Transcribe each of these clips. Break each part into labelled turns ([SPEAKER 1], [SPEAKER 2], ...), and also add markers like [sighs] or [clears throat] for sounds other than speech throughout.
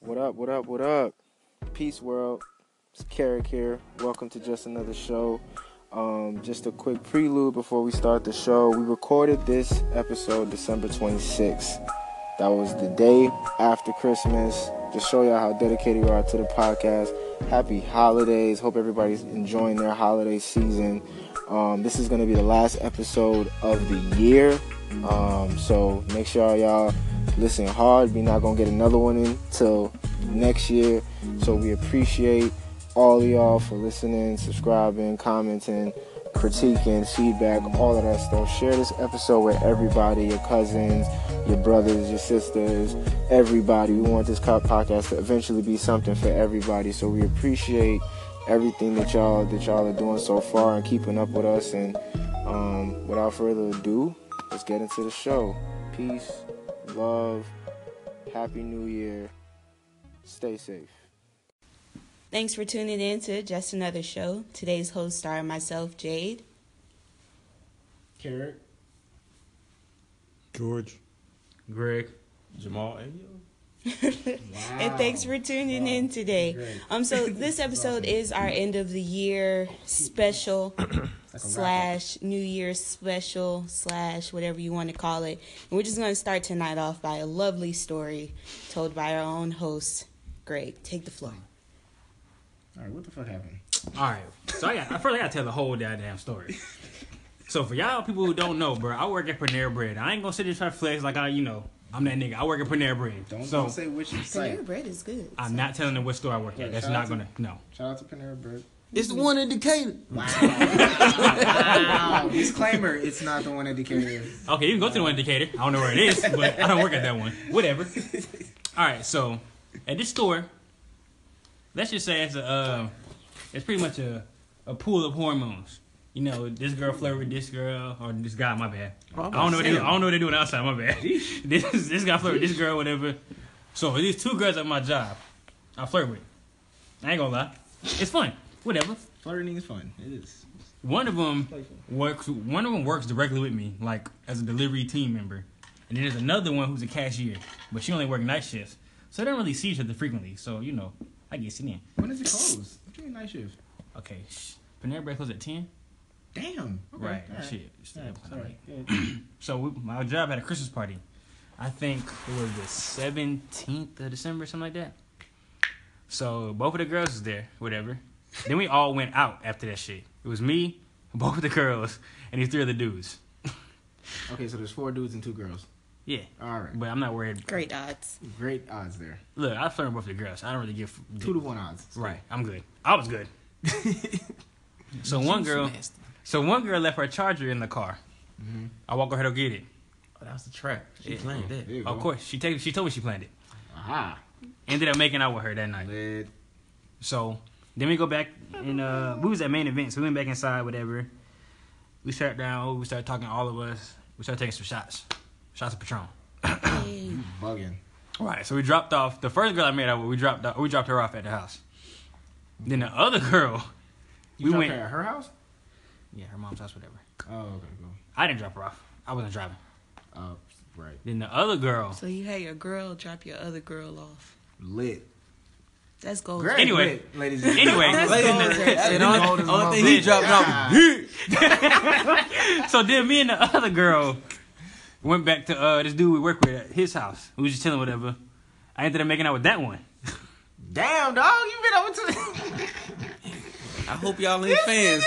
[SPEAKER 1] What up, what up, what up? Peace, world. It's Carrick here. Welcome to just another show. Um, just a quick prelude before we start the show. We recorded this episode December 26th. That was the day after Christmas. Just show y'all how dedicated we are to the podcast. Happy holidays. Hope everybody's enjoying their holiday season. Um, this is going to be the last episode of the year. Um, so make sure y'all listen hard. We're not gonna get another one in till next year. So we appreciate all of y'all for listening, subscribing, commenting, critiquing, feedback, all of that stuff. Share this episode with everybody, your cousins, your brothers, your sisters, everybody. We want this co- podcast to eventually be something for everybody. So we appreciate everything that y'all that y'all are doing so far and keeping up with us. And um, without further ado, let's get into the show. Peace love, happy new year. Stay safe.
[SPEAKER 2] Thanks for tuning in to Just Another Show. Today's hosts are myself, Jade,
[SPEAKER 3] Carrot.
[SPEAKER 4] George.
[SPEAKER 5] Greg, Jamal, and you.
[SPEAKER 2] and thanks for tuning in today.
[SPEAKER 3] Great.
[SPEAKER 2] Um,
[SPEAKER 3] [laughs]
[SPEAKER 2] so this episode is our end of the year
[SPEAKER 3] [clears throat]
[SPEAKER 2] special
[SPEAKER 3] Like a wrap-up.
[SPEAKER 2] slash New Year's special slash whatever you want to call it. And we're just going to start tonight off by a lovely story told by our own host, Greg. Take the floor.
[SPEAKER 3] All right, what the fuck happened?
[SPEAKER 5] All right, so I got first I gotta tell the whole goddamn story. So for y'all people who don't know, bro, I work at Panera Bread. I ain't gonna sit here try to flex like I, you know, I'm that nigga. I work at Panera Bread.
[SPEAKER 3] Don't,
[SPEAKER 5] so
[SPEAKER 3] don't say which you say.
[SPEAKER 2] Panera bread is good.
[SPEAKER 5] I'm not telling them what store I work at. That's
[SPEAKER 3] shout
[SPEAKER 5] not
[SPEAKER 3] out
[SPEAKER 5] gonna no.
[SPEAKER 3] Shout out to Panera Bread.
[SPEAKER 4] It's the one in Decatur.
[SPEAKER 3] [laughs] Wow, disclaimer, it's not the one at Decatur.
[SPEAKER 5] Okay, you can go to the one indicator. Uh, I don't know where it is, but I don't work at that one. [laughs] Whatever. All right, so at this store, let's just say it's a, uh, it's pretty much a, a pool of hormones. You know, this girl flirt with this girl or this guy. My bad. I don't know. What they, I don't know what they're doing outside. My bad. [laughs] this this guy flirt with this girl, whatever. So these two girls at my job, I flirt with. I ain't gonna lie, it's fun. Whatever.
[SPEAKER 3] Flirting is fun. It is.
[SPEAKER 5] One of them
[SPEAKER 3] Playful.
[SPEAKER 5] works. One of them works directly with me, like as a delivery team member, and then there's another one who's a cashier, but she only works night shifts, so they don't really see each other frequently. So you know, I guess it in.
[SPEAKER 3] When does it close? What do you mean night shift?
[SPEAKER 5] Okay, shh. Panera Bread closes at ten.
[SPEAKER 3] Damn. Okay.
[SPEAKER 5] Right.
[SPEAKER 3] all
[SPEAKER 5] Shit. It's
[SPEAKER 3] All
[SPEAKER 5] the
[SPEAKER 3] right,
[SPEAKER 5] airplane,
[SPEAKER 3] sorry.
[SPEAKER 5] right.
[SPEAKER 3] Yeah.
[SPEAKER 5] [clears throat] So we, my job had a Christmas party. I think it was the seventeenth of December, something like that. So both of the girls was there, whatever. Then we all went out after that shit. It was me, [laughs] both of the girls, and these three other dudes.
[SPEAKER 3] Okay, so there's four dudes and two girls.
[SPEAKER 5] Yeah.
[SPEAKER 3] All right.
[SPEAKER 5] But I'm not worried.
[SPEAKER 2] Great odds.
[SPEAKER 3] Great odds there.
[SPEAKER 5] Look, I flirted with both the girls. I don't really give
[SPEAKER 3] Two to one odds.
[SPEAKER 5] Right, I'm good. I was
[SPEAKER 3] [laughs]
[SPEAKER 5] good. so one girl, so one girl left her charger in the car.
[SPEAKER 3] Mm-hmm.
[SPEAKER 5] I walk over to go get it.
[SPEAKER 6] Oh, that was the trap. She
[SPEAKER 5] Yeah.
[SPEAKER 6] planned that.
[SPEAKER 3] There you
[SPEAKER 5] Of
[SPEAKER 3] go.
[SPEAKER 5] course, she take, she told me she planned it.
[SPEAKER 3] Aha.
[SPEAKER 5] Ended up making out with her that night.
[SPEAKER 3] Lit.
[SPEAKER 5] So then we go back and uh, we was at main event, so we went back inside, whatever. We sat down, we started talking, all of us. We started taking some shots, shots of Patron.
[SPEAKER 2] Hey.
[SPEAKER 3] Bugging.
[SPEAKER 5] Right, so we dropped off the first girl I made out with. We dropped uh, we dropped her off at the house. Then the other girl,
[SPEAKER 3] You
[SPEAKER 5] we
[SPEAKER 3] dropped
[SPEAKER 5] went
[SPEAKER 3] her at her house?
[SPEAKER 5] yeah her mom's house, whatever.
[SPEAKER 3] Oh, okay, go.
[SPEAKER 5] I didn't drop her off. I wasn't driving.
[SPEAKER 3] Uh, right.
[SPEAKER 5] Then the other [laughs] girl.
[SPEAKER 2] So you had your girl drop your other girl off.
[SPEAKER 3] Lit.
[SPEAKER 2] That's gold.
[SPEAKER 3] Great.
[SPEAKER 5] Anyway.
[SPEAKER 3] Lit, ladies and gentlemen.
[SPEAKER 5] Anyway,
[SPEAKER 6] That's the only, only thing he dropped off.
[SPEAKER 5] [laughs] so then me and the other girl went back to uh, this dude we work with at his house. We was just chilling, whatever. I ended up making out with that one.
[SPEAKER 3] Damn, dog, you been over to the.
[SPEAKER 6] I hope y'all ain't fans.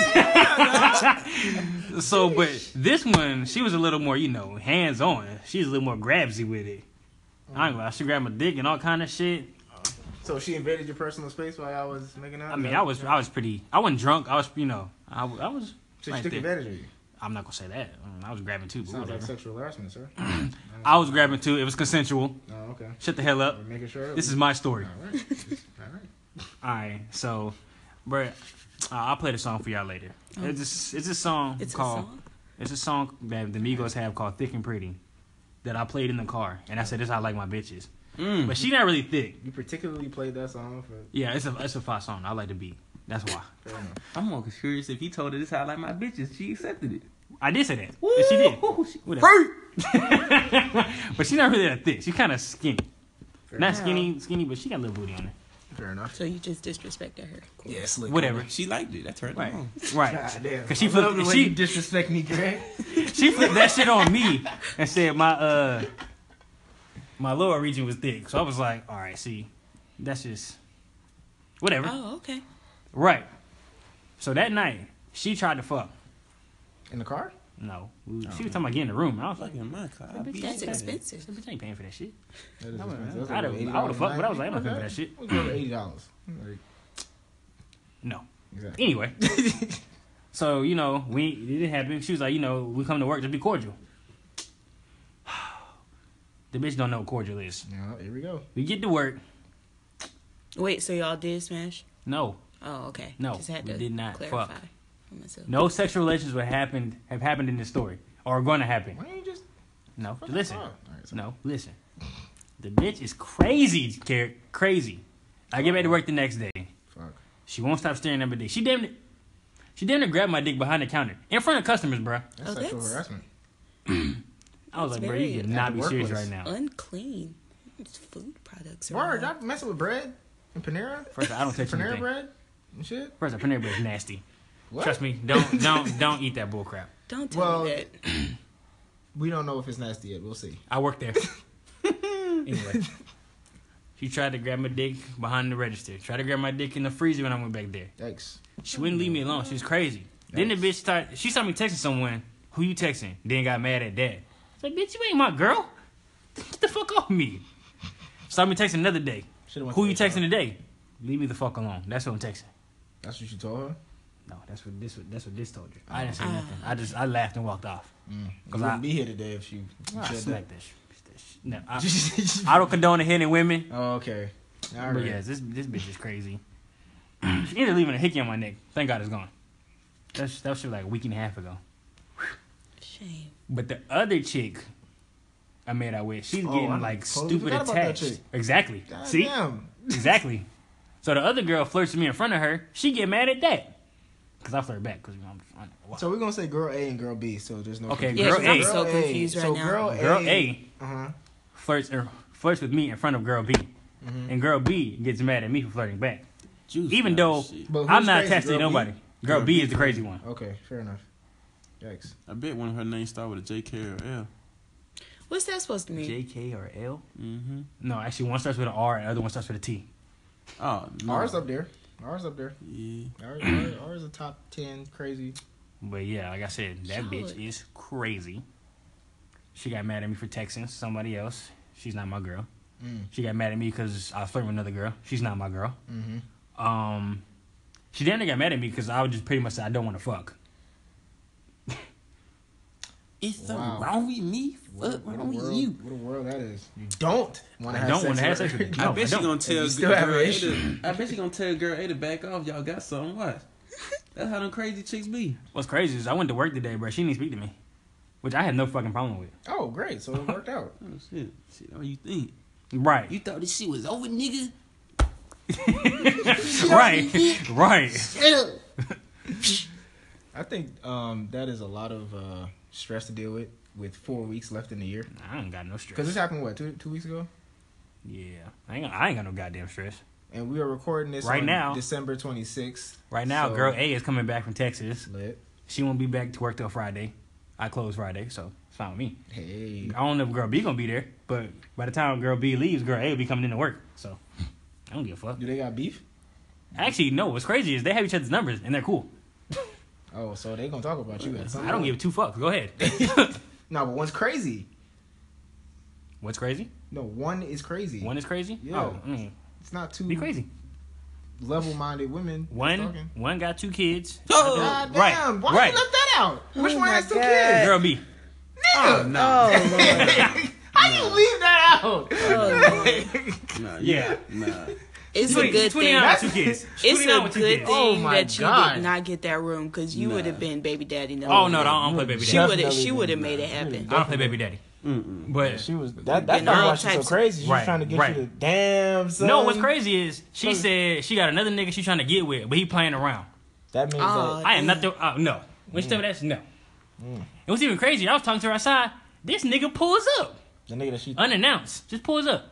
[SPEAKER 5] So, but this one, she was a little more, you know, hands on. She's a little more grabsy with it. I ain't gonna lie, she grabbed my dick and all kind of shit.
[SPEAKER 3] [laughs] So she invaded your personal space while y'all was making out.
[SPEAKER 5] I mean, I was, I was pretty. I wasn't drunk. I was, you know, I, w- I was.
[SPEAKER 3] So she
[SPEAKER 5] right
[SPEAKER 3] took
[SPEAKER 5] there.
[SPEAKER 3] advantage of you.
[SPEAKER 5] I'm not gonna say that. Mm, I was grabbing too, but
[SPEAKER 3] Sounds like
[SPEAKER 5] whatever.
[SPEAKER 3] sexual harassment, sir.
[SPEAKER 5] I was grabbing too. It was consensual.
[SPEAKER 3] Oh, okay.
[SPEAKER 5] Shut the hell up.
[SPEAKER 3] We're making sure.
[SPEAKER 5] This is my story.
[SPEAKER 3] All right. All right.
[SPEAKER 5] All right, so, bro, uh, I'll play the song for y'all later. It's this, it's this song
[SPEAKER 2] It's a
[SPEAKER 5] called.
[SPEAKER 2] song?
[SPEAKER 5] It's a song that the Migos have called "Thick and Pretty," that I played in the car, and I said this is how I like my bitches. But she not really thick.
[SPEAKER 3] You particularly played that song for.
[SPEAKER 5] Yeah, it's a it's a fast song. I like the beat. That's why
[SPEAKER 3] Fair enough.
[SPEAKER 6] I'm more curious if he told her this how I like my bitches. She accepted it.
[SPEAKER 5] I did say that. And [laughs] she did.
[SPEAKER 6] Woo, she-
[SPEAKER 5] Whatever.
[SPEAKER 6] Free!
[SPEAKER 5] but she not really that thick. She kind of skinny. Not skinny, skinny, but she got a little booty on her.
[SPEAKER 3] Fair enough.
[SPEAKER 2] So you just disrespected her.
[SPEAKER 6] Yeah, slick.
[SPEAKER 5] Whatever.
[SPEAKER 6] She liked it. That's her.
[SPEAKER 5] Right,
[SPEAKER 6] alone.
[SPEAKER 5] right.
[SPEAKER 3] Oh God damn.
[SPEAKER 5] Cause she
[SPEAKER 3] I love
[SPEAKER 5] flipped-
[SPEAKER 3] the way
[SPEAKER 5] she-
[SPEAKER 3] you disrespect me, Greg.
[SPEAKER 5] She flipped that shit on me and said my uh my lower region was thick. So I was like, all right, see, that's just whatever.
[SPEAKER 2] Oh, okay.
[SPEAKER 5] Right. So that night, she tried to fuck.
[SPEAKER 3] In the car?
[SPEAKER 5] No, she was talking about getting in the room. I was like,
[SPEAKER 6] Fucking my car.
[SPEAKER 5] Bitch,
[SPEAKER 2] That's
[SPEAKER 5] Yeah.
[SPEAKER 2] expensive.
[SPEAKER 5] bitch, I ain't paying for that shit.
[SPEAKER 3] That is
[SPEAKER 5] I would've-
[SPEAKER 3] expensive. That's
[SPEAKER 5] I'd've-
[SPEAKER 3] like
[SPEAKER 5] I would've
[SPEAKER 3] $80
[SPEAKER 5] fucked, but I was like, I'm not
[SPEAKER 3] night.
[SPEAKER 5] paying for that shit.
[SPEAKER 3] It was over eighty dollars. Like,
[SPEAKER 5] No.
[SPEAKER 3] exactly.
[SPEAKER 5] Anyway, [laughs] so you know, we it didn't happen. She was like, you know, we come to work, just be cordial. [sighs] The bitch don't know what cordial is.
[SPEAKER 3] Yeah, here we go.
[SPEAKER 5] We get to work.
[SPEAKER 2] Wait, so y'all did smash?
[SPEAKER 5] No,
[SPEAKER 2] Oh, okay.
[SPEAKER 5] No,
[SPEAKER 2] just had
[SPEAKER 5] we
[SPEAKER 2] to
[SPEAKER 5] did not
[SPEAKER 2] clarify
[SPEAKER 5] fuck.
[SPEAKER 2] for myself.
[SPEAKER 5] no sexual relations would happened have happened in this story or are going to happen.
[SPEAKER 3] Why don't you just
[SPEAKER 5] No,
[SPEAKER 3] fucking
[SPEAKER 5] listen.
[SPEAKER 3] talk? All right, so-
[SPEAKER 5] No, listen. The bitch is crazy, Carrot. Crazy. I get back to work the next day.
[SPEAKER 3] Fuck.
[SPEAKER 5] She won't stop staring at my dick. She damn it. She damn near grabbed my dick behind the counter in front of customers, bruh.
[SPEAKER 3] That's
[SPEAKER 2] Oh,
[SPEAKER 3] sexual
[SPEAKER 2] that's-
[SPEAKER 3] harassment.
[SPEAKER 5] I was
[SPEAKER 2] That's
[SPEAKER 5] like, bruh, you
[SPEAKER 2] very-
[SPEAKER 5] could not
[SPEAKER 3] At
[SPEAKER 5] be
[SPEAKER 3] the
[SPEAKER 5] serious right
[SPEAKER 3] workplace.
[SPEAKER 5] now.
[SPEAKER 2] Unclean. It's food products. or
[SPEAKER 3] Word,
[SPEAKER 2] not.
[SPEAKER 3] y'all messing with bread and Panera?
[SPEAKER 5] First, I don't touch
[SPEAKER 3] Panera
[SPEAKER 5] anything.
[SPEAKER 3] bread and shit.
[SPEAKER 5] First, off, Panera Bread is nasty.
[SPEAKER 3] What?
[SPEAKER 5] Trust me, don't don't don't eat that bullcrap.
[SPEAKER 2] Don't tell
[SPEAKER 3] Well,
[SPEAKER 2] me that.
[SPEAKER 3] [clears throat] We don't know if it's nasty yet. We'll see.
[SPEAKER 5] I
[SPEAKER 3] [laughs]
[SPEAKER 5] work there. anyway, she tried to grab my dick behind the register. Tried to grab my dick in the freezer when I went back there.
[SPEAKER 3] Yikes.
[SPEAKER 5] She wouldn't leave me alone. She was crazy. Then the bitch started. She saw me texting someone. Who you texting? Then got mad at that. It's like, bitch, you ain't my girl. Get the fuck off me. Saw me texting another day.
[SPEAKER 3] Should've went
[SPEAKER 5] Who
[SPEAKER 3] to
[SPEAKER 5] you
[SPEAKER 3] HR.
[SPEAKER 5] texting today? Leave me the fuck alone. That's what I'm texting.
[SPEAKER 3] That's what you told her.
[SPEAKER 5] No, that's what this. That's what this told you. I didn't say nothing. I just I laughed and walked off.
[SPEAKER 3] You
[SPEAKER 5] Cause
[SPEAKER 3] wouldn't
[SPEAKER 5] I,
[SPEAKER 3] be here today if she if you
[SPEAKER 5] I
[SPEAKER 3] said [laughs]
[SPEAKER 5] smacked that. sh- that sh- No, I,
[SPEAKER 3] that.
[SPEAKER 5] I don't condone the hitting women.
[SPEAKER 3] oh, okay. All
[SPEAKER 5] But
[SPEAKER 3] right.
[SPEAKER 5] yes, this this bitch is crazy. [clears throat] she ended up leaving a hickey on my neck. Thank God it's gone. That's that was like a week and a half ago.
[SPEAKER 2] Shame.
[SPEAKER 5] But the other chick I made out with, she's
[SPEAKER 3] Oh,
[SPEAKER 5] getting
[SPEAKER 3] I
[SPEAKER 5] like
[SPEAKER 3] totally
[SPEAKER 5] stupid
[SPEAKER 3] forgot about that
[SPEAKER 5] attached.
[SPEAKER 3] chick.
[SPEAKER 5] Exactly.
[SPEAKER 3] God
[SPEAKER 5] See?
[SPEAKER 3] damn. [laughs]
[SPEAKER 5] Exactly. So the other girl flirts with me in front of her. She get mad at that. Because I flirt back. Because I'm, I'm, wow.
[SPEAKER 3] So we're gonna say girl A and girl B. So there's no.
[SPEAKER 5] Okay,
[SPEAKER 2] Yeah,
[SPEAKER 5] Girl
[SPEAKER 2] 'cause
[SPEAKER 5] A.
[SPEAKER 2] I'm so confused right
[SPEAKER 3] so
[SPEAKER 2] now.
[SPEAKER 3] Girl A.
[SPEAKER 5] Girl A
[SPEAKER 3] Uh huh.
[SPEAKER 5] flirts, er, flirts with me in front of girl B.
[SPEAKER 3] Mm-hmm.
[SPEAKER 5] And girl B gets mad at me for flirting back.
[SPEAKER 6] Juice
[SPEAKER 5] Even
[SPEAKER 6] now,
[SPEAKER 5] though
[SPEAKER 6] shit.
[SPEAKER 3] But who's
[SPEAKER 5] I'm not
[SPEAKER 3] crazy,
[SPEAKER 5] attached to
[SPEAKER 3] girl B?
[SPEAKER 5] nobody. Girl, B, is the crazy one.
[SPEAKER 3] Okay. Fair enough. Yikes.
[SPEAKER 6] I bet one of her names start with a J K or L.
[SPEAKER 2] What's that supposed to mean?
[SPEAKER 5] JK or L?
[SPEAKER 6] Mm-hmm.
[SPEAKER 5] No, actually, one starts with an R and the other one starts with a T.
[SPEAKER 6] Oh, no.
[SPEAKER 3] R's up there. R's up there.
[SPEAKER 6] Yeah.
[SPEAKER 3] R, R, R is a top ten crazy.
[SPEAKER 5] But yeah, like I said, that
[SPEAKER 2] Solid.
[SPEAKER 5] bitch is crazy. She got mad at me for texting somebody else. She's not my girl.
[SPEAKER 3] Mm.
[SPEAKER 5] She got mad at me because I was flirting with another girl. She's not my girl.
[SPEAKER 3] Mm-hmm.
[SPEAKER 5] Um, she damn near got mad at me because I was just pretty much say I don't want to fuck.
[SPEAKER 6] It's something
[SPEAKER 3] Wow.
[SPEAKER 6] wrong with me. Fuck
[SPEAKER 3] what a
[SPEAKER 6] wrong with
[SPEAKER 3] world,
[SPEAKER 6] you.
[SPEAKER 3] What a world that is. You don't want
[SPEAKER 5] I
[SPEAKER 3] to have
[SPEAKER 5] don't
[SPEAKER 3] sex.
[SPEAKER 5] want to have
[SPEAKER 3] with
[SPEAKER 5] sex
[SPEAKER 3] her.
[SPEAKER 5] with you.
[SPEAKER 6] I
[SPEAKER 5] No, I,
[SPEAKER 6] bet she
[SPEAKER 5] don't.
[SPEAKER 6] gonna tell
[SPEAKER 3] still
[SPEAKER 6] girl
[SPEAKER 3] have an
[SPEAKER 6] A
[SPEAKER 3] issue.
[SPEAKER 6] to- I bet she gonna tell girl A to back off. Y'all got something. What? That's how them crazy chicks be.
[SPEAKER 5] What's crazy is I went to work today, bro. She didn't speak to me, which I had no fucking problem with.
[SPEAKER 3] [laughs] Oh, great. So it worked out.
[SPEAKER 6] Oh shit. Shit, how you think?
[SPEAKER 5] Right,
[SPEAKER 6] You thought this shit was over, nigga?
[SPEAKER 5] right, [laughs] right.
[SPEAKER 3] I think um, that is a lot of uh, stress to deal with with four weeks left in the year.
[SPEAKER 5] I ain't got no
[SPEAKER 3] Because this
[SPEAKER 5] stress.
[SPEAKER 3] happened, what, two, two weeks ago?
[SPEAKER 5] Yeah, I ain't, I ain't got no goddamn stress.
[SPEAKER 3] And we are recording this
[SPEAKER 5] Right
[SPEAKER 3] on
[SPEAKER 5] now.
[SPEAKER 3] December 26th.
[SPEAKER 5] Right now,
[SPEAKER 3] So-
[SPEAKER 5] girl A is coming back from Texas.
[SPEAKER 3] Lit.
[SPEAKER 5] She won't be back to work till Friday. I close Friday, so it's fine with me.
[SPEAKER 3] Hey.
[SPEAKER 5] I don't know if girl B gonna be there, but by the time girl B leaves, girl A will be coming into work. So I don't give a fuck.
[SPEAKER 3] Do they got beef?
[SPEAKER 5] Actually, no. What's crazy is they have each other's numbers and they're cool.
[SPEAKER 3] Oh, so they going to talk about you at some
[SPEAKER 5] I don't give two fucks. Go
[SPEAKER 3] [laughs]
[SPEAKER 5] ahead. [laughs]
[SPEAKER 3] No, but one's crazy.
[SPEAKER 5] What's crazy?
[SPEAKER 3] No, one is crazy.
[SPEAKER 5] One is crazy.
[SPEAKER 3] Yeah.
[SPEAKER 5] Oh, mm,
[SPEAKER 3] It's not two
[SPEAKER 5] be crazy.
[SPEAKER 3] level-minded women
[SPEAKER 5] One,
[SPEAKER 3] talking.
[SPEAKER 5] one got two kids.
[SPEAKER 6] Oh,
[SPEAKER 3] God
[SPEAKER 5] right,
[SPEAKER 3] damn. Why
[SPEAKER 5] right.
[SPEAKER 3] you left that out? Which
[SPEAKER 2] Oh
[SPEAKER 3] one
[SPEAKER 2] my
[SPEAKER 3] has two
[SPEAKER 2] God.
[SPEAKER 3] kids?
[SPEAKER 5] Girl uh. B.
[SPEAKER 3] Nigga.
[SPEAKER 2] Oh, Lord.
[SPEAKER 3] How you leave that out?
[SPEAKER 2] Oh, Lord.
[SPEAKER 6] Nah,
[SPEAKER 5] Yeah.
[SPEAKER 6] Nah.
[SPEAKER 2] It's a
[SPEAKER 5] Twenty-
[SPEAKER 2] good thing.
[SPEAKER 5] 29 with two kids.
[SPEAKER 2] It's
[SPEAKER 5] 29
[SPEAKER 2] a
[SPEAKER 5] with two
[SPEAKER 2] good
[SPEAKER 5] kids.
[SPEAKER 3] Oh
[SPEAKER 2] thing
[SPEAKER 3] my
[SPEAKER 2] that you
[SPEAKER 3] God.
[SPEAKER 2] did not get that room because you
[SPEAKER 6] Nah.
[SPEAKER 2] would have been baby daddy. No.
[SPEAKER 5] Oh no, no, I don't play baby
[SPEAKER 2] She
[SPEAKER 5] daddy.
[SPEAKER 2] would have. She
[SPEAKER 3] Definitely
[SPEAKER 2] would have
[SPEAKER 3] would
[SPEAKER 2] made it
[SPEAKER 3] not.
[SPEAKER 2] happen.
[SPEAKER 5] I don't play baby daddy.
[SPEAKER 6] Mm-mm.
[SPEAKER 5] But
[SPEAKER 3] was that.
[SPEAKER 2] that's probably all why she's so types-
[SPEAKER 3] crazy.
[SPEAKER 5] She's Right, trying to get you right. to-
[SPEAKER 3] damn. Son.
[SPEAKER 5] no, what's crazy is she said she got another nigga she trying to get with, but he playing around.
[SPEAKER 3] That means
[SPEAKER 2] Oh,
[SPEAKER 5] I am not the uh, no. When she told me that's no.
[SPEAKER 3] Mm.
[SPEAKER 5] It was even crazy. I was talking to her outside. This nigga pulls up
[SPEAKER 3] the nigga that she. Mm-hmm.
[SPEAKER 5] unannounced. Just pulls up.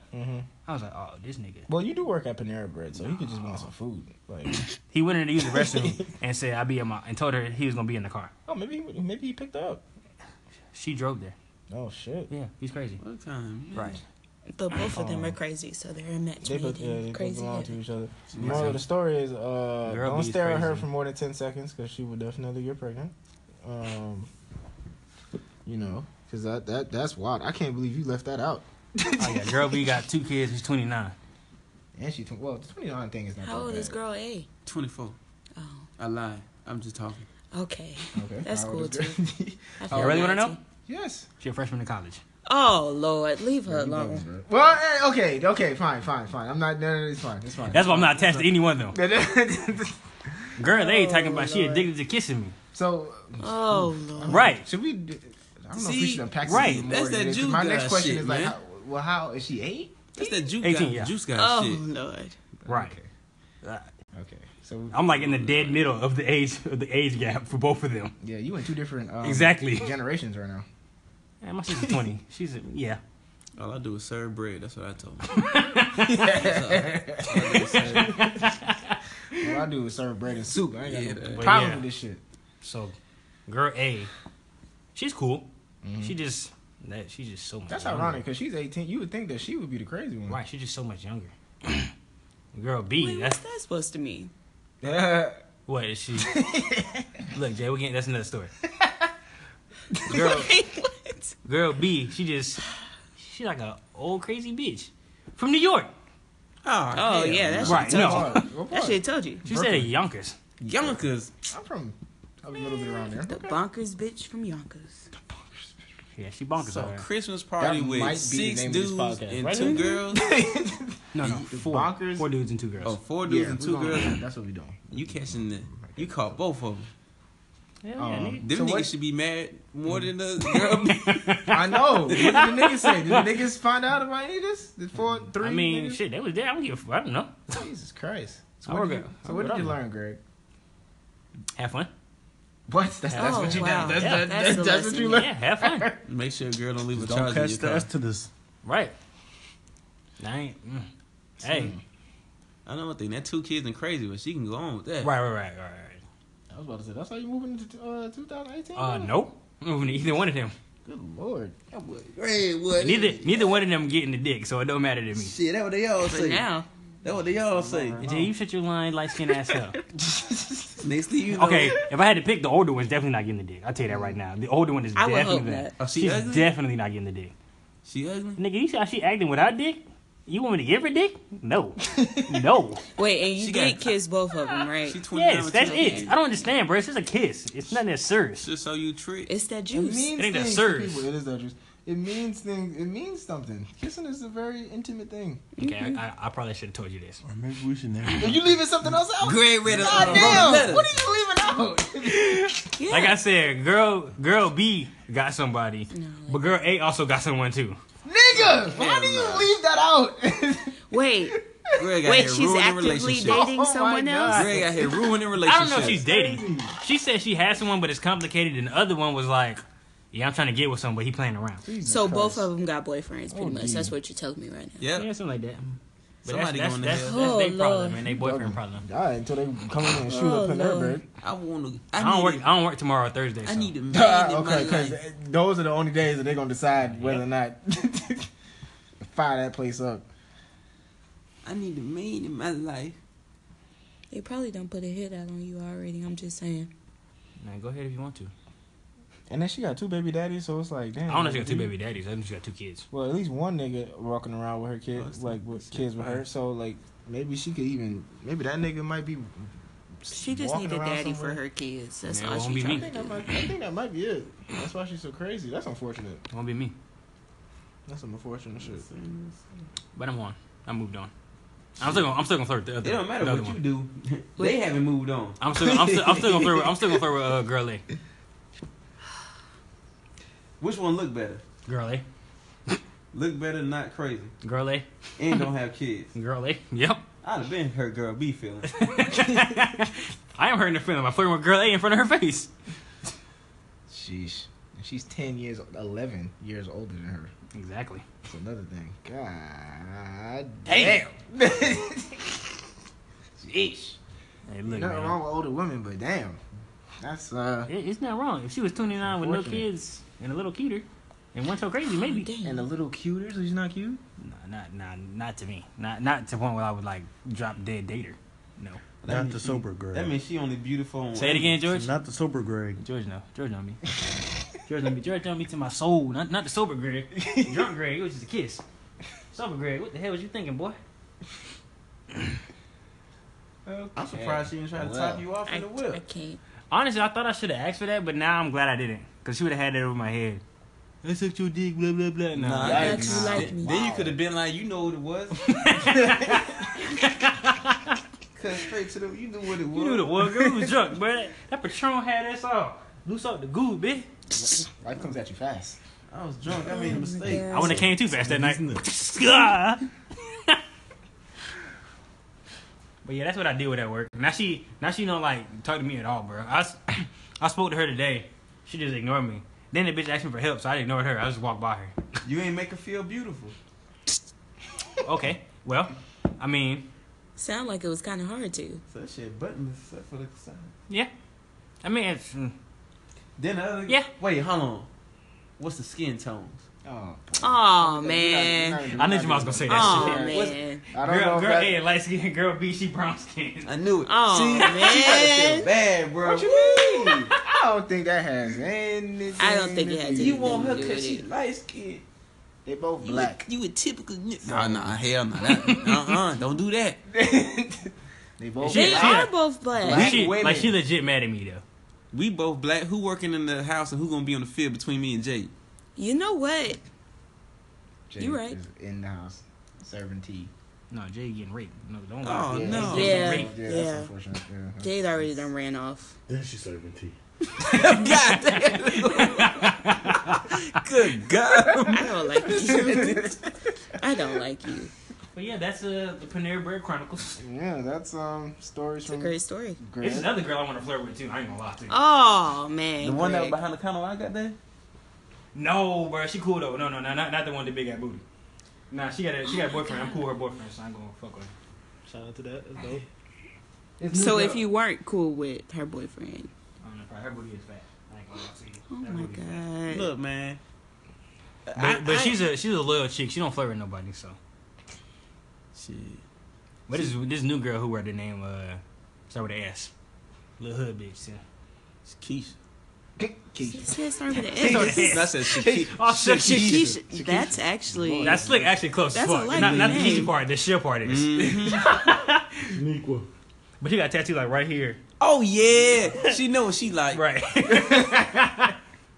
[SPEAKER 5] I was like, oh, this nigga.
[SPEAKER 3] Well, you do work at Panera Bread, so you could just want some food. Like,
[SPEAKER 5] He went in to use the
[SPEAKER 3] [laughs]
[SPEAKER 5] restroom and said, I'll be in my, and told her he was going to be in the car.
[SPEAKER 3] oh, maybe he, maybe he picked up.
[SPEAKER 5] She drove there.
[SPEAKER 3] Oh shit.
[SPEAKER 5] Yeah, he's crazy.
[SPEAKER 6] What time?
[SPEAKER 5] Right.
[SPEAKER 2] But both of
[SPEAKER 5] Oh.
[SPEAKER 2] them are crazy, so they're a match
[SPEAKER 3] They both,
[SPEAKER 2] made
[SPEAKER 3] yeah,
[SPEAKER 2] in
[SPEAKER 3] they both
[SPEAKER 2] crazy.
[SPEAKER 3] belong to each other.
[SPEAKER 5] Yeah.
[SPEAKER 3] Moral of the story is, uh,
[SPEAKER 5] Girl
[SPEAKER 3] don't
[SPEAKER 5] be
[SPEAKER 3] stare at her
[SPEAKER 5] crazy.
[SPEAKER 3] for more than ten seconds because she will definitely get pregnant. Um, you know, because that that that's wild. I can't believe you left that out.
[SPEAKER 5] Oh, yeah, girl B got two kids. She's 29.
[SPEAKER 3] And she tw- well, the twenty nine thing is not
[SPEAKER 2] How
[SPEAKER 3] that
[SPEAKER 2] old
[SPEAKER 3] bad.
[SPEAKER 2] is girl A?
[SPEAKER 6] Twenty four.
[SPEAKER 2] Oh,
[SPEAKER 6] I lied. I'm just talking.
[SPEAKER 2] okay.
[SPEAKER 3] Okay,
[SPEAKER 2] That's
[SPEAKER 3] how old
[SPEAKER 2] cool,
[SPEAKER 3] is girl?
[SPEAKER 2] I
[SPEAKER 5] You
[SPEAKER 2] feel
[SPEAKER 5] really want to know?
[SPEAKER 2] guilty.
[SPEAKER 3] [laughs] yes.
[SPEAKER 5] She's a freshman in college.
[SPEAKER 2] Oh Lord, leave her alone.
[SPEAKER 3] Well, eh, okay, okay, fine, fine, fine. I'm not. No, no, it's fine. It's fine.
[SPEAKER 5] That's why I'm not attached to anyone, though.
[SPEAKER 3] That's
[SPEAKER 5] Girl, they ain't talking
[SPEAKER 3] Oh,
[SPEAKER 5] about she
[SPEAKER 3] Lord.
[SPEAKER 5] addicted to kissing me.
[SPEAKER 3] [laughs] so
[SPEAKER 2] Oh Lord.
[SPEAKER 5] Right.
[SPEAKER 3] Should we? d- I don't know if we
[SPEAKER 6] See,
[SPEAKER 3] should unpack
[SPEAKER 5] right,
[SPEAKER 3] this even
[SPEAKER 6] that's
[SPEAKER 3] more than
[SPEAKER 6] that
[SPEAKER 3] this, 'cause
[SPEAKER 6] Jew
[SPEAKER 3] My
[SPEAKER 6] guy
[SPEAKER 3] next question
[SPEAKER 6] shit,
[SPEAKER 3] is like,
[SPEAKER 6] man.
[SPEAKER 3] how, well, how is she eight?
[SPEAKER 6] That's that juice
[SPEAKER 5] 18,
[SPEAKER 6] guy,
[SPEAKER 5] yeah.
[SPEAKER 6] juice guy
[SPEAKER 2] Oh
[SPEAKER 6] shit.
[SPEAKER 2] Lord.
[SPEAKER 5] Right.
[SPEAKER 3] Okay. So
[SPEAKER 5] I'm like in the dead middle of the age of the age gap for both of them.
[SPEAKER 3] yeah, you in two different um,
[SPEAKER 5] Exactly. [laughs]
[SPEAKER 3] generations right now.
[SPEAKER 5] Man, my sister's 20. She's a, yeah.
[SPEAKER 6] All I do is serve bread. That's what I told
[SPEAKER 4] [laughs]
[SPEAKER 6] him. That's all. All I do is serve-
[SPEAKER 3] All I do is serve bread and soup. I ain't got
[SPEAKER 6] Yeah,
[SPEAKER 3] no
[SPEAKER 6] that-
[SPEAKER 5] But
[SPEAKER 3] problem
[SPEAKER 5] yeah.
[SPEAKER 3] with this shit.
[SPEAKER 5] So, girl A, she's cool. She just that she's just so much.
[SPEAKER 3] That's
[SPEAKER 5] younger.
[SPEAKER 3] ironic because she's 18. You would think that she would be the crazy one. [laughs]
[SPEAKER 5] Right, she's just so much younger. girl B,
[SPEAKER 2] Wait, what's
[SPEAKER 5] that's
[SPEAKER 2] that supposed to mean?
[SPEAKER 5] what is she? Look, Jay, we can't. That's another story.
[SPEAKER 2] [laughs]
[SPEAKER 5] Girl,
[SPEAKER 2] what?
[SPEAKER 5] girl B, she just she's like a old crazy bitch from New York.
[SPEAKER 4] Ah,
[SPEAKER 6] Oh,
[SPEAKER 2] Oh
[SPEAKER 6] hell
[SPEAKER 2] yeah,
[SPEAKER 6] no.
[SPEAKER 2] that
[SPEAKER 5] Right,
[SPEAKER 2] should have
[SPEAKER 5] no.
[SPEAKER 2] told
[SPEAKER 3] What part?
[SPEAKER 2] you.
[SPEAKER 3] What
[SPEAKER 2] That
[SPEAKER 3] part?
[SPEAKER 2] should have told you.
[SPEAKER 5] She said
[SPEAKER 3] Brooklyn.
[SPEAKER 5] Yonkers.
[SPEAKER 6] Yonkers.
[SPEAKER 3] I'm from a little bit around there.
[SPEAKER 2] The bonkers bitch from Yonkers.
[SPEAKER 5] Yeah, she bonkers.
[SPEAKER 6] So
[SPEAKER 5] all right.
[SPEAKER 6] Christmas party
[SPEAKER 3] That
[SPEAKER 6] with
[SPEAKER 3] might be the
[SPEAKER 6] six
[SPEAKER 3] name of this
[SPEAKER 6] dudes
[SPEAKER 3] podcast,
[SPEAKER 6] and
[SPEAKER 3] right?
[SPEAKER 6] two girls.
[SPEAKER 4] [laughs]
[SPEAKER 5] no, no,
[SPEAKER 3] The
[SPEAKER 5] four,
[SPEAKER 3] bonkers-
[SPEAKER 5] four dudes and two girls.
[SPEAKER 6] Oh, four dudes and
[SPEAKER 3] we
[SPEAKER 6] two
[SPEAKER 3] gonna-
[SPEAKER 6] girls.
[SPEAKER 3] That's what we doing.
[SPEAKER 6] You catching the? You caught both of them.
[SPEAKER 5] Hell Oh, yeah,
[SPEAKER 3] Um,
[SPEAKER 5] nigga.
[SPEAKER 6] Them
[SPEAKER 3] So
[SPEAKER 6] niggas
[SPEAKER 3] what- Mm.
[SPEAKER 6] should be married more than the [laughs] girl.
[SPEAKER 3] [laughs] I
[SPEAKER 5] [laughs]
[SPEAKER 3] know. What did the niggas say? Did the niggas find out about any of this? The four, three.
[SPEAKER 5] I mean,
[SPEAKER 3] niggas?
[SPEAKER 5] shit, they was there. I don't give. a f- I don't know.
[SPEAKER 3] Jesus Christ. So
[SPEAKER 5] I
[SPEAKER 3] what
[SPEAKER 5] work
[SPEAKER 3] did you,
[SPEAKER 5] at- I
[SPEAKER 3] so what
[SPEAKER 5] work
[SPEAKER 3] did you
[SPEAKER 5] at-
[SPEAKER 3] learn, Greg?
[SPEAKER 5] Have
[SPEAKER 3] [laughs]
[SPEAKER 5] fun.
[SPEAKER 3] What? That's, that's
[SPEAKER 2] Oh,
[SPEAKER 3] what you
[SPEAKER 2] wow.
[SPEAKER 3] did. That's,
[SPEAKER 5] Yeah,
[SPEAKER 3] that-
[SPEAKER 2] that's the
[SPEAKER 3] that's, that's what you
[SPEAKER 2] lesson.
[SPEAKER 3] learned.
[SPEAKER 5] Yeah, have fun.
[SPEAKER 6] Make sure a girl don't leave a
[SPEAKER 4] Don't
[SPEAKER 6] charger in
[SPEAKER 4] catch the
[SPEAKER 6] your
[SPEAKER 4] us
[SPEAKER 6] car.
[SPEAKER 4] to this.
[SPEAKER 5] Right. I ain't. Mm. Hey.
[SPEAKER 6] I know one thing. That two kids and crazy, but she can go on with that.
[SPEAKER 5] Right, right, right, right,
[SPEAKER 3] I was about to say, that's how you moving into uh, 2018?
[SPEAKER 5] right. Uh, nope. Moving to either one of them.
[SPEAKER 3] Good lord.
[SPEAKER 4] Hey, what?
[SPEAKER 5] Neither, neither one of them getting the dick, so it don't matter to me.
[SPEAKER 4] Shit, that what they all
[SPEAKER 2] But now,
[SPEAKER 4] That what they all say.
[SPEAKER 5] Jay, you shut your line, light skinned ass up.
[SPEAKER 6] Next thing you know,
[SPEAKER 5] [laughs] Okay, if I had to pick, the older one's definitely not getting the dick. I'll tell you that right now. The older one is
[SPEAKER 2] I would
[SPEAKER 5] definitely.
[SPEAKER 2] hope not.
[SPEAKER 6] Oh, she
[SPEAKER 5] She's
[SPEAKER 6] ugly?
[SPEAKER 5] definitely not getting the dick.
[SPEAKER 6] she ugly.
[SPEAKER 5] Nigga, you see how she acting without dick? You want me to give her dick? [laughs] No. no.
[SPEAKER 2] wait, and you
[SPEAKER 6] She
[SPEAKER 2] did
[SPEAKER 6] got-
[SPEAKER 2] kiss both of them, right?
[SPEAKER 6] She twenty nine.
[SPEAKER 5] Yes, that's it. I don't understand, bro. It's just a kiss. It's nothing that serious.
[SPEAKER 6] Just so you trick.
[SPEAKER 2] It's that
[SPEAKER 3] It
[SPEAKER 2] juice.
[SPEAKER 3] means
[SPEAKER 5] I think that's
[SPEAKER 3] things to
[SPEAKER 5] serious.
[SPEAKER 3] people. It is that juice. It means things. It means something. Kissing is a very intimate thing.
[SPEAKER 5] Okay, I, I, I probably should have told you this.
[SPEAKER 4] Or maybe we should never.
[SPEAKER 3] Are you leaving something else out?
[SPEAKER 6] Gray red uh,
[SPEAKER 3] God
[SPEAKER 6] wrote a
[SPEAKER 3] damn!
[SPEAKER 6] letter.
[SPEAKER 3] What are you leaving out?
[SPEAKER 2] Yeah.
[SPEAKER 5] Like I said, girl, girl B got somebody, but girl A also got someone too.
[SPEAKER 3] Nigga! Why
[SPEAKER 6] Hell
[SPEAKER 3] do you
[SPEAKER 6] no.
[SPEAKER 3] leave that out? [laughs]
[SPEAKER 2] wait,
[SPEAKER 6] Greg out
[SPEAKER 2] wait,
[SPEAKER 6] here
[SPEAKER 2] she's
[SPEAKER 6] ruining
[SPEAKER 2] actively
[SPEAKER 6] relationships.
[SPEAKER 2] dating
[SPEAKER 3] Oh my
[SPEAKER 2] someone
[SPEAKER 3] God.
[SPEAKER 2] else?
[SPEAKER 6] Greg out here ruining relationships.
[SPEAKER 5] I don't know if she's dating. She said she had someone, but it's complicated. And the other one was like, "Yeah, I'm trying to get with someone, but he playing around."
[SPEAKER 2] So both of them got boyfriends, pretty much.
[SPEAKER 3] dude.
[SPEAKER 2] That's what you're telling me right now.
[SPEAKER 5] Yeah,
[SPEAKER 6] Yep.
[SPEAKER 5] something like that. But
[SPEAKER 6] Somebody
[SPEAKER 5] that's,
[SPEAKER 6] going to
[SPEAKER 5] that's, that's,
[SPEAKER 6] hell.
[SPEAKER 5] that's
[SPEAKER 2] Oh,
[SPEAKER 5] their
[SPEAKER 2] Lord.
[SPEAKER 5] problem and their boyfriend problem.
[SPEAKER 3] All right, until they come in and shoot
[SPEAKER 2] Oh,
[SPEAKER 3] up in
[SPEAKER 2] Lord.
[SPEAKER 3] Burg.
[SPEAKER 6] I want to. I,
[SPEAKER 5] I don't
[SPEAKER 6] need
[SPEAKER 5] work.
[SPEAKER 6] a-
[SPEAKER 5] I don't work tomorrow or Thursday. So.
[SPEAKER 6] I need a man in my
[SPEAKER 3] [laughs] okay,
[SPEAKER 6] life.
[SPEAKER 3] because those are the only days that they're gonna decide whether or not [laughs] fire that place up.
[SPEAKER 6] I need a man in my life.
[SPEAKER 2] They probably don't put a hit out on you already. I'm just saying.
[SPEAKER 5] Man, go ahead if you want to.
[SPEAKER 3] And then she got two baby daddies, so it's like, damn.
[SPEAKER 5] I don't know if she got two baby daddies. I think she got two kids.
[SPEAKER 3] Well, at least one nigga walking around with her
[SPEAKER 6] Oh,
[SPEAKER 3] kids,
[SPEAKER 6] that's
[SPEAKER 3] like with kids with her. So like, maybe she could even, maybe that nigga might be.
[SPEAKER 2] She just
[SPEAKER 3] walking
[SPEAKER 2] need a
[SPEAKER 3] around
[SPEAKER 2] daddy
[SPEAKER 3] somewhere.
[SPEAKER 2] for her kids. That's
[SPEAKER 5] Yeah, it
[SPEAKER 2] all
[SPEAKER 5] won't be
[SPEAKER 2] she trying
[SPEAKER 5] me.
[SPEAKER 2] to
[SPEAKER 3] I think,
[SPEAKER 2] do.
[SPEAKER 3] that might, I think that might be it. That's why she's so crazy. That's unfortunate.
[SPEAKER 5] It won't be me,
[SPEAKER 3] That's some unfortunate shit.
[SPEAKER 5] but I'm on. I moved on. I'm still. Gonna, I'm still gonna flirt with the other.
[SPEAKER 6] It don't matter
[SPEAKER 5] the other
[SPEAKER 6] what you
[SPEAKER 5] one.
[SPEAKER 6] do. [laughs] They haven't moved on.
[SPEAKER 5] I'm still. I'm still. I'm still gonna flirt. With, I'm still gonna flirt with uh, girl A.
[SPEAKER 6] Which one look better?
[SPEAKER 5] Girl A.
[SPEAKER 6] Look better, not crazy,
[SPEAKER 5] Girl A.
[SPEAKER 6] and don't have kids.
[SPEAKER 5] Girl A. Yep.
[SPEAKER 6] I'd have been her girl B feeling.
[SPEAKER 5] I am hurting her feeling by flirting with girl A in front of her face.
[SPEAKER 3] Sheesh. And she's ten years, eleven years older than her.
[SPEAKER 5] Exactly.
[SPEAKER 3] That's another thing. God.
[SPEAKER 5] Damn.
[SPEAKER 2] [laughs]
[SPEAKER 5] Jeez. Hey, look,
[SPEAKER 3] Nothing
[SPEAKER 5] man.
[SPEAKER 3] wrong with older women, but damn. That's, uh.
[SPEAKER 5] It- It's not wrong. If she was 29 with no
[SPEAKER 3] Unfortunate.
[SPEAKER 5] kids and a little cuter and one so crazy, maybe.
[SPEAKER 3] And a little cuter, so she's not cute?
[SPEAKER 5] Nah, not, not, not to me. Not, not to the point where I would like drop dead dater. No.
[SPEAKER 6] Not the sober grade.
[SPEAKER 4] That means she only beautiful. on
[SPEAKER 5] Say it again, George.
[SPEAKER 6] Not the sober grade.
[SPEAKER 5] George, no. George on me. George on me. George on me to my soul. Not, not the sober Greg. Drunk Greg. It was just a kiss. Sober Greg. What the hell was you thinking, boy?
[SPEAKER 4] I'm surprised she didn't try to top you off in the
[SPEAKER 2] I
[SPEAKER 4] whip.
[SPEAKER 2] can't.
[SPEAKER 5] Honestly, I thought I should have asked for that, but now I'm glad I didn't. Because she would have had that over my head. I sucked your dick, blah, blah, blah. No.
[SPEAKER 6] Nah,
[SPEAKER 2] I thought you liked me.
[SPEAKER 4] Then you could have been like, you know what it was. Cut straight to the, you knew what it was.
[SPEAKER 5] You knew the one girl was drunk, bro. That, that Patron had us all. Loose off the goo, bitch.
[SPEAKER 3] Life comes at you fast.
[SPEAKER 4] I was drunk. I made a mistake.
[SPEAKER 2] Oh
[SPEAKER 4] [laughs]
[SPEAKER 5] I wouldn't have came too fast that night.
[SPEAKER 6] Isn't
[SPEAKER 5] [laughs] but yeah, that's what I did with at work. Now she, now she don't like talk to me at all, bro. I, s- [clears throat] I spoke to her today. She just ignored me. Then the bitch asked me for help, so I ignored her. I just walked by her.
[SPEAKER 4] You ain't make her feel beautiful.
[SPEAKER 5] Okay, well, I mean,
[SPEAKER 2] Sound like it was kind of hard to.
[SPEAKER 4] So that shit buttonless except for the side.
[SPEAKER 5] yeah, I mean, it's, mm.
[SPEAKER 4] Then the other.
[SPEAKER 5] Yeah.
[SPEAKER 4] Wait, hold on. What's the skin tones?
[SPEAKER 3] Oh,
[SPEAKER 2] Oh
[SPEAKER 3] We're not-
[SPEAKER 2] man.
[SPEAKER 3] we're not-
[SPEAKER 5] I knew you was gonna say that
[SPEAKER 2] Oh
[SPEAKER 5] shit.
[SPEAKER 2] man.
[SPEAKER 3] I don't know
[SPEAKER 5] Girl,
[SPEAKER 3] if
[SPEAKER 5] girl
[SPEAKER 3] that-
[SPEAKER 5] A light skin, [laughs] girl B she brown skin.
[SPEAKER 4] I knew it.
[SPEAKER 2] Oh,
[SPEAKER 4] See, she gotta feel
[SPEAKER 2] man.
[SPEAKER 4] bad, bro.
[SPEAKER 3] What
[SPEAKER 5] [laughs]
[SPEAKER 3] you mean? I don't think that has anything.
[SPEAKER 2] I don't think it has
[SPEAKER 3] to
[SPEAKER 4] You
[SPEAKER 3] do-
[SPEAKER 4] want her because she light skinned.
[SPEAKER 3] They both black.
[SPEAKER 6] You a typical. Nah, nah, hell nah.
[SPEAKER 4] [laughs]
[SPEAKER 6] That, uh-uh, don't do that.
[SPEAKER 3] They both
[SPEAKER 5] She-
[SPEAKER 2] They
[SPEAKER 3] black.
[SPEAKER 5] she-
[SPEAKER 2] are both black.
[SPEAKER 4] Black
[SPEAKER 5] She,
[SPEAKER 4] women.
[SPEAKER 5] [laughs] like she legit mad at me though.
[SPEAKER 6] We both black. Who working in the house and who gonna be on the field between me and Jay?
[SPEAKER 2] You know what?
[SPEAKER 3] Jake
[SPEAKER 2] you right.
[SPEAKER 3] is in the house serving tea.
[SPEAKER 5] No, Jay getting raped. No, don't lie.
[SPEAKER 3] Uh-uh.
[SPEAKER 6] Oh no.
[SPEAKER 2] Yeah.
[SPEAKER 3] yeah,
[SPEAKER 2] yeah.
[SPEAKER 3] That's unfortunate. Yeah.
[SPEAKER 2] Jade already done ran off.
[SPEAKER 7] Then she's serving tea.
[SPEAKER 6] God Good God.
[SPEAKER 4] [laughs]
[SPEAKER 2] I don't like you. [laughs] I don't like you.
[SPEAKER 5] But yeah, that's uh, the Panera Bread Chronicles.
[SPEAKER 3] Yeah, that's um stories
[SPEAKER 2] It's a
[SPEAKER 3] from
[SPEAKER 2] great story.
[SPEAKER 3] Grant.
[SPEAKER 5] It's another girl I want to flirt with too. I ain't gonna lie to you.
[SPEAKER 3] Uh-uh.
[SPEAKER 2] Oh man.
[SPEAKER 4] The one that was
[SPEAKER 2] Greg.
[SPEAKER 4] behind the counter I got there?
[SPEAKER 5] No, bro, she cool though. No, no, no, not, not the one with the big ass booty. Nah, she got a she got a boyfriend. I'm cool with her boyfriend, so I ain't gonna fuck with her.
[SPEAKER 7] Shout out to that. That's dope.
[SPEAKER 2] So if you weren't cool with her boyfriend.
[SPEAKER 5] I don't know, probably her booty is fat. I ain't gonna lie to you.
[SPEAKER 2] Oh
[SPEAKER 5] That
[SPEAKER 2] my
[SPEAKER 5] booty fat.
[SPEAKER 2] god.
[SPEAKER 6] Look, man.
[SPEAKER 5] But, but she's a she's a loyal chick. She don't flirt with nobody. So,
[SPEAKER 6] Shit.
[SPEAKER 5] but this this new girl who wrote the name uh start with an S, little hood bitch. Yeah.
[SPEAKER 6] It's Keisha.
[SPEAKER 2] She said start with an
[SPEAKER 5] She started
[SPEAKER 2] S.
[SPEAKER 5] with an
[SPEAKER 6] I
[SPEAKER 5] S.
[SPEAKER 6] said
[SPEAKER 4] [laughs]
[SPEAKER 6] Shakisha.
[SPEAKER 5] Oh,
[SPEAKER 2] [laughs]
[SPEAKER 5] shit, she-
[SPEAKER 2] Shakisha. That's actually
[SPEAKER 5] That's slick. Actually, close. as
[SPEAKER 2] That's a
[SPEAKER 5] fuck.
[SPEAKER 2] likely
[SPEAKER 5] Not, not the
[SPEAKER 2] name.
[SPEAKER 5] easy part. The shit part is.
[SPEAKER 4] Mm.
[SPEAKER 6] Mm.
[SPEAKER 7] Sneakwa.
[SPEAKER 5] But she got tattooed like right here.
[SPEAKER 6] Oh yeah. She know what she like.
[SPEAKER 5] Right.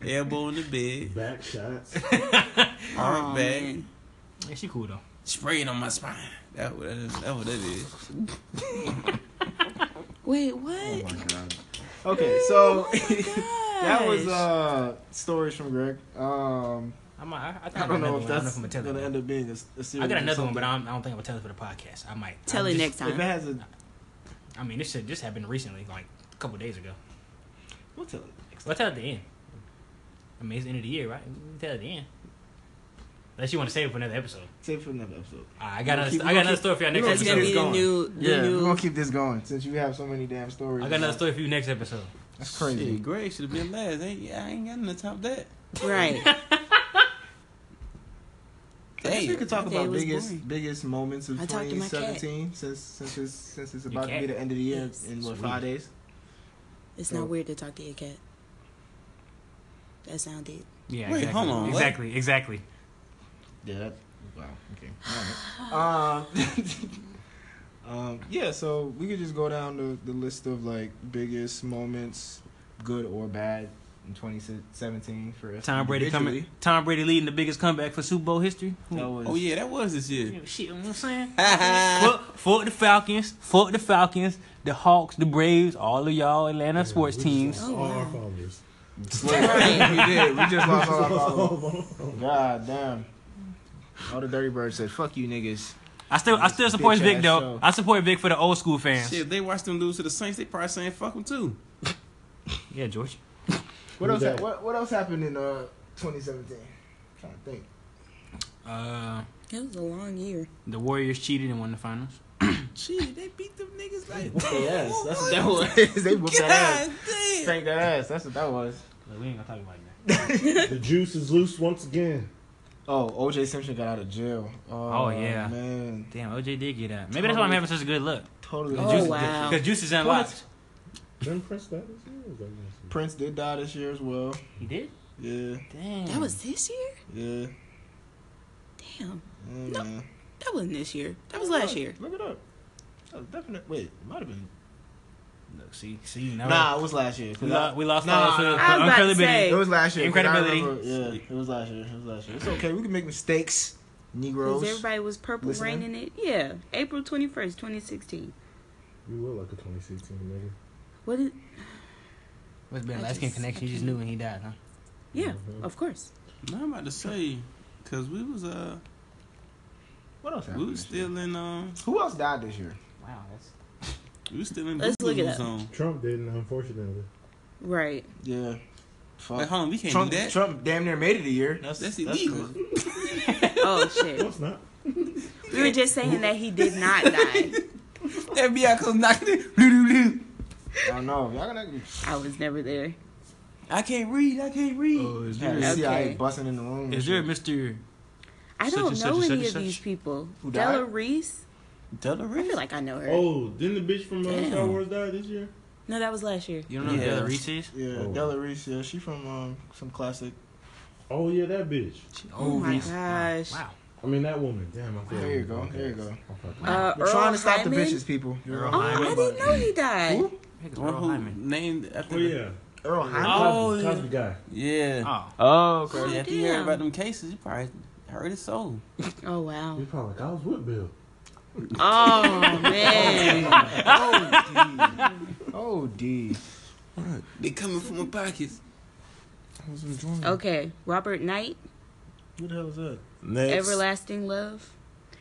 [SPEAKER 6] Elbow on the bed.
[SPEAKER 7] Back shots.
[SPEAKER 6] Arm
[SPEAKER 2] Oh,
[SPEAKER 6] back.
[SPEAKER 2] man.
[SPEAKER 5] yeah, she cool though.
[SPEAKER 6] Spray it on my spine. That what that is. That what that is.
[SPEAKER 2] Wait,
[SPEAKER 3] Oh
[SPEAKER 2] what? Oh
[SPEAKER 3] my god. Okay,
[SPEAKER 5] Oh
[SPEAKER 3] so [laughs]
[SPEAKER 5] [laughs]
[SPEAKER 3] that was
[SPEAKER 2] Gosh.
[SPEAKER 3] uh stories from Greg. Um,
[SPEAKER 5] I'm, I, I, think
[SPEAKER 3] I don't know if
[SPEAKER 5] that's
[SPEAKER 3] that's
[SPEAKER 5] I'm gonna tell it
[SPEAKER 3] gonna
[SPEAKER 5] now.
[SPEAKER 3] end up being a, a series.
[SPEAKER 5] I got
[SPEAKER 3] or
[SPEAKER 5] another one,
[SPEAKER 3] something.
[SPEAKER 5] but I don't, I don't think I'm gonna tell it for the podcast. I might
[SPEAKER 2] Tell
[SPEAKER 5] I'm
[SPEAKER 2] it
[SPEAKER 5] just-
[SPEAKER 2] next
[SPEAKER 3] If it
[SPEAKER 2] time.
[SPEAKER 3] has a
[SPEAKER 5] I mean, this shit just happened recently, like a couple days ago.
[SPEAKER 4] We'll tell her.
[SPEAKER 5] Let's tell it at the end. I mean, it's the end of the year, right? We can tell it at the end. Unless you want to save it for another episode.
[SPEAKER 3] save it for another episode.
[SPEAKER 5] All right, I got another,
[SPEAKER 3] keep-
[SPEAKER 5] I got another story for y'all next
[SPEAKER 2] That's gonna be
[SPEAKER 5] episode.
[SPEAKER 2] the new, the
[SPEAKER 3] Yeah, we're
[SPEAKER 2] new
[SPEAKER 3] gonna keep this going since you have so many damn stories.
[SPEAKER 5] I got another story for you next episode.
[SPEAKER 3] That's crazy.
[SPEAKER 6] Shit, Gray should have been last. Ain't, I ain't got nothing to top that.
[SPEAKER 2] right.
[SPEAKER 3] I guess we
[SPEAKER 6] Damn.
[SPEAKER 3] could talk
[SPEAKER 2] That day
[SPEAKER 3] about
[SPEAKER 2] was
[SPEAKER 3] biggest
[SPEAKER 2] boring.
[SPEAKER 3] biggest moments of
[SPEAKER 2] I talked to my cat.
[SPEAKER 3] 2017 since since it's since it's
[SPEAKER 5] Your
[SPEAKER 3] about to be
[SPEAKER 5] cat?
[SPEAKER 3] the end of the year
[SPEAKER 2] Yes.
[SPEAKER 3] in what
[SPEAKER 5] Sweet.
[SPEAKER 3] five days.
[SPEAKER 2] It's
[SPEAKER 3] So-
[SPEAKER 2] not weird to talk to your cat. That sounded.
[SPEAKER 5] Yeah,
[SPEAKER 6] Wait,
[SPEAKER 5] exactly.
[SPEAKER 6] hold on, what?
[SPEAKER 5] Exactly, exactly.
[SPEAKER 3] Yeah. That, wow. Okay. All [sighs] right. um, [laughs] um. Yeah. So we could just go down the the list of like biggest moments, good or bad, in 2017 for us.
[SPEAKER 5] Tom Brady coming.
[SPEAKER 3] individually.
[SPEAKER 5] Tom Brady leading the biggest comeback for Super Bowl history.
[SPEAKER 3] That was, [laughs]
[SPEAKER 6] Oh yeah, that was this
[SPEAKER 5] [laughs]
[SPEAKER 6] year.
[SPEAKER 5] Shit, you know what I'm saying? fuck, fuck the Falcons. Fuck the Falcons. The Hawks, the Braves, all of y'all Atlanta sports
[SPEAKER 7] We just
[SPEAKER 5] teams.
[SPEAKER 2] oh,
[SPEAKER 7] lost All our followers.
[SPEAKER 3] we did. We
[SPEAKER 5] [laughs]
[SPEAKER 3] just lost all our followers.
[SPEAKER 7] Oh,
[SPEAKER 3] God damn.
[SPEAKER 5] Oh.
[SPEAKER 3] All the dirty birds said, "Fuck you, niggas."
[SPEAKER 5] I still, I still
[SPEAKER 3] Bitch
[SPEAKER 5] support Vic
[SPEAKER 3] ass
[SPEAKER 5] though.
[SPEAKER 3] show.
[SPEAKER 5] I support Vic for the old school fans.
[SPEAKER 6] Shit, if they watched them lose to the Saints, they probably saying fuck them too.
[SPEAKER 5] Yeah, George.
[SPEAKER 3] What
[SPEAKER 7] Who
[SPEAKER 3] else?
[SPEAKER 7] that?
[SPEAKER 3] What, what else happened in uh 2017? trying to think.
[SPEAKER 5] Uh,
[SPEAKER 2] It was a long year.
[SPEAKER 5] the Warriors cheated and won the finals.
[SPEAKER 4] Gee, they beat them niggas like.
[SPEAKER 3] Yes, that's what
[SPEAKER 2] [laughs]
[SPEAKER 3] that was. [laughs] they whooped that ass. Spanked that ass. That's what that was.
[SPEAKER 5] Like, we ain't gonna talk about that.
[SPEAKER 7] The juice is loose once again.
[SPEAKER 3] Oh, OJ Simpson got out of jail. Oh,
[SPEAKER 5] Oh, yeah.
[SPEAKER 3] man,
[SPEAKER 5] Damn, OJ did get out. Maybe that's why I'm having such a good look.
[SPEAKER 3] totally.
[SPEAKER 2] Oh,
[SPEAKER 3] Juice-
[SPEAKER 2] wow.
[SPEAKER 5] Because Juice is unlocked.
[SPEAKER 7] Didn't Prince that this year? Or was that last year?
[SPEAKER 3] Prince did die this year as well.
[SPEAKER 5] He did?
[SPEAKER 3] Yeah,
[SPEAKER 5] Damn.
[SPEAKER 2] That was this year?
[SPEAKER 3] yeah.
[SPEAKER 2] Damn.
[SPEAKER 3] Yeah,
[SPEAKER 2] No,
[SPEAKER 3] man.
[SPEAKER 2] That wasn't this year. That was last year.
[SPEAKER 3] Look it up. That was definite. Wait, it might have been.
[SPEAKER 5] Look, see, see, now.
[SPEAKER 3] Nah, it was last year. 'cause
[SPEAKER 5] We,
[SPEAKER 3] I-
[SPEAKER 5] lo- we lost
[SPEAKER 3] Nah,
[SPEAKER 5] all
[SPEAKER 3] nah,
[SPEAKER 5] to
[SPEAKER 2] I was about
[SPEAKER 5] Unfairly
[SPEAKER 2] to
[SPEAKER 5] Bidding.
[SPEAKER 2] say.
[SPEAKER 3] It was last year. 'cause I
[SPEAKER 5] Incredibility.
[SPEAKER 3] remember- Yeah, it was last year. It was last year. It's okay. We can make mistakes, Negroes.
[SPEAKER 2] Because everybody was purple
[SPEAKER 3] Listening?
[SPEAKER 2] raining it. Yeah. April 21st, 2016.
[SPEAKER 7] You look like a 2016 nigga.
[SPEAKER 2] What is.
[SPEAKER 5] What's
[SPEAKER 2] I
[SPEAKER 5] been last game
[SPEAKER 2] just-
[SPEAKER 5] connection? You just knew when he died, huh?
[SPEAKER 2] Yeah, of course.
[SPEAKER 6] No, I'm about to say, cause we was uh,
[SPEAKER 3] What else?
[SPEAKER 6] we
[SPEAKER 3] happened
[SPEAKER 6] was
[SPEAKER 3] this year?
[SPEAKER 6] still in um,
[SPEAKER 3] Who else died this year?
[SPEAKER 5] Wow, that's.
[SPEAKER 6] we was still in
[SPEAKER 2] Let's look it
[SPEAKER 6] boo-boo
[SPEAKER 2] up.
[SPEAKER 6] zone.
[SPEAKER 7] Trump didn't, unfortunately.
[SPEAKER 2] Right.
[SPEAKER 3] Yeah. Fuck.
[SPEAKER 6] Like, hold on, we can't
[SPEAKER 3] Trump,
[SPEAKER 6] do that.
[SPEAKER 3] Trump damn near made it a year.
[SPEAKER 6] That's illegal.
[SPEAKER 2] Oh, shit.
[SPEAKER 7] No, it's not.
[SPEAKER 2] We were just saying that he did not die.
[SPEAKER 6] FBI comes knocking. it. [laughs] Blue, blue, blue.
[SPEAKER 3] I don't know. Y'all gonna
[SPEAKER 2] I was never there.
[SPEAKER 6] I can't read. I can't read.
[SPEAKER 5] Oh, is
[SPEAKER 3] have
[SPEAKER 5] there,
[SPEAKER 3] the
[SPEAKER 2] Okay.
[SPEAKER 3] CIA busting in the room. and
[SPEAKER 5] is there a
[SPEAKER 3] shit.
[SPEAKER 5] Mr.
[SPEAKER 2] I
[SPEAKER 5] Such
[SPEAKER 2] don't
[SPEAKER 5] and such
[SPEAKER 2] know
[SPEAKER 5] and
[SPEAKER 2] any of
[SPEAKER 5] such and
[SPEAKER 2] these
[SPEAKER 5] such.
[SPEAKER 2] people.
[SPEAKER 3] Who died?
[SPEAKER 2] Della Reese?
[SPEAKER 6] Della
[SPEAKER 2] I feel
[SPEAKER 6] Reese.
[SPEAKER 2] like I know her.
[SPEAKER 7] Oh, didn't the bitch from uh, Star
[SPEAKER 5] Damn.
[SPEAKER 7] Wars die this year?
[SPEAKER 2] No, that was last year.
[SPEAKER 5] You don't know
[SPEAKER 6] Yeah.
[SPEAKER 5] who Della Reese is?
[SPEAKER 3] Yeah,
[SPEAKER 7] Oh.
[SPEAKER 3] Della Reese. Yeah, she from um some classic.
[SPEAKER 7] Oh yeah, that bitch.
[SPEAKER 2] Oh my
[SPEAKER 5] Reese.
[SPEAKER 2] gosh.
[SPEAKER 5] Wow.
[SPEAKER 7] I mean that woman. Damn, I feel
[SPEAKER 3] There you go, there you go.
[SPEAKER 7] I'm fucking-
[SPEAKER 2] Uh,
[SPEAKER 3] We're
[SPEAKER 2] Earl
[SPEAKER 3] trying to stop the
[SPEAKER 2] Hyman?
[SPEAKER 3] bitches, people.
[SPEAKER 5] Earl
[SPEAKER 2] Oh,
[SPEAKER 5] Hyman.
[SPEAKER 2] I didn't know he died.
[SPEAKER 3] Who?
[SPEAKER 5] Niggas
[SPEAKER 6] The
[SPEAKER 5] Earl
[SPEAKER 6] one who
[SPEAKER 5] Hyman.
[SPEAKER 6] named after.
[SPEAKER 7] Oh yeah.
[SPEAKER 3] Earl Hyman.
[SPEAKER 6] Oh,
[SPEAKER 7] Cosby,
[SPEAKER 6] yeah.
[SPEAKER 7] Cosby guy.
[SPEAKER 6] Yeah.
[SPEAKER 5] Oh.
[SPEAKER 3] Oh,
[SPEAKER 2] okay.
[SPEAKER 6] yeah, if you heard
[SPEAKER 2] damn.
[SPEAKER 6] about them cases, you probably hurt his soul.
[SPEAKER 2] Oh, wow.
[SPEAKER 7] He's probably like I was with Bill.
[SPEAKER 2] Oh, man.
[SPEAKER 3] Oh, D. Oh, D.
[SPEAKER 6] They coming from my pockets.
[SPEAKER 2] Okay. Robert Knight,
[SPEAKER 3] Who the hell is that?
[SPEAKER 7] Next.
[SPEAKER 2] Everlasting Love.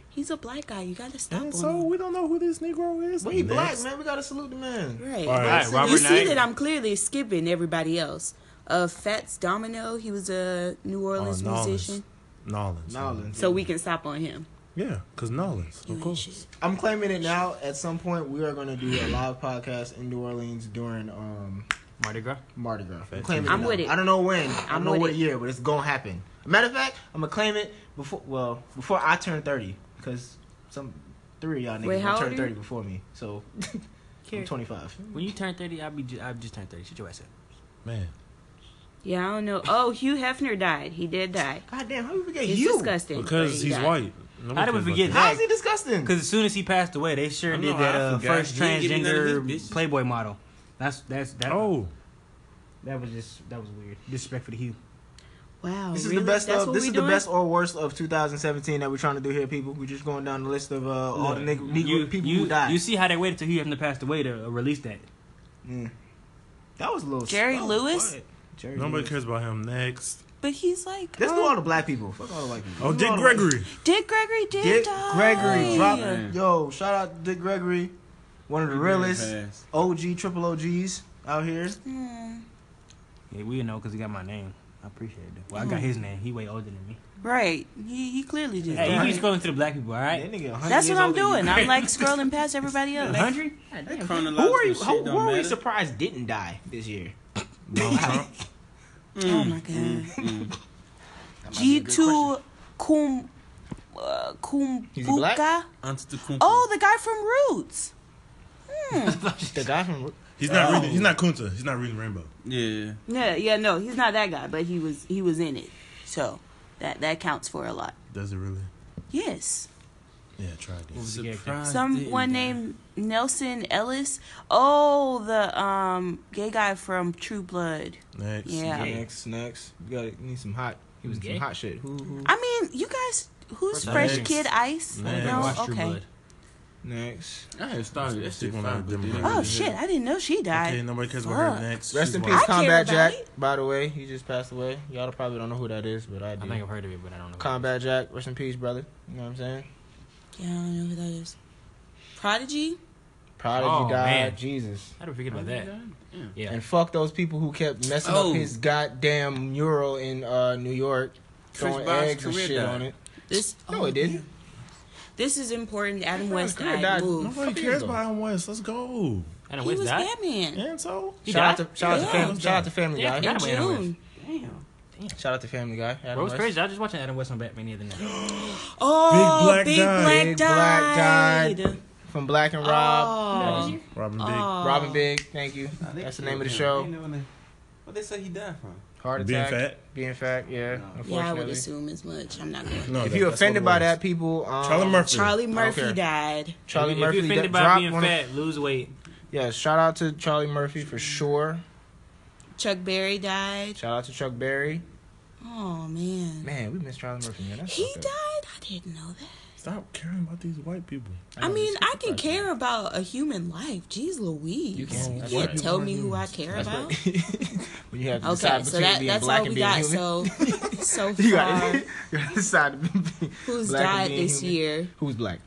[SPEAKER 2] He's a black guy. You got to stop him.
[SPEAKER 7] we don't know who this Negro is.
[SPEAKER 3] We black man. We gotta salute the man.
[SPEAKER 2] Right.
[SPEAKER 5] All right, Robert
[SPEAKER 2] you
[SPEAKER 5] Knight.
[SPEAKER 2] see that I'm clearly skipping everybody else. Uh, Fats Domino, he was a New
[SPEAKER 7] Oh,
[SPEAKER 2] Orleans musician,
[SPEAKER 7] Nolans.
[SPEAKER 3] Nolans.
[SPEAKER 2] so we can stop on him.
[SPEAKER 7] Yeah, cause Nolans,
[SPEAKER 2] You
[SPEAKER 7] of
[SPEAKER 2] ain't
[SPEAKER 7] course.
[SPEAKER 2] shit.
[SPEAKER 3] I'm claiming it now. At some point, we are gonna do a live podcast in New Orleans during um
[SPEAKER 5] Mardi Gras.
[SPEAKER 3] Mardi Gras. I'm, claiming
[SPEAKER 2] I'm
[SPEAKER 3] now.
[SPEAKER 2] with it.
[SPEAKER 3] I don't know when. I don't
[SPEAKER 2] I'm
[SPEAKER 3] know
[SPEAKER 2] with
[SPEAKER 3] what
[SPEAKER 2] it.
[SPEAKER 3] year, but it's gonna happen. matter of fact, I'm gonna claim it before. Well, before I turn thirty, because some three of y'all
[SPEAKER 2] Wait,
[SPEAKER 3] niggas
[SPEAKER 2] how old
[SPEAKER 3] gonna turn
[SPEAKER 2] are
[SPEAKER 3] thirty
[SPEAKER 2] you?
[SPEAKER 3] before me.
[SPEAKER 2] [laughs]
[SPEAKER 3] So I'm 25.
[SPEAKER 5] When you turn 30, I'll be ju- I'll just turn 30. Shut your ass up.
[SPEAKER 7] Man,
[SPEAKER 2] Yeah, I don't know. Oh, Hugh Hefner died. He did die.
[SPEAKER 3] God damn, how you forget
[SPEAKER 2] It's
[SPEAKER 3] you?
[SPEAKER 2] disgusting.
[SPEAKER 7] because
[SPEAKER 2] He
[SPEAKER 7] he's
[SPEAKER 2] died.
[SPEAKER 7] white. Nobody
[SPEAKER 5] How did we
[SPEAKER 7] cares about
[SPEAKER 5] forget
[SPEAKER 3] How is he disgusting?
[SPEAKER 5] Because as soon as he passed away, they sure
[SPEAKER 6] I
[SPEAKER 5] did
[SPEAKER 6] know,
[SPEAKER 5] that
[SPEAKER 6] I
[SPEAKER 5] uh,
[SPEAKER 6] forgot.
[SPEAKER 5] first
[SPEAKER 6] He ain't getting none of
[SPEAKER 5] transgender
[SPEAKER 6] his bitches.
[SPEAKER 5] Playboy model. That's that's that.
[SPEAKER 7] Oh,
[SPEAKER 5] that was just that was weird. Disrespectful to Hugh.
[SPEAKER 2] Wow.
[SPEAKER 3] This is
[SPEAKER 2] Oh, really?
[SPEAKER 3] the best
[SPEAKER 2] That's
[SPEAKER 3] of
[SPEAKER 2] what
[SPEAKER 3] this
[SPEAKER 2] we
[SPEAKER 3] is
[SPEAKER 2] doing?
[SPEAKER 3] the best or worst of 2017 that we're trying to do here, people. We're just going down the list of uh, all the nigga, Negro
[SPEAKER 5] you,
[SPEAKER 3] people
[SPEAKER 5] you,
[SPEAKER 3] who died.
[SPEAKER 5] You see how they waited till Hugh Hefner passed away to uh, release that.
[SPEAKER 3] Mm. that was a little.
[SPEAKER 2] Jerry
[SPEAKER 3] that was
[SPEAKER 2] Lewis?
[SPEAKER 3] quiet. Jerry
[SPEAKER 7] nobody
[SPEAKER 3] Lewis.
[SPEAKER 7] cares about him. Next.
[SPEAKER 2] But he's like.
[SPEAKER 3] Let's
[SPEAKER 2] um,
[SPEAKER 3] do all the black people. Fuck all the white people.
[SPEAKER 7] Oh,
[SPEAKER 3] Let's do
[SPEAKER 7] Dick
[SPEAKER 3] all the-
[SPEAKER 7] Gregory.
[SPEAKER 2] Dick Gregory did
[SPEAKER 3] Dick
[SPEAKER 2] die.
[SPEAKER 3] Gregory, drop,
[SPEAKER 2] Oh,
[SPEAKER 6] Yeah.
[SPEAKER 3] yo, shout out Dick Gregory, one of the realest
[SPEAKER 6] Fast.
[SPEAKER 3] OG triple OGs out here.
[SPEAKER 2] Hmm.
[SPEAKER 5] Yeah, we know because he got my name. I appreciate that. Well, I
[SPEAKER 2] Mm.
[SPEAKER 5] got his name. He way older than me.
[SPEAKER 2] Right. He, he clearly just
[SPEAKER 5] Hey,
[SPEAKER 2] died.
[SPEAKER 5] you keep scrolling to the black people, all
[SPEAKER 3] That
[SPEAKER 5] right?
[SPEAKER 3] nigga 100
[SPEAKER 2] That's what
[SPEAKER 3] years
[SPEAKER 2] I'm
[SPEAKER 3] older than
[SPEAKER 2] doing.
[SPEAKER 3] you.
[SPEAKER 2] I'm
[SPEAKER 7] [laughs]
[SPEAKER 2] like scrolling past everybody else.
[SPEAKER 5] Hundred?
[SPEAKER 3] Who
[SPEAKER 6] Chronological
[SPEAKER 3] are you?
[SPEAKER 6] shit
[SPEAKER 3] Who,
[SPEAKER 6] don't
[SPEAKER 3] who are we
[SPEAKER 6] matter.
[SPEAKER 3] surprised didn't die this year?
[SPEAKER 7] Donald Trump.
[SPEAKER 2] Oh my god.
[SPEAKER 6] Mm.
[SPEAKER 2] G two Kum uh, Kumbuka.
[SPEAKER 6] Antetokounmpo.
[SPEAKER 2] Oh, the guy from Roots.
[SPEAKER 3] The guy from
[SPEAKER 7] He's not reading. He's not Kunta. He's not reading Rainbow.
[SPEAKER 6] yeah.
[SPEAKER 2] Yeah, yeah, no, he's not that guy, but he was he was in it. So that that counts for a lot.
[SPEAKER 7] Does it really?
[SPEAKER 2] Yes.
[SPEAKER 7] Yeah, try again.
[SPEAKER 5] was the character?
[SPEAKER 6] Surprise didn't
[SPEAKER 2] Someone
[SPEAKER 6] die.
[SPEAKER 2] named Nelson Ellis. Oh, the um gay guy from True Blood.
[SPEAKER 7] Next.
[SPEAKER 2] Yeah.
[SPEAKER 3] next, next. You got need some hot. He was
[SPEAKER 5] gay?
[SPEAKER 3] some hot shit. Who? who?
[SPEAKER 2] I mean, you guys who's
[SPEAKER 5] Next.
[SPEAKER 2] Fresh Kid Ice?
[SPEAKER 7] Next.
[SPEAKER 2] No,
[SPEAKER 5] Watch True
[SPEAKER 2] Oh, okay.
[SPEAKER 5] Blood.
[SPEAKER 3] Next.
[SPEAKER 6] I had started. That shit
[SPEAKER 7] Stick one
[SPEAKER 6] fine,
[SPEAKER 7] out of
[SPEAKER 6] but
[SPEAKER 7] Denver.
[SPEAKER 6] then-
[SPEAKER 2] Oh shit, I didn't know she
[SPEAKER 7] Okay,
[SPEAKER 2] died.
[SPEAKER 7] nobody cares about
[SPEAKER 2] Fuck.
[SPEAKER 7] her. Next.
[SPEAKER 3] Rest
[SPEAKER 7] She's
[SPEAKER 3] in
[SPEAKER 7] white.
[SPEAKER 3] peace,
[SPEAKER 2] care
[SPEAKER 3] Combat
[SPEAKER 2] about
[SPEAKER 3] Jack.
[SPEAKER 2] it.
[SPEAKER 3] By the way, he just passed away. Y'all probably don't know who that is, but I
[SPEAKER 5] I
[SPEAKER 3] do.
[SPEAKER 5] think I've heard of it, but I don't know.
[SPEAKER 3] Combat Jack. Rest in peace, brother. You know what I'm saying?
[SPEAKER 2] Yeah, I don't know who that is. Prodigy?
[SPEAKER 3] Prodigy
[SPEAKER 5] Oh,
[SPEAKER 3] died.
[SPEAKER 5] man.
[SPEAKER 3] Jesus.
[SPEAKER 5] How did we forget about that? Yeah.
[SPEAKER 3] And fuck those people who kept messing
[SPEAKER 6] Oh.
[SPEAKER 3] up his goddamn mural in uh, New York,
[SPEAKER 6] Chris
[SPEAKER 3] throwing
[SPEAKER 6] Brown's
[SPEAKER 3] eggs and
[SPEAKER 6] career
[SPEAKER 3] shit
[SPEAKER 6] died.
[SPEAKER 3] on it.
[SPEAKER 2] This oh,
[SPEAKER 5] Oh,
[SPEAKER 3] No, it didn't.
[SPEAKER 2] this is important. Adam West
[SPEAKER 3] could've
[SPEAKER 2] died
[SPEAKER 3] died.
[SPEAKER 2] moved.
[SPEAKER 7] Nobody
[SPEAKER 3] Fuck
[SPEAKER 7] cares
[SPEAKER 3] you.
[SPEAKER 7] about Adam West. Let's go.
[SPEAKER 5] And
[SPEAKER 2] He
[SPEAKER 5] West
[SPEAKER 2] was
[SPEAKER 5] died?
[SPEAKER 2] Batman.
[SPEAKER 7] And so,
[SPEAKER 5] He
[SPEAKER 3] Shout
[SPEAKER 5] died?
[SPEAKER 3] out to shout out to
[SPEAKER 2] Yeah.
[SPEAKER 3] family shout out to Family
[SPEAKER 5] Yeah, I
[SPEAKER 3] Guy.
[SPEAKER 5] forgot
[SPEAKER 2] In
[SPEAKER 5] about Adam West.
[SPEAKER 2] June.
[SPEAKER 5] Damn.
[SPEAKER 3] Shout out to Family Guy. Adam
[SPEAKER 5] Bro, it's
[SPEAKER 3] West.
[SPEAKER 5] crazy. I was just watching Adam West on Batman the other night.
[SPEAKER 2] Oh,
[SPEAKER 7] Black
[SPEAKER 2] Big
[SPEAKER 7] died.
[SPEAKER 2] Black
[SPEAKER 3] Big Black
[SPEAKER 2] died.
[SPEAKER 3] died. From Black and Rob.
[SPEAKER 2] Oh.
[SPEAKER 3] Yeah.
[SPEAKER 7] Robin
[SPEAKER 2] Oh.
[SPEAKER 3] Robin Big, thank you. That's the name of the show.
[SPEAKER 4] What they say he died from?
[SPEAKER 3] Heart
[SPEAKER 7] Big.
[SPEAKER 3] attack.
[SPEAKER 7] Being fat.
[SPEAKER 3] Being fat, yeah.
[SPEAKER 2] Yeah, I
[SPEAKER 3] Unfortunately.
[SPEAKER 2] would assume as much. I'm not going.
[SPEAKER 7] No,
[SPEAKER 3] if
[SPEAKER 7] that-
[SPEAKER 3] you're
[SPEAKER 7] that's
[SPEAKER 3] offended
[SPEAKER 7] what
[SPEAKER 3] by
[SPEAKER 7] it
[SPEAKER 3] that,
[SPEAKER 7] was.
[SPEAKER 3] people. Um,
[SPEAKER 7] Charlie Murphy.
[SPEAKER 2] Charlie Murphy
[SPEAKER 3] care.
[SPEAKER 2] died.
[SPEAKER 3] Charlie
[SPEAKER 5] if
[SPEAKER 3] Murphy.
[SPEAKER 5] you're offended
[SPEAKER 3] di-
[SPEAKER 5] by
[SPEAKER 3] dropped
[SPEAKER 5] being
[SPEAKER 3] one of-
[SPEAKER 5] fat, lose weight.
[SPEAKER 3] yeah, shout out to Charlie Murphy for sure.
[SPEAKER 2] Chuck Berry died.
[SPEAKER 3] Shout out to Chuck Berry.
[SPEAKER 2] Oh man,
[SPEAKER 3] Man, we miss Charlie Murphy, man. That's
[SPEAKER 2] he
[SPEAKER 3] fucked
[SPEAKER 2] died.
[SPEAKER 3] up.
[SPEAKER 2] I didn't know that.
[SPEAKER 7] Stop caring about these white people.
[SPEAKER 2] I
[SPEAKER 3] know,
[SPEAKER 2] mean,
[SPEAKER 3] it's
[SPEAKER 2] I can
[SPEAKER 3] depressing.
[SPEAKER 2] care about a human life. Jeez Louise. You
[SPEAKER 3] You
[SPEAKER 2] can't,
[SPEAKER 3] can.
[SPEAKER 2] you
[SPEAKER 3] That's
[SPEAKER 2] can't
[SPEAKER 3] right.
[SPEAKER 2] tell me who I care
[SPEAKER 3] That's
[SPEAKER 2] about.
[SPEAKER 3] right. [laughs] when you have to
[SPEAKER 2] Okay,
[SPEAKER 3] decide
[SPEAKER 2] so
[SPEAKER 3] between
[SPEAKER 2] that,
[SPEAKER 3] being
[SPEAKER 2] that's
[SPEAKER 3] black
[SPEAKER 2] all we
[SPEAKER 3] and being
[SPEAKER 2] got
[SPEAKER 3] human.
[SPEAKER 2] so so
[SPEAKER 3] you
[SPEAKER 2] far.
[SPEAKER 3] got [laughs] you got to decide to be- [laughs]
[SPEAKER 2] Who's
[SPEAKER 3] black and
[SPEAKER 2] died
[SPEAKER 3] being
[SPEAKER 2] this
[SPEAKER 3] human.
[SPEAKER 2] year?
[SPEAKER 3] Who's black?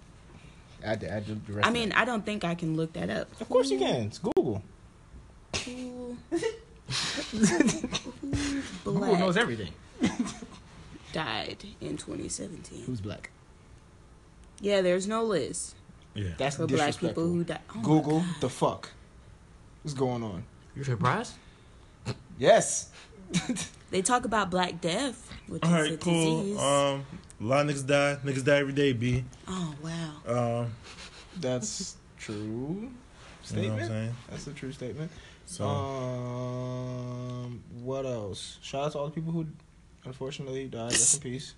[SPEAKER 3] I, d- I, d- the rest
[SPEAKER 2] I
[SPEAKER 3] of
[SPEAKER 2] mean,
[SPEAKER 3] it.
[SPEAKER 2] I don't think I can look that up.
[SPEAKER 3] of
[SPEAKER 2] [laughs]
[SPEAKER 3] course you can. It's Google.
[SPEAKER 2] Who, who
[SPEAKER 3] Google knows
[SPEAKER 2] black
[SPEAKER 3] everything.
[SPEAKER 2] died in 2017?
[SPEAKER 3] Who's black?
[SPEAKER 2] Yeah, there's no list
[SPEAKER 7] Yeah.
[SPEAKER 3] That's
[SPEAKER 2] for black people
[SPEAKER 3] disrespectful.
[SPEAKER 2] who died. Oh my
[SPEAKER 3] Google the fuck. What's going on?
[SPEAKER 5] You surprised?
[SPEAKER 3] Yes.
[SPEAKER 2] They talk about black death, which
[SPEAKER 7] All
[SPEAKER 2] is a
[SPEAKER 7] right,
[SPEAKER 2] disease.
[SPEAKER 7] cool.
[SPEAKER 3] Uh,
[SPEAKER 7] Um, a lot of niggas die. Niggas die every day, B.
[SPEAKER 2] oh wow.
[SPEAKER 7] Um,
[SPEAKER 3] That's true.
[SPEAKER 7] you know what I'm
[SPEAKER 3] Statement.
[SPEAKER 7] saying?
[SPEAKER 3] That's a true statement.
[SPEAKER 7] So,
[SPEAKER 3] Um, what else? Shout out to all the people who unfortunately died. Rest in peace.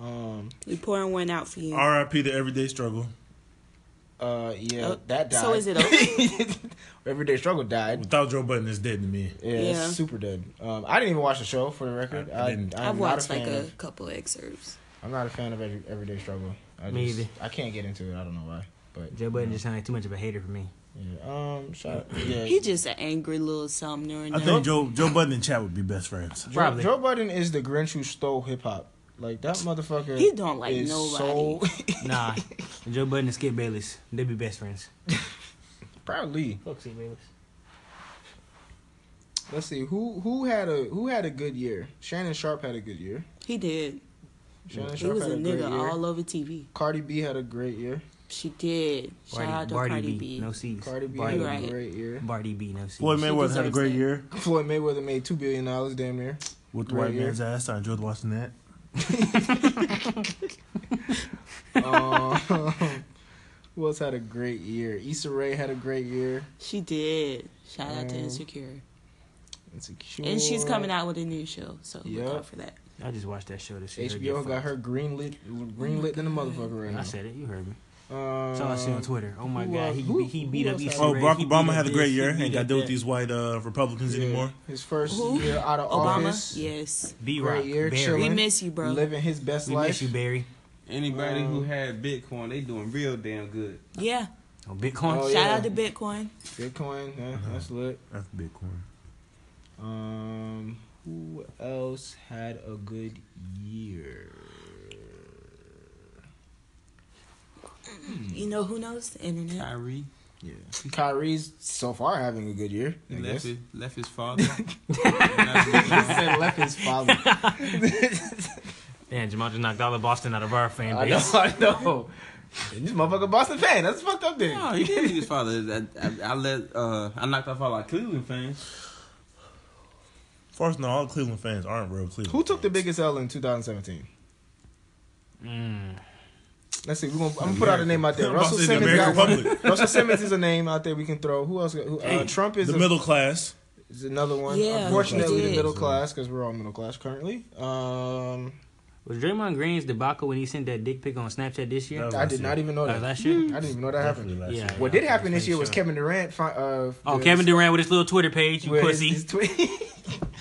[SPEAKER 3] Um,
[SPEAKER 2] We pouring one out for you.
[SPEAKER 3] Oh.
[SPEAKER 7] RIP to everyday struggle.
[SPEAKER 3] uh, yeah,
[SPEAKER 2] Oh,
[SPEAKER 3] that died.
[SPEAKER 2] so is it
[SPEAKER 3] over? [laughs] Everyday Struggle died.
[SPEAKER 7] Without Joe Button, it's dead to me.
[SPEAKER 3] Yeah, it's
[SPEAKER 2] Yeah.
[SPEAKER 3] super dead. Um, I didn't even watch the show for the record.
[SPEAKER 7] I- I
[SPEAKER 3] I, I,
[SPEAKER 7] didn't.
[SPEAKER 2] I've
[SPEAKER 3] am not a
[SPEAKER 2] watched
[SPEAKER 3] fan.
[SPEAKER 2] like a
[SPEAKER 3] of,
[SPEAKER 2] couple excerpts.
[SPEAKER 3] I'm not a fan of every, Everyday Struggle. I
[SPEAKER 5] Me
[SPEAKER 3] just,
[SPEAKER 5] either.
[SPEAKER 3] I can't get into it. I don't know why. But
[SPEAKER 5] Joe Budden just sounded like too much of a hater for
[SPEAKER 3] [laughs]
[SPEAKER 5] me.
[SPEAKER 3] Yeah. Um, shout. Yeah.
[SPEAKER 2] He just an angry little something or
[SPEAKER 7] I think Joe Joe Button and Chat would be best friends.
[SPEAKER 3] Joe,
[SPEAKER 5] Probably.
[SPEAKER 3] Joe Budden is the Grinch who stole hip hop. Like that motherfucker.
[SPEAKER 2] He don't like
[SPEAKER 3] is
[SPEAKER 2] nobody.
[SPEAKER 3] So, [laughs]
[SPEAKER 5] Nah. Joe Budden and Skip Bayless, they be best friends.
[SPEAKER 3] probably.
[SPEAKER 5] Fuck Skip Bayless.
[SPEAKER 3] Let's see who who had a who had a good year. Shannon Sharp had a good year.
[SPEAKER 2] he
[SPEAKER 3] [laughs]
[SPEAKER 2] did.
[SPEAKER 3] Shannon
[SPEAKER 2] He
[SPEAKER 3] Sharp
[SPEAKER 2] was a
[SPEAKER 3] had a, great
[SPEAKER 2] nigga
[SPEAKER 3] year.
[SPEAKER 2] all over TV.
[SPEAKER 3] Cardi B had a great year.
[SPEAKER 2] She did. Shout out to Cardi, B.
[SPEAKER 5] No C's.
[SPEAKER 3] Cardi B
[SPEAKER 5] Barty,
[SPEAKER 3] had a
[SPEAKER 2] right.
[SPEAKER 3] great year.
[SPEAKER 5] Barty B, no C's.
[SPEAKER 7] Floyd
[SPEAKER 2] She
[SPEAKER 7] Mayweather had a
[SPEAKER 2] deserves
[SPEAKER 7] great
[SPEAKER 2] it.
[SPEAKER 7] year
[SPEAKER 3] Floyd Mayweather made two billion dollars
[SPEAKER 2] [laughs]
[SPEAKER 3] damn near.
[SPEAKER 7] with the
[SPEAKER 3] Great
[SPEAKER 7] white
[SPEAKER 3] year.
[SPEAKER 7] man's ass. I enjoyed watching that.
[SPEAKER 3] Um, [laughs] who else had a great year? Issa Rae had a great year.
[SPEAKER 2] She did. Shout out to
[SPEAKER 3] Um,
[SPEAKER 2] Insecure.
[SPEAKER 3] Insecure.
[SPEAKER 2] And she's coming out with a new show, so
[SPEAKER 3] Yep.
[SPEAKER 2] look out for that.
[SPEAKER 5] I just watched that show this year.
[SPEAKER 3] HBO got her greenlit, greenlit than a motherfucker right now.
[SPEAKER 5] I said it. You heard me.
[SPEAKER 3] Um,
[SPEAKER 5] That's all I see on Twitter. Oh my
[SPEAKER 3] who
[SPEAKER 5] god,
[SPEAKER 3] else-
[SPEAKER 5] he,
[SPEAKER 3] who-
[SPEAKER 5] he
[SPEAKER 3] who
[SPEAKER 5] beat up
[SPEAKER 3] else
[SPEAKER 5] Issa
[SPEAKER 3] had-
[SPEAKER 7] Oh,
[SPEAKER 5] Rae,
[SPEAKER 7] Barack
[SPEAKER 5] he beat
[SPEAKER 7] Obama
[SPEAKER 5] up
[SPEAKER 7] had a
[SPEAKER 5] this,
[SPEAKER 7] great
[SPEAKER 5] he
[SPEAKER 7] year.
[SPEAKER 5] beat
[SPEAKER 7] Ain't got
[SPEAKER 5] up
[SPEAKER 7] to deal with
[SPEAKER 5] that.
[SPEAKER 7] these white uh, Republicans
[SPEAKER 3] yeah,
[SPEAKER 7] anymore.
[SPEAKER 3] His first
[SPEAKER 2] Who?
[SPEAKER 3] year out of
[SPEAKER 2] Obama,
[SPEAKER 3] office.
[SPEAKER 2] yes.
[SPEAKER 5] B
[SPEAKER 3] Great
[SPEAKER 5] Rock, Barry.
[SPEAKER 3] year,
[SPEAKER 2] We
[SPEAKER 3] chilling.
[SPEAKER 2] miss you, bro.
[SPEAKER 3] Living his best
[SPEAKER 5] We
[SPEAKER 3] life.
[SPEAKER 5] miss you, Barry.
[SPEAKER 4] Anybody who
[SPEAKER 3] Um,
[SPEAKER 4] had Bitcoin, they doing real damn good.
[SPEAKER 2] Yeah.
[SPEAKER 5] Oh, Bitcoin.
[SPEAKER 3] Oh,
[SPEAKER 2] Shout
[SPEAKER 3] yeah.
[SPEAKER 2] out to Bitcoin.
[SPEAKER 3] Bitcoin, yeah, that's lit.
[SPEAKER 7] That's Bitcoin.
[SPEAKER 3] Um, who else had a good year?
[SPEAKER 5] Mm.
[SPEAKER 2] You know who knows? The
[SPEAKER 5] Uh,
[SPEAKER 2] internet.
[SPEAKER 4] Kyrie,
[SPEAKER 3] Yeah, Kyrie's so far having a good year. I
[SPEAKER 4] he
[SPEAKER 3] [laughs]
[SPEAKER 4] left
[SPEAKER 3] guess.
[SPEAKER 4] his, left his father. That's
[SPEAKER 3] said left his father.
[SPEAKER 5] Damn, Jamal just knocked all the Boston out of our fan
[SPEAKER 3] I know,
[SPEAKER 5] base.
[SPEAKER 3] I know. [laughs] This motherfucker Boston fan. That's fucked up,
[SPEAKER 4] what-
[SPEAKER 3] then.
[SPEAKER 4] no, he didn't his father. I, I, I let uh, I knocked off all our Cleveland fans.
[SPEAKER 7] First, no, all Cleveland fans aren't real Cleveland.
[SPEAKER 3] Who took the
[SPEAKER 7] fans.
[SPEAKER 3] biggest L in 2017?
[SPEAKER 5] [laughs] Mm.
[SPEAKER 3] Let's see. We're gonna, I'm gonna put out a name out there.
[SPEAKER 7] I'm about
[SPEAKER 3] Russell
[SPEAKER 7] to say the
[SPEAKER 3] Simmons. Got
[SPEAKER 7] American
[SPEAKER 3] one.
[SPEAKER 7] public.
[SPEAKER 3] Russell Simmons is a name out there we can throw. Who else? got- Who, uh, Trump is
[SPEAKER 7] The
[SPEAKER 3] a-
[SPEAKER 7] middle class.
[SPEAKER 3] is another one.
[SPEAKER 2] Yeah,
[SPEAKER 3] Unfortunately,
[SPEAKER 2] he
[SPEAKER 3] the
[SPEAKER 2] did.
[SPEAKER 3] middle class because we're all middle class currently. Um,
[SPEAKER 5] Was Draymond Green's debacle when he sent that dick pic on Snapchat this year?
[SPEAKER 7] That was
[SPEAKER 3] Oh, I did not even know
[SPEAKER 5] Oh, That
[SPEAKER 3] that.
[SPEAKER 5] was
[SPEAKER 3] I
[SPEAKER 5] last year?
[SPEAKER 3] didn't even know that
[SPEAKER 7] Definitely
[SPEAKER 3] happened.
[SPEAKER 7] last
[SPEAKER 5] Yeah.
[SPEAKER 7] year.
[SPEAKER 3] What did happen this
[SPEAKER 5] Pretty
[SPEAKER 3] year was
[SPEAKER 5] sure.
[SPEAKER 3] Kevin Durant. fi- Uh,
[SPEAKER 5] Oh,
[SPEAKER 3] the-
[SPEAKER 5] Kevin Durant with his little Twitter page, you
[SPEAKER 3] with his-
[SPEAKER 5] pussy.
[SPEAKER 3] His, twi-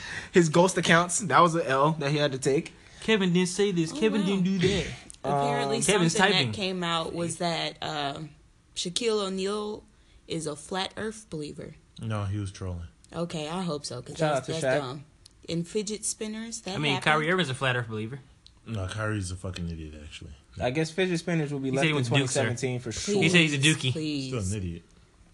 [SPEAKER 3] [laughs] his ghost accounts. That was an L that he had to take.
[SPEAKER 5] Kevin didn't say this.
[SPEAKER 2] Oh,
[SPEAKER 5] Kevin
[SPEAKER 2] wow.
[SPEAKER 5] didn't do that. Uh,
[SPEAKER 2] Apparently,
[SPEAKER 5] Kevin's
[SPEAKER 2] something
[SPEAKER 5] typing.
[SPEAKER 2] that came out was that um, Shaquille O'Neal is a flat Earth believer.
[SPEAKER 7] No, he was trolling.
[SPEAKER 2] Okay, I hope so because
[SPEAKER 3] Shout
[SPEAKER 2] that's,
[SPEAKER 3] out to
[SPEAKER 2] that's
[SPEAKER 3] Shaq.
[SPEAKER 2] dumb. And fidget spinners. That
[SPEAKER 5] I mean,
[SPEAKER 2] happened.
[SPEAKER 5] Kyrie Irving's a flat earth believer.
[SPEAKER 7] No, Kyrie's a fucking idiot, actually.
[SPEAKER 3] I guess fidget spinners will be
[SPEAKER 5] He
[SPEAKER 3] left
[SPEAKER 5] said he
[SPEAKER 3] in
[SPEAKER 5] went to Duke, sir.
[SPEAKER 3] 2017 for sure.
[SPEAKER 5] He said he's a dookie.
[SPEAKER 2] Please.
[SPEAKER 7] Still an idiot.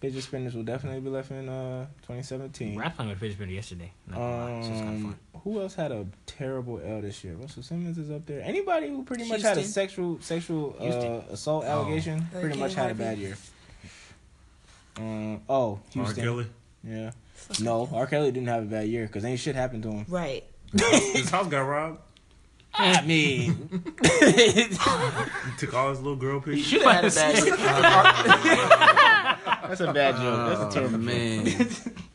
[SPEAKER 3] Fidget spinners will definitely be left in uh 2017.
[SPEAKER 5] Rap playing with Fidget Spinner yesterday. Not gonna lie, it's just kinda
[SPEAKER 3] Um,
[SPEAKER 5] fun.
[SPEAKER 3] who else had a terrible L this year? Russell Simmons is up there. Anybody who pretty much had a
[SPEAKER 2] Houston.
[SPEAKER 3] sexual sexual
[SPEAKER 5] Houston.
[SPEAKER 3] uh, assault allegation pretty
[SPEAKER 2] Hurricane
[SPEAKER 3] much had a bad
[SPEAKER 2] Harvey.
[SPEAKER 3] year. Um, oh,
[SPEAKER 7] R.
[SPEAKER 3] Houston.
[SPEAKER 7] Kelly.
[SPEAKER 3] Yeah. No, R. Kelly didn't have a bad year because ain't shit happened to him.
[SPEAKER 2] Right.
[SPEAKER 7] His house got robbed.
[SPEAKER 3] I mean,
[SPEAKER 7] He took all his little girl pictures.
[SPEAKER 3] should have had a bad year. That's a bad joke. That's a
[SPEAKER 6] Oh,
[SPEAKER 3] terrible joke.
[SPEAKER 6] man.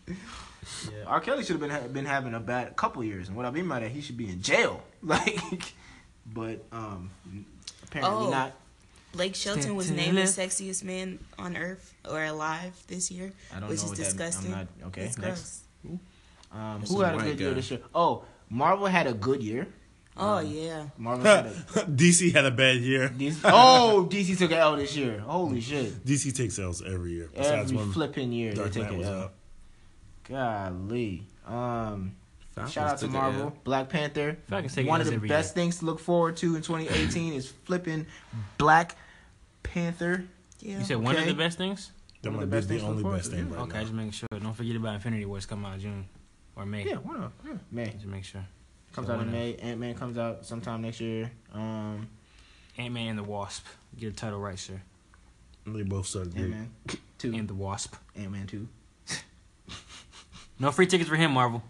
[SPEAKER 3] Yeah, R. Kelly should have been ha- been having a bad couple years, and what I mean by that, he should be in jail. [laughs] Like, but um, apparently
[SPEAKER 2] Oh.
[SPEAKER 3] not.
[SPEAKER 2] Blake Shelton was named the sexiest man on earth or alive this year,
[SPEAKER 3] I don't
[SPEAKER 2] which
[SPEAKER 3] know
[SPEAKER 2] is
[SPEAKER 3] what that- I'm
[SPEAKER 2] disgusting.
[SPEAKER 3] not- okay,
[SPEAKER 2] It's
[SPEAKER 3] next.
[SPEAKER 2] gross.
[SPEAKER 3] Um,
[SPEAKER 6] That's
[SPEAKER 3] who
[SPEAKER 6] a
[SPEAKER 3] had a
[SPEAKER 6] white
[SPEAKER 3] good year
[SPEAKER 6] guy.
[SPEAKER 3] this year? Oh, Marvel had a good year.
[SPEAKER 2] Oh
[SPEAKER 3] Um,
[SPEAKER 2] yeah.
[SPEAKER 3] Marvel had a.
[SPEAKER 7] DC had a bad year.
[SPEAKER 3] DC, [laughs] oh, DC took an L this year.
[SPEAKER 7] Hmm.
[SPEAKER 3] Holy shit!
[SPEAKER 7] DC takes L's every year. Besides
[SPEAKER 3] Every
[SPEAKER 7] when
[SPEAKER 3] flipping year
[SPEAKER 7] Dark
[SPEAKER 3] they
[SPEAKER 7] Knight
[SPEAKER 3] take an
[SPEAKER 7] was
[SPEAKER 3] L.
[SPEAKER 7] out.
[SPEAKER 3] Golly. Um,
[SPEAKER 6] Falcons
[SPEAKER 3] shout out to
[SPEAKER 6] took a
[SPEAKER 3] Marvel,
[SPEAKER 6] L.
[SPEAKER 3] Black Panther.
[SPEAKER 5] Falcons take
[SPEAKER 3] One of
[SPEAKER 5] Ls
[SPEAKER 3] the
[SPEAKER 5] every
[SPEAKER 3] best things to look forward to in 2018 is flipping Black Panther.
[SPEAKER 2] Yeah.
[SPEAKER 5] You said one of
[SPEAKER 3] Okay.
[SPEAKER 5] the best things?
[SPEAKER 7] That
[SPEAKER 3] One
[SPEAKER 7] might
[SPEAKER 3] of the
[SPEAKER 7] be
[SPEAKER 3] best
[SPEAKER 7] the
[SPEAKER 3] things to look
[SPEAKER 7] only
[SPEAKER 3] forward
[SPEAKER 7] best
[SPEAKER 3] to,
[SPEAKER 7] thing right
[SPEAKER 5] Okay,
[SPEAKER 7] now.
[SPEAKER 5] just making sure. Don't forget about Infinity Wars coming out June or May.
[SPEAKER 3] Yeah, one of yeah. May
[SPEAKER 5] Just make sure.
[SPEAKER 3] comes
[SPEAKER 5] So
[SPEAKER 3] out in
[SPEAKER 5] one
[SPEAKER 3] May. Ant Man comes out sometime next year. Um,
[SPEAKER 5] Ant Man and the Wasp. Get a title right, sir.
[SPEAKER 7] They both suck
[SPEAKER 3] Ant
[SPEAKER 7] dick.
[SPEAKER 3] Man two,
[SPEAKER 5] And the Wasp.
[SPEAKER 3] Ant Man two.
[SPEAKER 5] No free tickets for him, Marvel.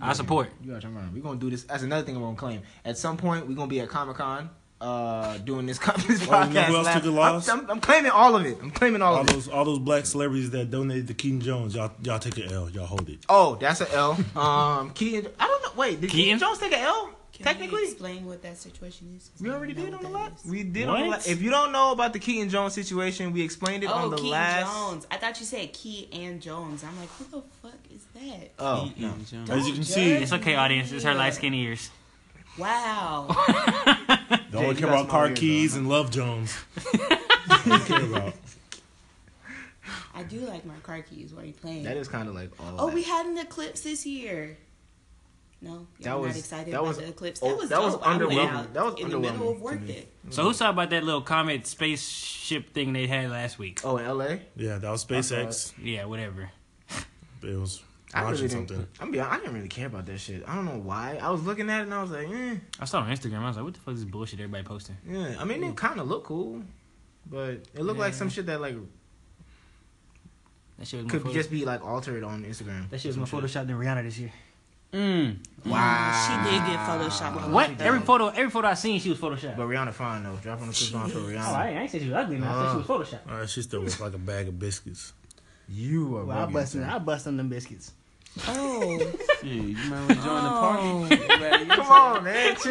[SPEAKER 5] I support.
[SPEAKER 3] You gotta turn around. We're gonna do this. That's another thing I'm gonna claim. At some point, we're gonna be at Comic Con uh, doing this, [laughs] con- this
[SPEAKER 7] Oh,
[SPEAKER 3] podcast.
[SPEAKER 7] you know who else
[SPEAKER 3] live.
[SPEAKER 7] took a loss?
[SPEAKER 3] I'm, I'm, I'm claiming all of it. I'm claiming all,
[SPEAKER 7] All
[SPEAKER 3] of it.
[SPEAKER 7] those all those black celebrities that donated to King Jones, y'all y'all take an L. Y'all hold it.
[SPEAKER 3] Oh, that's an L. [laughs] Um, Keaton. I don't know. Wait, did Keaton,
[SPEAKER 5] Keaton?
[SPEAKER 3] Jones take an L?
[SPEAKER 2] Can
[SPEAKER 3] Technically,
[SPEAKER 2] you explain what that situation is. 'Cause
[SPEAKER 3] we
[SPEAKER 2] I
[SPEAKER 3] already
[SPEAKER 2] don't
[SPEAKER 3] did
[SPEAKER 2] know
[SPEAKER 3] on the
[SPEAKER 2] what that
[SPEAKER 3] last.
[SPEAKER 2] is.
[SPEAKER 3] We did on the
[SPEAKER 5] What?
[SPEAKER 3] last. If you don't know about the Keaton Jones situation, we explained it
[SPEAKER 2] Oh,
[SPEAKER 3] on the
[SPEAKER 2] Key
[SPEAKER 3] last.
[SPEAKER 2] Jones. I thought you said Key and Jones. I'm like, who the fuck is that?
[SPEAKER 3] Oh,
[SPEAKER 6] He
[SPEAKER 3] no.
[SPEAKER 6] and Jones.
[SPEAKER 7] As you can
[SPEAKER 2] judge
[SPEAKER 7] see,
[SPEAKER 5] It's okay, audience. It's her light skin ears.
[SPEAKER 2] Wow.
[SPEAKER 3] [laughs]
[SPEAKER 7] they
[SPEAKER 3] Jay,
[SPEAKER 7] only
[SPEAKER 3] you got
[SPEAKER 7] care about
[SPEAKER 3] some
[SPEAKER 7] car
[SPEAKER 3] ideas,
[SPEAKER 7] keys
[SPEAKER 3] though.
[SPEAKER 7] and
[SPEAKER 3] [laughs]
[SPEAKER 7] Love Jones. That's what they care about.
[SPEAKER 2] I do like my car keys. What are you playing?
[SPEAKER 3] that is kind of like all.
[SPEAKER 2] oh,
[SPEAKER 3] that.
[SPEAKER 2] we had an eclipse this year. No,
[SPEAKER 3] That
[SPEAKER 2] y'all were
[SPEAKER 3] was-
[SPEAKER 2] not excited
[SPEAKER 3] that
[SPEAKER 2] about
[SPEAKER 3] was-
[SPEAKER 2] the eclipse.
[SPEAKER 3] oh,
[SPEAKER 2] That was
[SPEAKER 3] that was
[SPEAKER 2] dope. I went
[SPEAKER 3] underwhelming.
[SPEAKER 2] out
[SPEAKER 3] That was
[SPEAKER 2] in the middle
[SPEAKER 3] underwhelming
[SPEAKER 2] of
[SPEAKER 3] to
[SPEAKER 2] work
[SPEAKER 3] me.
[SPEAKER 2] day.
[SPEAKER 5] So who saw about that little comet spaceship thing they had last week?
[SPEAKER 3] Oh, in L.A.
[SPEAKER 7] Yeah, that was SpaceX.
[SPEAKER 5] Yeah, whatever.
[SPEAKER 7] It was
[SPEAKER 3] I
[SPEAKER 7] watching
[SPEAKER 3] really didn't.
[SPEAKER 7] something.
[SPEAKER 3] I'm be. I didn't really care about that shit. I don't know why. I was looking at it and I was like, eh.
[SPEAKER 5] I saw it on Instagram. I was like, what the fuck is this bullshit everybody posting?
[SPEAKER 3] Yeah, I mean it kind of looked cool, but it looked like some shit that like
[SPEAKER 5] That shit was
[SPEAKER 3] could
[SPEAKER 5] more photo-
[SPEAKER 3] just be like altered on Instagram.
[SPEAKER 5] That shit was
[SPEAKER 3] Some
[SPEAKER 5] more photoshopped than Rihanna this year.
[SPEAKER 3] Wow.
[SPEAKER 2] She did get photoshopped. on
[SPEAKER 5] What?
[SPEAKER 2] that.
[SPEAKER 5] Every photo, every photo I seen, she was photoshopped.
[SPEAKER 3] But Rihanna fine though. Drop on the clip on for
[SPEAKER 5] Oh, I
[SPEAKER 3] Rihanna.
[SPEAKER 5] ain't, I ain't say she was ugly, man. I said she was photoshopped.
[SPEAKER 7] All right, Uh, she still looks like a bag of biscuits.
[SPEAKER 3] You are.
[SPEAKER 8] Well, I
[SPEAKER 3] rugged,
[SPEAKER 8] bust them,
[SPEAKER 3] sir.
[SPEAKER 8] I bust them, them biscuits.
[SPEAKER 3] [laughs]
[SPEAKER 2] Oh,
[SPEAKER 6] Shit, you might want to join
[SPEAKER 3] Oh.
[SPEAKER 6] the party.
[SPEAKER 3] Come on, man. Chill. [laughs]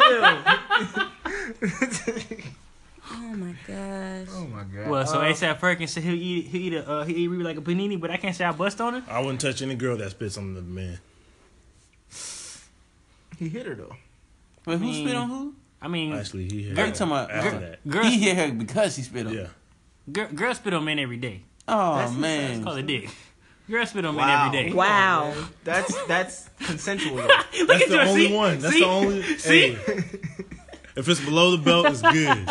[SPEAKER 3] oh
[SPEAKER 2] oh my gosh.
[SPEAKER 3] my god.
[SPEAKER 5] Well, so
[SPEAKER 3] Uh,
[SPEAKER 5] ASAP Perkins said he'll eat, he'll eat a, uh, he'll eat Riri like a panini, but I can't say I bust on her.
[SPEAKER 7] I wouldn't touch any girl that spits on the man.
[SPEAKER 3] he hit her though.
[SPEAKER 6] Wait, who
[SPEAKER 5] mean-
[SPEAKER 6] spit on who?
[SPEAKER 5] I mean,
[SPEAKER 7] Actually, he hit
[SPEAKER 6] Are
[SPEAKER 7] her
[SPEAKER 6] you talking about
[SPEAKER 7] after
[SPEAKER 6] girl-
[SPEAKER 7] that.
[SPEAKER 5] girl,
[SPEAKER 6] He hit her because he spit on.
[SPEAKER 7] Yeah,
[SPEAKER 5] girl, girl spit on men every day.
[SPEAKER 6] Oh
[SPEAKER 5] It's called
[SPEAKER 6] man.
[SPEAKER 5] a dick. Girl spit on men every day.
[SPEAKER 2] Wow.
[SPEAKER 3] That's that's consensual. Though.
[SPEAKER 5] Look
[SPEAKER 7] that's
[SPEAKER 5] at
[SPEAKER 7] the
[SPEAKER 5] your
[SPEAKER 7] only
[SPEAKER 5] see?
[SPEAKER 7] one. That's
[SPEAKER 5] See?
[SPEAKER 7] the only.
[SPEAKER 5] See?
[SPEAKER 7] Hey, if it's below the belt, it's good.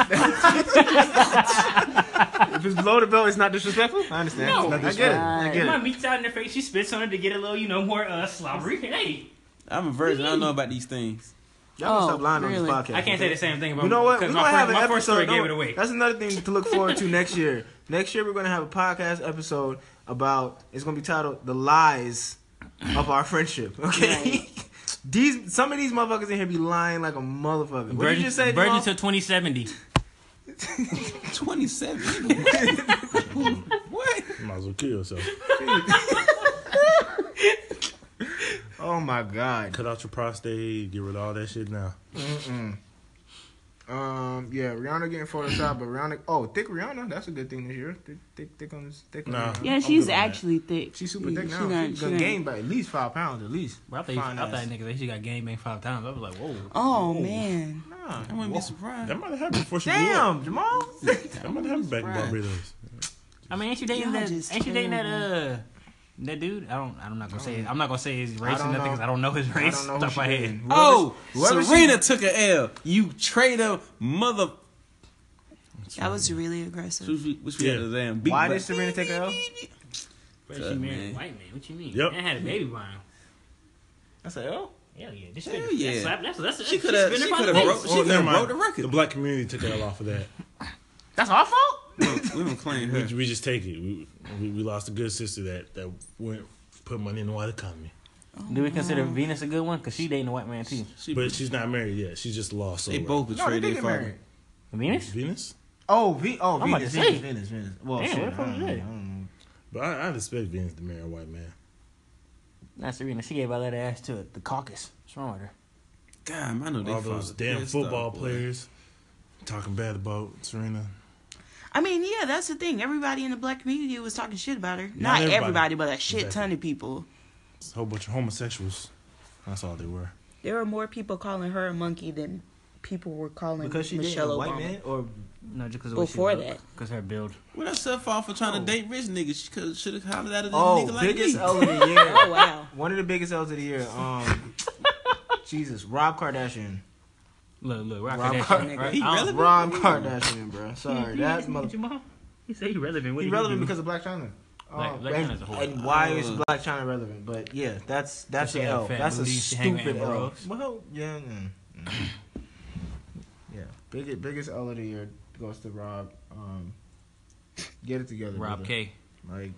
[SPEAKER 3] if it's below the belt, it's not disrespectful. I understand.
[SPEAKER 5] No,
[SPEAKER 3] I get it. I
[SPEAKER 5] My
[SPEAKER 3] get it.
[SPEAKER 5] meat's out in her face. She spits on it to get a little, you know, more uh, slobbery. Hey,
[SPEAKER 6] I'm a virgin. I don't know about these things.
[SPEAKER 3] Y'all gonna
[SPEAKER 2] Oh,
[SPEAKER 3] stop lying
[SPEAKER 2] really?
[SPEAKER 3] on this podcast.
[SPEAKER 5] I can't say the same thing about.
[SPEAKER 3] You know what? We're
[SPEAKER 5] Because
[SPEAKER 3] gonna
[SPEAKER 5] my, first-
[SPEAKER 3] have an
[SPEAKER 5] my
[SPEAKER 3] episode.
[SPEAKER 5] first story
[SPEAKER 3] don't-
[SPEAKER 5] gave it away.
[SPEAKER 3] That's another thing to look forward to next year. Next year we're gonna have a podcast episode about. It's gonna be titled "The Lies of Our Friendship." [laughs] Okay. These some of these motherfuckers in here be lying like a motherfucker. What did you just say?
[SPEAKER 5] Virgin
[SPEAKER 3] Jamal?
[SPEAKER 5] till 2070.
[SPEAKER 6] 27. what?
[SPEAKER 7] Might as well kill yourself.
[SPEAKER 3] oh my god.
[SPEAKER 7] Cut out your prostate. Get rid of all that shit now.
[SPEAKER 3] Mm-mm. Um. Yeah. Rihanna getting photoshopped, but Rihanna. Oh, thick Rihanna. That's a good thing this year. Thick, thick, thick on this. Thick on
[SPEAKER 7] Nah.
[SPEAKER 3] this-
[SPEAKER 7] Yeah,
[SPEAKER 3] I'm
[SPEAKER 7] she's
[SPEAKER 3] good on that.
[SPEAKER 8] thick.
[SPEAKER 3] She's super
[SPEAKER 8] She-
[SPEAKER 3] thick
[SPEAKER 8] she
[SPEAKER 3] now.
[SPEAKER 8] not-
[SPEAKER 3] She's
[SPEAKER 8] she
[SPEAKER 3] gonna
[SPEAKER 8] not-
[SPEAKER 3] gain by at least five pounds, at least.
[SPEAKER 5] Bro, I thought, you, I
[SPEAKER 3] Fine
[SPEAKER 5] thought
[SPEAKER 3] ass.
[SPEAKER 5] niggas that she got gang banged five times. I was like, whoa.
[SPEAKER 2] Oh man.
[SPEAKER 3] Nah.
[SPEAKER 6] I wouldn't be
[SPEAKER 7] That
[SPEAKER 6] surprised.
[SPEAKER 7] might have happened before she blew up.
[SPEAKER 3] Damn, Jamal.
[SPEAKER 7] That might have happened back in
[SPEAKER 6] Surprised.
[SPEAKER 7] Barbados.
[SPEAKER 5] I mean, ain't you dating
[SPEAKER 8] Y'all
[SPEAKER 5] that?
[SPEAKER 8] just
[SPEAKER 5] Ain't you dating that?
[SPEAKER 8] terrible.
[SPEAKER 5] Uh, that dude. I don't. I'm not gonna say. His, I'm not gonna say his race
[SPEAKER 3] don't
[SPEAKER 5] or nothing.
[SPEAKER 3] know.
[SPEAKER 5] Cause I don't know his race.
[SPEAKER 3] I don't know who
[SPEAKER 5] Top of
[SPEAKER 3] she
[SPEAKER 5] my
[SPEAKER 3] is.
[SPEAKER 5] head.
[SPEAKER 6] Oh,
[SPEAKER 3] whoever she-
[SPEAKER 6] Serena took a L. You traitor, mother.
[SPEAKER 2] That was really aggressive.
[SPEAKER 6] Which we, which we had
[SPEAKER 7] Yeah.
[SPEAKER 6] a damn beat.
[SPEAKER 3] Why
[SPEAKER 6] but-
[SPEAKER 3] did Serena take a L?
[SPEAKER 5] Bro,
[SPEAKER 6] Tough,
[SPEAKER 5] she married
[SPEAKER 6] man.
[SPEAKER 5] a white man. What you mean?
[SPEAKER 7] Yep.
[SPEAKER 5] Man had a baby by him.
[SPEAKER 6] I said, oh,
[SPEAKER 5] Hell yeah. This
[SPEAKER 6] Hell
[SPEAKER 5] shit-
[SPEAKER 6] yeah.
[SPEAKER 5] That's, slap- that's, that's, that's,
[SPEAKER 6] she could have, she could have broke, she
[SPEAKER 7] Oh,
[SPEAKER 6] could
[SPEAKER 7] never
[SPEAKER 6] have
[SPEAKER 7] mind.
[SPEAKER 6] broke the
[SPEAKER 7] The
[SPEAKER 6] record.
[SPEAKER 7] black community took that off of that.
[SPEAKER 5] That's our fault?
[SPEAKER 6] We don't claim [laughs] her.
[SPEAKER 7] We, we just take it. We, we, we lost a good sister that that went put money in the white economy,
[SPEAKER 5] Do we consider Venus a good one? Because she dating a white man too.
[SPEAKER 6] She,
[SPEAKER 7] but she's not married yet. She's just lost.
[SPEAKER 6] they
[SPEAKER 7] over.
[SPEAKER 6] both
[SPEAKER 3] No, they
[SPEAKER 6] betrayed
[SPEAKER 3] did
[SPEAKER 6] their
[SPEAKER 3] get
[SPEAKER 6] father.
[SPEAKER 3] married.
[SPEAKER 5] Venus?
[SPEAKER 7] Venus.
[SPEAKER 3] Oh, v- oh,
[SPEAKER 5] I'm about
[SPEAKER 3] Venus,
[SPEAKER 5] to
[SPEAKER 3] Venus,
[SPEAKER 5] say.
[SPEAKER 3] Venus, Venus. Well,
[SPEAKER 5] Damn,
[SPEAKER 3] shit,
[SPEAKER 5] what the fuck
[SPEAKER 3] I
[SPEAKER 5] is
[SPEAKER 3] don't-
[SPEAKER 5] that?
[SPEAKER 3] I don't know.
[SPEAKER 7] But I, I'd expect Venus to marry a white man.
[SPEAKER 5] Not Serena. She gave all that ass to the caucus. What's wrong with her?
[SPEAKER 6] Damn, I know they
[SPEAKER 7] All those
[SPEAKER 6] father
[SPEAKER 7] damn
[SPEAKER 6] pissed
[SPEAKER 7] football
[SPEAKER 6] off, boy.
[SPEAKER 7] players talking bad about Serena.
[SPEAKER 2] I mean, yeah, that's the thing. Everybody in the black community was talking shit about her. Not,
[SPEAKER 7] everybody.
[SPEAKER 2] everybody. but a shit
[SPEAKER 7] Exactly.
[SPEAKER 2] ton of people.
[SPEAKER 7] It's a whole bunch of homosexuals. That's all they were.
[SPEAKER 2] There were more people calling her a monkey than people were calling
[SPEAKER 3] Because she dated
[SPEAKER 2] Michelle
[SPEAKER 3] a white
[SPEAKER 2] Obama.
[SPEAKER 3] man, or
[SPEAKER 5] No, just because
[SPEAKER 2] Before that.
[SPEAKER 5] Because her build.
[SPEAKER 6] What I set fall for trying to date rich niggas? She could should have hollered at a
[SPEAKER 3] oh,
[SPEAKER 6] nigga like
[SPEAKER 2] [laughs]
[SPEAKER 3] biggest
[SPEAKER 6] me.
[SPEAKER 3] L of the year.
[SPEAKER 2] Oh wow.
[SPEAKER 3] One of the biggest L's of the year.
[SPEAKER 5] [laughs]
[SPEAKER 3] Um, Jesus, Rob Kardashian.
[SPEAKER 5] Look, look, rock
[SPEAKER 3] Rob
[SPEAKER 5] that
[SPEAKER 3] Kardashian.
[SPEAKER 5] shit.
[SPEAKER 3] Right?
[SPEAKER 6] He relevant?
[SPEAKER 3] Rob Kardashian, bro. Sorry, that mother.
[SPEAKER 5] Jamal. He said he relevant. What
[SPEAKER 3] He
[SPEAKER 5] did
[SPEAKER 3] relevant
[SPEAKER 5] do?
[SPEAKER 3] because of Black China. Um,
[SPEAKER 5] Black- Black
[SPEAKER 3] and,
[SPEAKER 5] China's a whole-
[SPEAKER 3] and why is
[SPEAKER 6] Uh.
[SPEAKER 3] Black China relevant? But yeah, that's that's
[SPEAKER 5] She
[SPEAKER 3] an
[SPEAKER 5] had a
[SPEAKER 3] L.
[SPEAKER 5] fat
[SPEAKER 3] That's a
[SPEAKER 5] booty, she hang with
[SPEAKER 3] stupid
[SPEAKER 5] Amber
[SPEAKER 3] L.
[SPEAKER 5] Rose.
[SPEAKER 3] Well, yeah, yeah. mm. yeah. Biggest biggest L of the year goes to Rob. Um, get it together,
[SPEAKER 5] Rob
[SPEAKER 3] brother.
[SPEAKER 5] K.
[SPEAKER 3] Like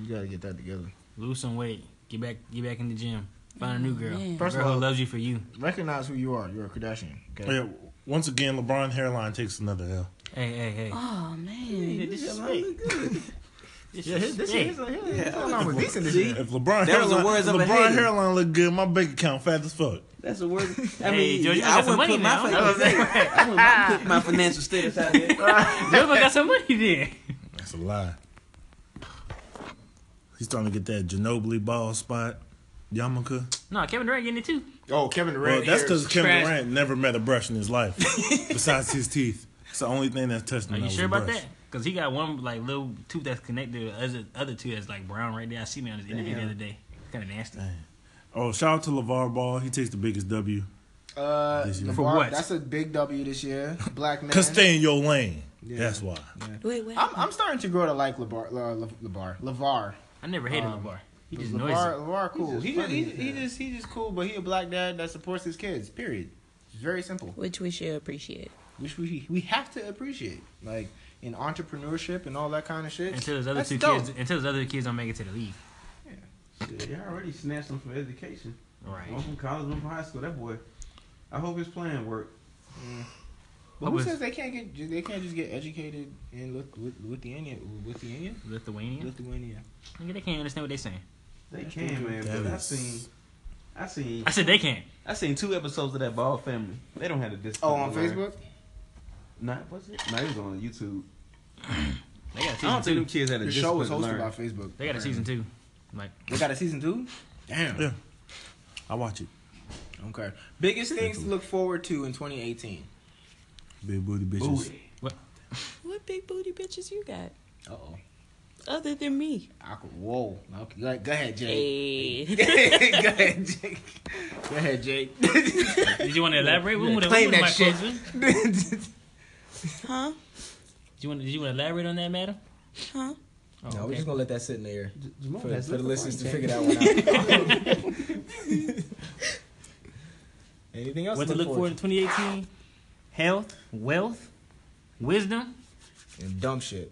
[SPEAKER 3] you gotta get that together.
[SPEAKER 5] Lose some weight. Get back. Get back in the gym. Find a new girl.
[SPEAKER 2] Oh, man.
[SPEAKER 5] A
[SPEAKER 3] First
[SPEAKER 5] girl
[SPEAKER 3] of all-
[SPEAKER 5] who loves you for you.
[SPEAKER 3] Recognize who you are. You're a Kardashian. Okay.
[SPEAKER 7] Oh, yeah. Once again, LeBron hairline takes another L.
[SPEAKER 5] Hey, hey, hey.
[SPEAKER 2] Oh
[SPEAKER 3] [laughs]
[SPEAKER 2] man.
[SPEAKER 5] this is [laughs]
[SPEAKER 3] Yeah, his, this shit is like, yeah, his hairline was decent this year.
[SPEAKER 7] If LeBron
[SPEAKER 6] That was the
[SPEAKER 7] hairline,
[SPEAKER 6] words
[SPEAKER 7] if
[SPEAKER 6] of a
[SPEAKER 7] LeBron
[SPEAKER 6] hater.
[SPEAKER 7] hairline look good, my bank account fat as fuck.
[SPEAKER 6] That's the [laughs] word. I
[SPEAKER 5] Hey,
[SPEAKER 6] mean,
[SPEAKER 5] Joe, you
[SPEAKER 6] I
[SPEAKER 5] got some
[SPEAKER 6] wouldn't put
[SPEAKER 5] money
[SPEAKER 6] my
[SPEAKER 5] now.
[SPEAKER 6] financial, I wouldn't [laughs] put my financial status out there.
[SPEAKER 5] Yoba got some money there.
[SPEAKER 7] That's a lie. He's starting to get that Ginobili ball spot. Yamaka.
[SPEAKER 5] No, Kevin Durant getting it too.
[SPEAKER 3] Oh, Kevin
[SPEAKER 7] Well,
[SPEAKER 3] Durant.
[SPEAKER 7] that's because Kevin
[SPEAKER 5] trash.
[SPEAKER 7] Durant never met a brush in his life, besides his teeth. It's the only thing that's touched him.
[SPEAKER 5] Are
[SPEAKER 7] that
[SPEAKER 5] you
[SPEAKER 7] was
[SPEAKER 5] sure
[SPEAKER 7] a
[SPEAKER 5] about
[SPEAKER 7] brush.
[SPEAKER 5] that? Because he got one like little tooth that's connected to the other, other two that's like brown right there. I seen it on his interview the other day. Kind of nasty.
[SPEAKER 7] Oh, shout out to LeVar Ball. He takes the biggest W.
[SPEAKER 3] Uh,
[SPEAKER 7] This year.
[SPEAKER 3] LeVar,
[SPEAKER 5] For what?
[SPEAKER 3] That's a big W this year. Black man.
[SPEAKER 7] Because stay in your lane.
[SPEAKER 3] Yeah.
[SPEAKER 7] That's why.
[SPEAKER 2] Wait, wait.
[SPEAKER 3] I'm, I'm starting to grow to like LeBar. uh, Le, Le, LeBar. LeVar.
[SPEAKER 5] I never hated
[SPEAKER 3] Um,
[SPEAKER 5] LeVar. He just noisy.
[SPEAKER 3] LeVar, LeVar cool. He just,
[SPEAKER 6] funny
[SPEAKER 3] he,
[SPEAKER 6] as
[SPEAKER 3] he
[SPEAKER 6] hell.
[SPEAKER 3] just he just cool, but he a black dad that supports his kids. Period. It's very simple.
[SPEAKER 2] Which we should appreciate.
[SPEAKER 3] Which we we have to appreciate, like in entrepreneurship and all that kind of shit.
[SPEAKER 5] Until his other
[SPEAKER 3] That's
[SPEAKER 5] two
[SPEAKER 3] dope.
[SPEAKER 5] kids, until his other kids don't make it to the league.
[SPEAKER 6] Shit, I already snatched him from education.
[SPEAKER 5] Right.
[SPEAKER 6] One from college, one from high school. That boy. I hope his plan worked.
[SPEAKER 3] But who
[SPEAKER 5] was-
[SPEAKER 3] says they can't get they can't just get educated in Lith- Lith- Lithuania? Lithuania?
[SPEAKER 5] Lithuania.
[SPEAKER 3] Lithuania.
[SPEAKER 5] Nigga, they can't understand what they saying.
[SPEAKER 6] They can, man. But I
[SPEAKER 7] That
[SPEAKER 6] seen,
[SPEAKER 7] is-
[SPEAKER 6] I seen,
[SPEAKER 5] I said they can't.
[SPEAKER 6] I seen two episodes of that Ball family. They don't have the discipline.
[SPEAKER 3] Oh, on
[SPEAKER 6] to learn.
[SPEAKER 3] Facebook.
[SPEAKER 6] Not was it? No, it was on YouTube.
[SPEAKER 5] They got a
[SPEAKER 6] I
[SPEAKER 5] season
[SPEAKER 6] don't think
[SPEAKER 5] two.
[SPEAKER 6] them kids had a
[SPEAKER 3] The
[SPEAKER 6] discipline
[SPEAKER 3] show was
[SPEAKER 6] to
[SPEAKER 3] hosted
[SPEAKER 6] learn.
[SPEAKER 3] by Facebook.
[SPEAKER 5] They got a season two. Like
[SPEAKER 3] They got a season two. Damn.
[SPEAKER 7] Yeah. I watch it.
[SPEAKER 3] Okay. Biggest things to look forward to in 2018.
[SPEAKER 7] Big booty bitches.
[SPEAKER 6] Booty.
[SPEAKER 2] What big booty bitches you got?
[SPEAKER 3] Uh oh.
[SPEAKER 2] Other than me.
[SPEAKER 3] Whoa. Okay. Go ahead- go ahead, Jake.
[SPEAKER 2] Hey.
[SPEAKER 3] [laughs] go ahead, Jake. Go ahead, Jake. [laughs]
[SPEAKER 5] Did you want to elaborate? We
[SPEAKER 3] Yeah,
[SPEAKER 5] moved
[SPEAKER 3] claim
[SPEAKER 5] we moved
[SPEAKER 3] that
[SPEAKER 5] my
[SPEAKER 3] shit.
[SPEAKER 5] closer. Did
[SPEAKER 2] [laughs] huh?
[SPEAKER 5] you want? Did you want to elaborate on that, madam?
[SPEAKER 2] Huh?
[SPEAKER 5] Oh,
[SPEAKER 3] no, we're
[SPEAKER 5] okay.
[SPEAKER 3] just gonna let that sit in the air
[SPEAKER 6] Jamal
[SPEAKER 3] for,
[SPEAKER 6] has
[SPEAKER 3] for the
[SPEAKER 6] lip
[SPEAKER 3] listeners to
[SPEAKER 6] lines,
[SPEAKER 3] figure that one out. [laughs] Anything else
[SPEAKER 5] What to look forward to 2018? Health, wealth, wisdom.
[SPEAKER 3] to? And dumb shit.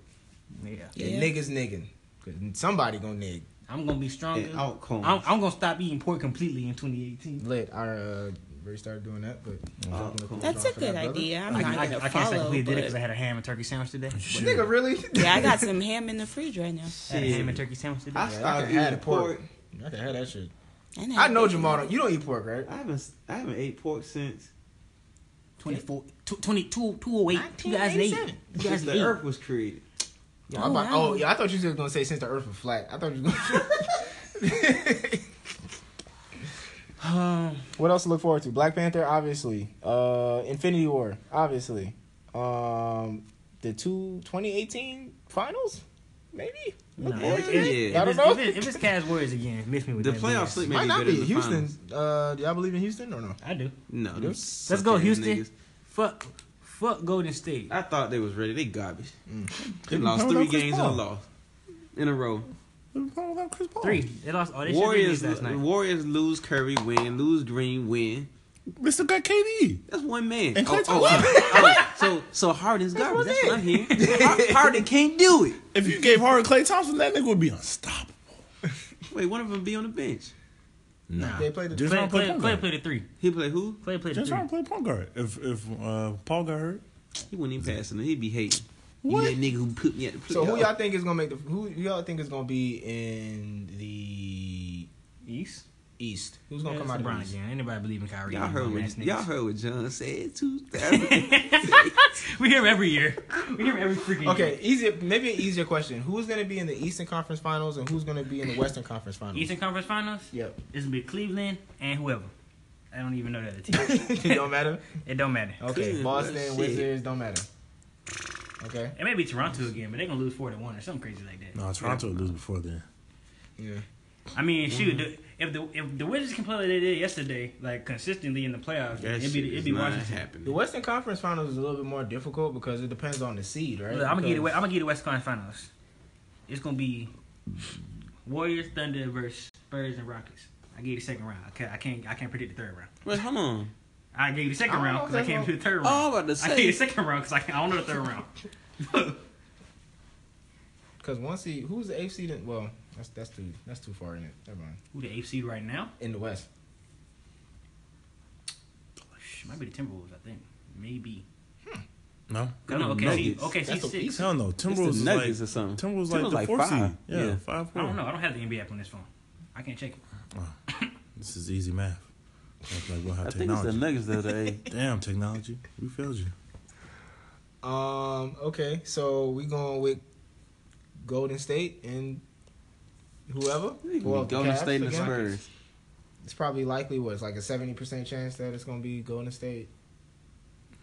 [SPEAKER 5] Yeah.
[SPEAKER 3] And
[SPEAKER 2] Yeah.
[SPEAKER 3] niggas nigging. 'Cause somebody gonna nig.
[SPEAKER 5] I'm gonna be stronger.
[SPEAKER 6] And outcomes.
[SPEAKER 5] I'm, I'm gonna stop eating pork completely in 2018.
[SPEAKER 3] Lit. I uh, already started doing that, but
[SPEAKER 6] Oh, cool.
[SPEAKER 2] That's a good idea. I'm not gonna
[SPEAKER 5] I, I can't say I
[SPEAKER 2] follow.
[SPEAKER 5] completely did it
[SPEAKER 2] but-
[SPEAKER 5] because I had a ham and turkey sandwich today.
[SPEAKER 3] Nigga, really?
[SPEAKER 2] yeah, I got some ham in the fridge right now.
[SPEAKER 5] I had a ham and turkey sandwich today.
[SPEAKER 6] I
[SPEAKER 3] Yeah, I
[SPEAKER 6] started
[SPEAKER 3] could have had
[SPEAKER 6] eating
[SPEAKER 3] pork.
[SPEAKER 6] pork.
[SPEAKER 3] I could have that shit.
[SPEAKER 2] And
[SPEAKER 3] I know Jamal. Don't, you don't eat pork, right?
[SPEAKER 6] I haven't, I haven't ate pork since
[SPEAKER 5] 24, tw- 20, 208, 2008.
[SPEAKER 3] 1987.
[SPEAKER 6] since the
[SPEAKER 5] 2008.
[SPEAKER 6] earth was created.
[SPEAKER 3] Yeah, I'm
[SPEAKER 2] Oh,
[SPEAKER 3] about-
[SPEAKER 2] wow.
[SPEAKER 3] oh, yeah. I thought you was gonna say since the Earth was flat. I thought you was gonna. [laughs]
[SPEAKER 5] Um,
[SPEAKER 3] what else to look forward to? Black Panther, obviously. Uh, Infinity War, obviously. Um, the two 2018 finals, maybe.
[SPEAKER 5] no,
[SPEAKER 3] Yeah,
[SPEAKER 5] if, if, if,
[SPEAKER 6] yeah.
[SPEAKER 3] I don't
[SPEAKER 5] it's,
[SPEAKER 3] know.
[SPEAKER 5] if, it, if it's Cavs Warriors again, miss me with
[SPEAKER 6] The
[SPEAKER 5] that
[SPEAKER 6] playoff
[SPEAKER 5] BS.
[SPEAKER 6] sleep may
[SPEAKER 3] Might
[SPEAKER 6] be
[SPEAKER 3] not
[SPEAKER 6] better
[SPEAKER 3] be
[SPEAKER 6] than the
[SPEAKER 3] Houston.
[SPEAKER 6] finals.
[SPEAKER 3] Uh, do y'all believe in Houston or no?
[SPEAKER 5] I do.
[SPEAKER 6] No, them
[SPEAKER 5] Let's go,
[SPEAKER 6] suck-ass
[SPEAKER 5] Houston.
[SPEAKER 6] niggas.
[SPEAKER 5] Fuck, fuck Golden State.
[SPEAKER 3] Mm.
[SPEAKER 6] I thought they was ready. They garbage. They
[SPEAKER 7] They
[SPEAKER 6] lost
[SPEAKER 7] coming
[SPEAKER 6] three
[SPEAKER 7] up Chris
[SPEAKER 6] games in
[SPEAKER 7] Paul.
[SPEAKER 6] a loss in a row.
[SPEAKER 7] What's wrong without Chris Paul?
[SPEAKER 5] Three. They lost all their Warriors
[SPEAKER 4] Warriors,
[SPEAKER 5] last night.
[SPEAKER 4] Warriors lose Curry, win, lose Green, win.
[SPEAKER 7] They still got KD.
[SPEAKER 4] That's one man.
[SPEAKER 7] And Clay Thompson.
[SPEAKER 4] oh, oh, so so Harden's garbage. That's what I'm hearing. [laughs] Har- Harden can't do it.
[SPEAKER 7] [laughs] If you gave Harden Clay Thompson, that nigga would be unstoppable.
[SPEAKER 4] Wait, one of them be on the bench.
[SPEAKER 7] Nah.
[SPEAKER 3] They played the-
[SPEAKER 7] James
[SPEAKER 5] Clay,
[SPEAKER 7] Harden played
[SPEAKER 5] Clay,
[SPEAKER 7] point
[SPEAKER 5] Clay
[SPEAKER 7] guard.
[SPEAKER 5] played a three.
[SPEAKER 4] He play who?
[SPEAKER 5] Clay played a
[SPEAKER 7] James
[SPEAKER 5] three.
[SPEAKER 7] Harden played point guard. If if uh, Paul got hurt,
[SPEAKER 4] He wouldn't even pass him. He'd be hating.
[SPEAKER 7] What?
[SPEAKER 4] You that nigga who put me at the play.
[SPEAKER 3] So who y'all think is gonna make the who y'all think is gonna be in the
[SPEAKER 5] East.
[SPEAKER 3] East? Who's gonna
[SPEAKER 5] Yeah,
[SPEAKER 3] come
[SPEAKER 5] it's
[SPEAKER 3] out of the
[SPEAKER 5] LeBron
[SPEAKER 3] East?
[SPEAKER 5] again. Ain't nobody believe in Kyrie.
[SPEAKER 4] Y'all heard
[SPEAKER 5] bum-ass
[SPEAKER 4] what
[SPEAKER 5] niggas.
[SPEAKER 4] y'all heard what John said. [laughs] Two thousand.
[SPEAKER 5] [laughs] We hear him every year. We hear him every freaking
[SPEAKER 3] Okay,
[SPEAKER 5] year.
[SPEAKER 3] easier maybe an easier question. Who's gonna be in the Eastern Conference Finals and who's gonna be in the Western Conference Finals?
[SPEAKER 5] Eastern Conference Finals.
[SPEAKER 3] Yep.
[SPEAKER 5] It's gonna be Cleveland and whoever. I don't even know the other
[SPEAKER 4] [laughs]
[SPEAKER 5] team.
[SPEAKER 3] [laughs] it don't matter.
[SPEAKER 5] it don't matter.
[SPEAKER 3] Okay,
[SPEAKER 4] Cleveland,
[SPEAKER 3] Boston
[SPEAKER 4] shit.
[SPEAKER 3] Wizards don't matter. Okay.
[SPEAKER 5] It may be Toronto again, but they're gonna lose four to one or something crazy like that.
[SPEAKER 7] no, Toronto would lose before then.
[SPEAKER 3] Yeah.
[SPEAKER 5] I mean,
[SPEAKER 4] Mm-hmm.
[SPEAKER 5] shoot, the, if the if the Wizards can play like they did yesterday, like consistently in the playoffs,
[SPEAKER 4] That
[SPEAKER 5] it'd
[SPEAKER 4] shit
[SPEAKER 5] be
[SPEAKER 4] is
[SPEAKER 5] it'd be
[SPEAKER 4] not
[SPEAKER 5] Washington.
[SPEAKER 3] The
[SPEAKER 4] happening.
[SPEAKER 3] Western Conference Finals is a little bit more difficult because it depends on the seed, right?
[SPEAKER 5] Look, I'm gonna get
[SPEAKER 3] Because-
[SPEAKER 5] the I'm gonna get the West Conference Finals. It's gonna be Warriors, Thunder versus Spurs and Rockets. I gave you the second round. Okay, I can't I can't predict the third round.
[SPEAKER 4] Wait, hold on.
[SPEAKER 5] I gave you the
[SPEAKER 3] I
[SPEAKER 5] second
[SPEAKER 3] don't know
[SPEAKER 5] round
[SPEAKER 3] if
[SPEAKER 5] because I
[SPEAKER 3] that's
[SPEAKER 5] can't
[SPEAKER 3] wrong.
[SPEAKER 5] do the third round.
[SPEAKER 4] Oh, I'm about to
[SPEAKER 5] I gave you the
[SPEAKER 4] say.
[SPEAKER 5] second round because I, can't- I don't know the third round. [laughs]
[SPEAKER 3] Because once he, who's the eighth seed? In, well, that's that's too that's too far in it. Never mind.
[SPEAKER 5] Who the eighth seed right now?
[SPEAKER 3] In the West,
[SPEAKER 5] Shh, Might be the Timberwolves, I think. Maybe.
[SPEAKER 7] No,
[SPEAKER 5] I don't know.
[SPEAKER 4] Nuggets.
[SPEAKER 5] Okay, see, okay,
[SPEAKER 3] That's the
[SPEAKER 5] six.
[SPEAKER 7] hell no.
[SPEAKER 4] It's
[SPEAKER 7] Timberwolves
[SPEAKER 4] the
[SPEAKER 7] is like
[SPEAKER 4] Nuggets or something.
[SPEAKER 7] Timberwolves like
[SPEAKER 4] Timberwolves
[SPEAKER 7] the
[SPEAKER 4] like
[SPEAKER 7] fourth
[SPEAKER 4] five.
[SPEAKER 7] seed. Yeah,
[SPEAKER 4] Yeah.
[SPEAKER 7] five
[SPEAKER 5] I
[SPEAKER 7] four.
[SPEAKER 5] don't know. I don't have the NBA app on this phone. I can't check it.
[SPEAKER 7] This is easy math. That's like we'll have
[SPEAKER 4] I think it's
[SPEAKER 7] technology.
[SPEAKER 4] the Nuggets the other [laughs] day.
[SPEAKER 7] Damn technology, we failed you.
[SPEAKER 3] Um. Okay. So we going with Golden State and whoever. Well,
[SPEAKER 4] Golden
[SPEAKER 3] Cavs
[SPEAKER 4] State and the
[SPEAKER 3] again.
[SPEAKER 4] Spurs.
[SPEAKER 3] It's probably likely what it's like a seventy percent chance that it's gonna be Golden State.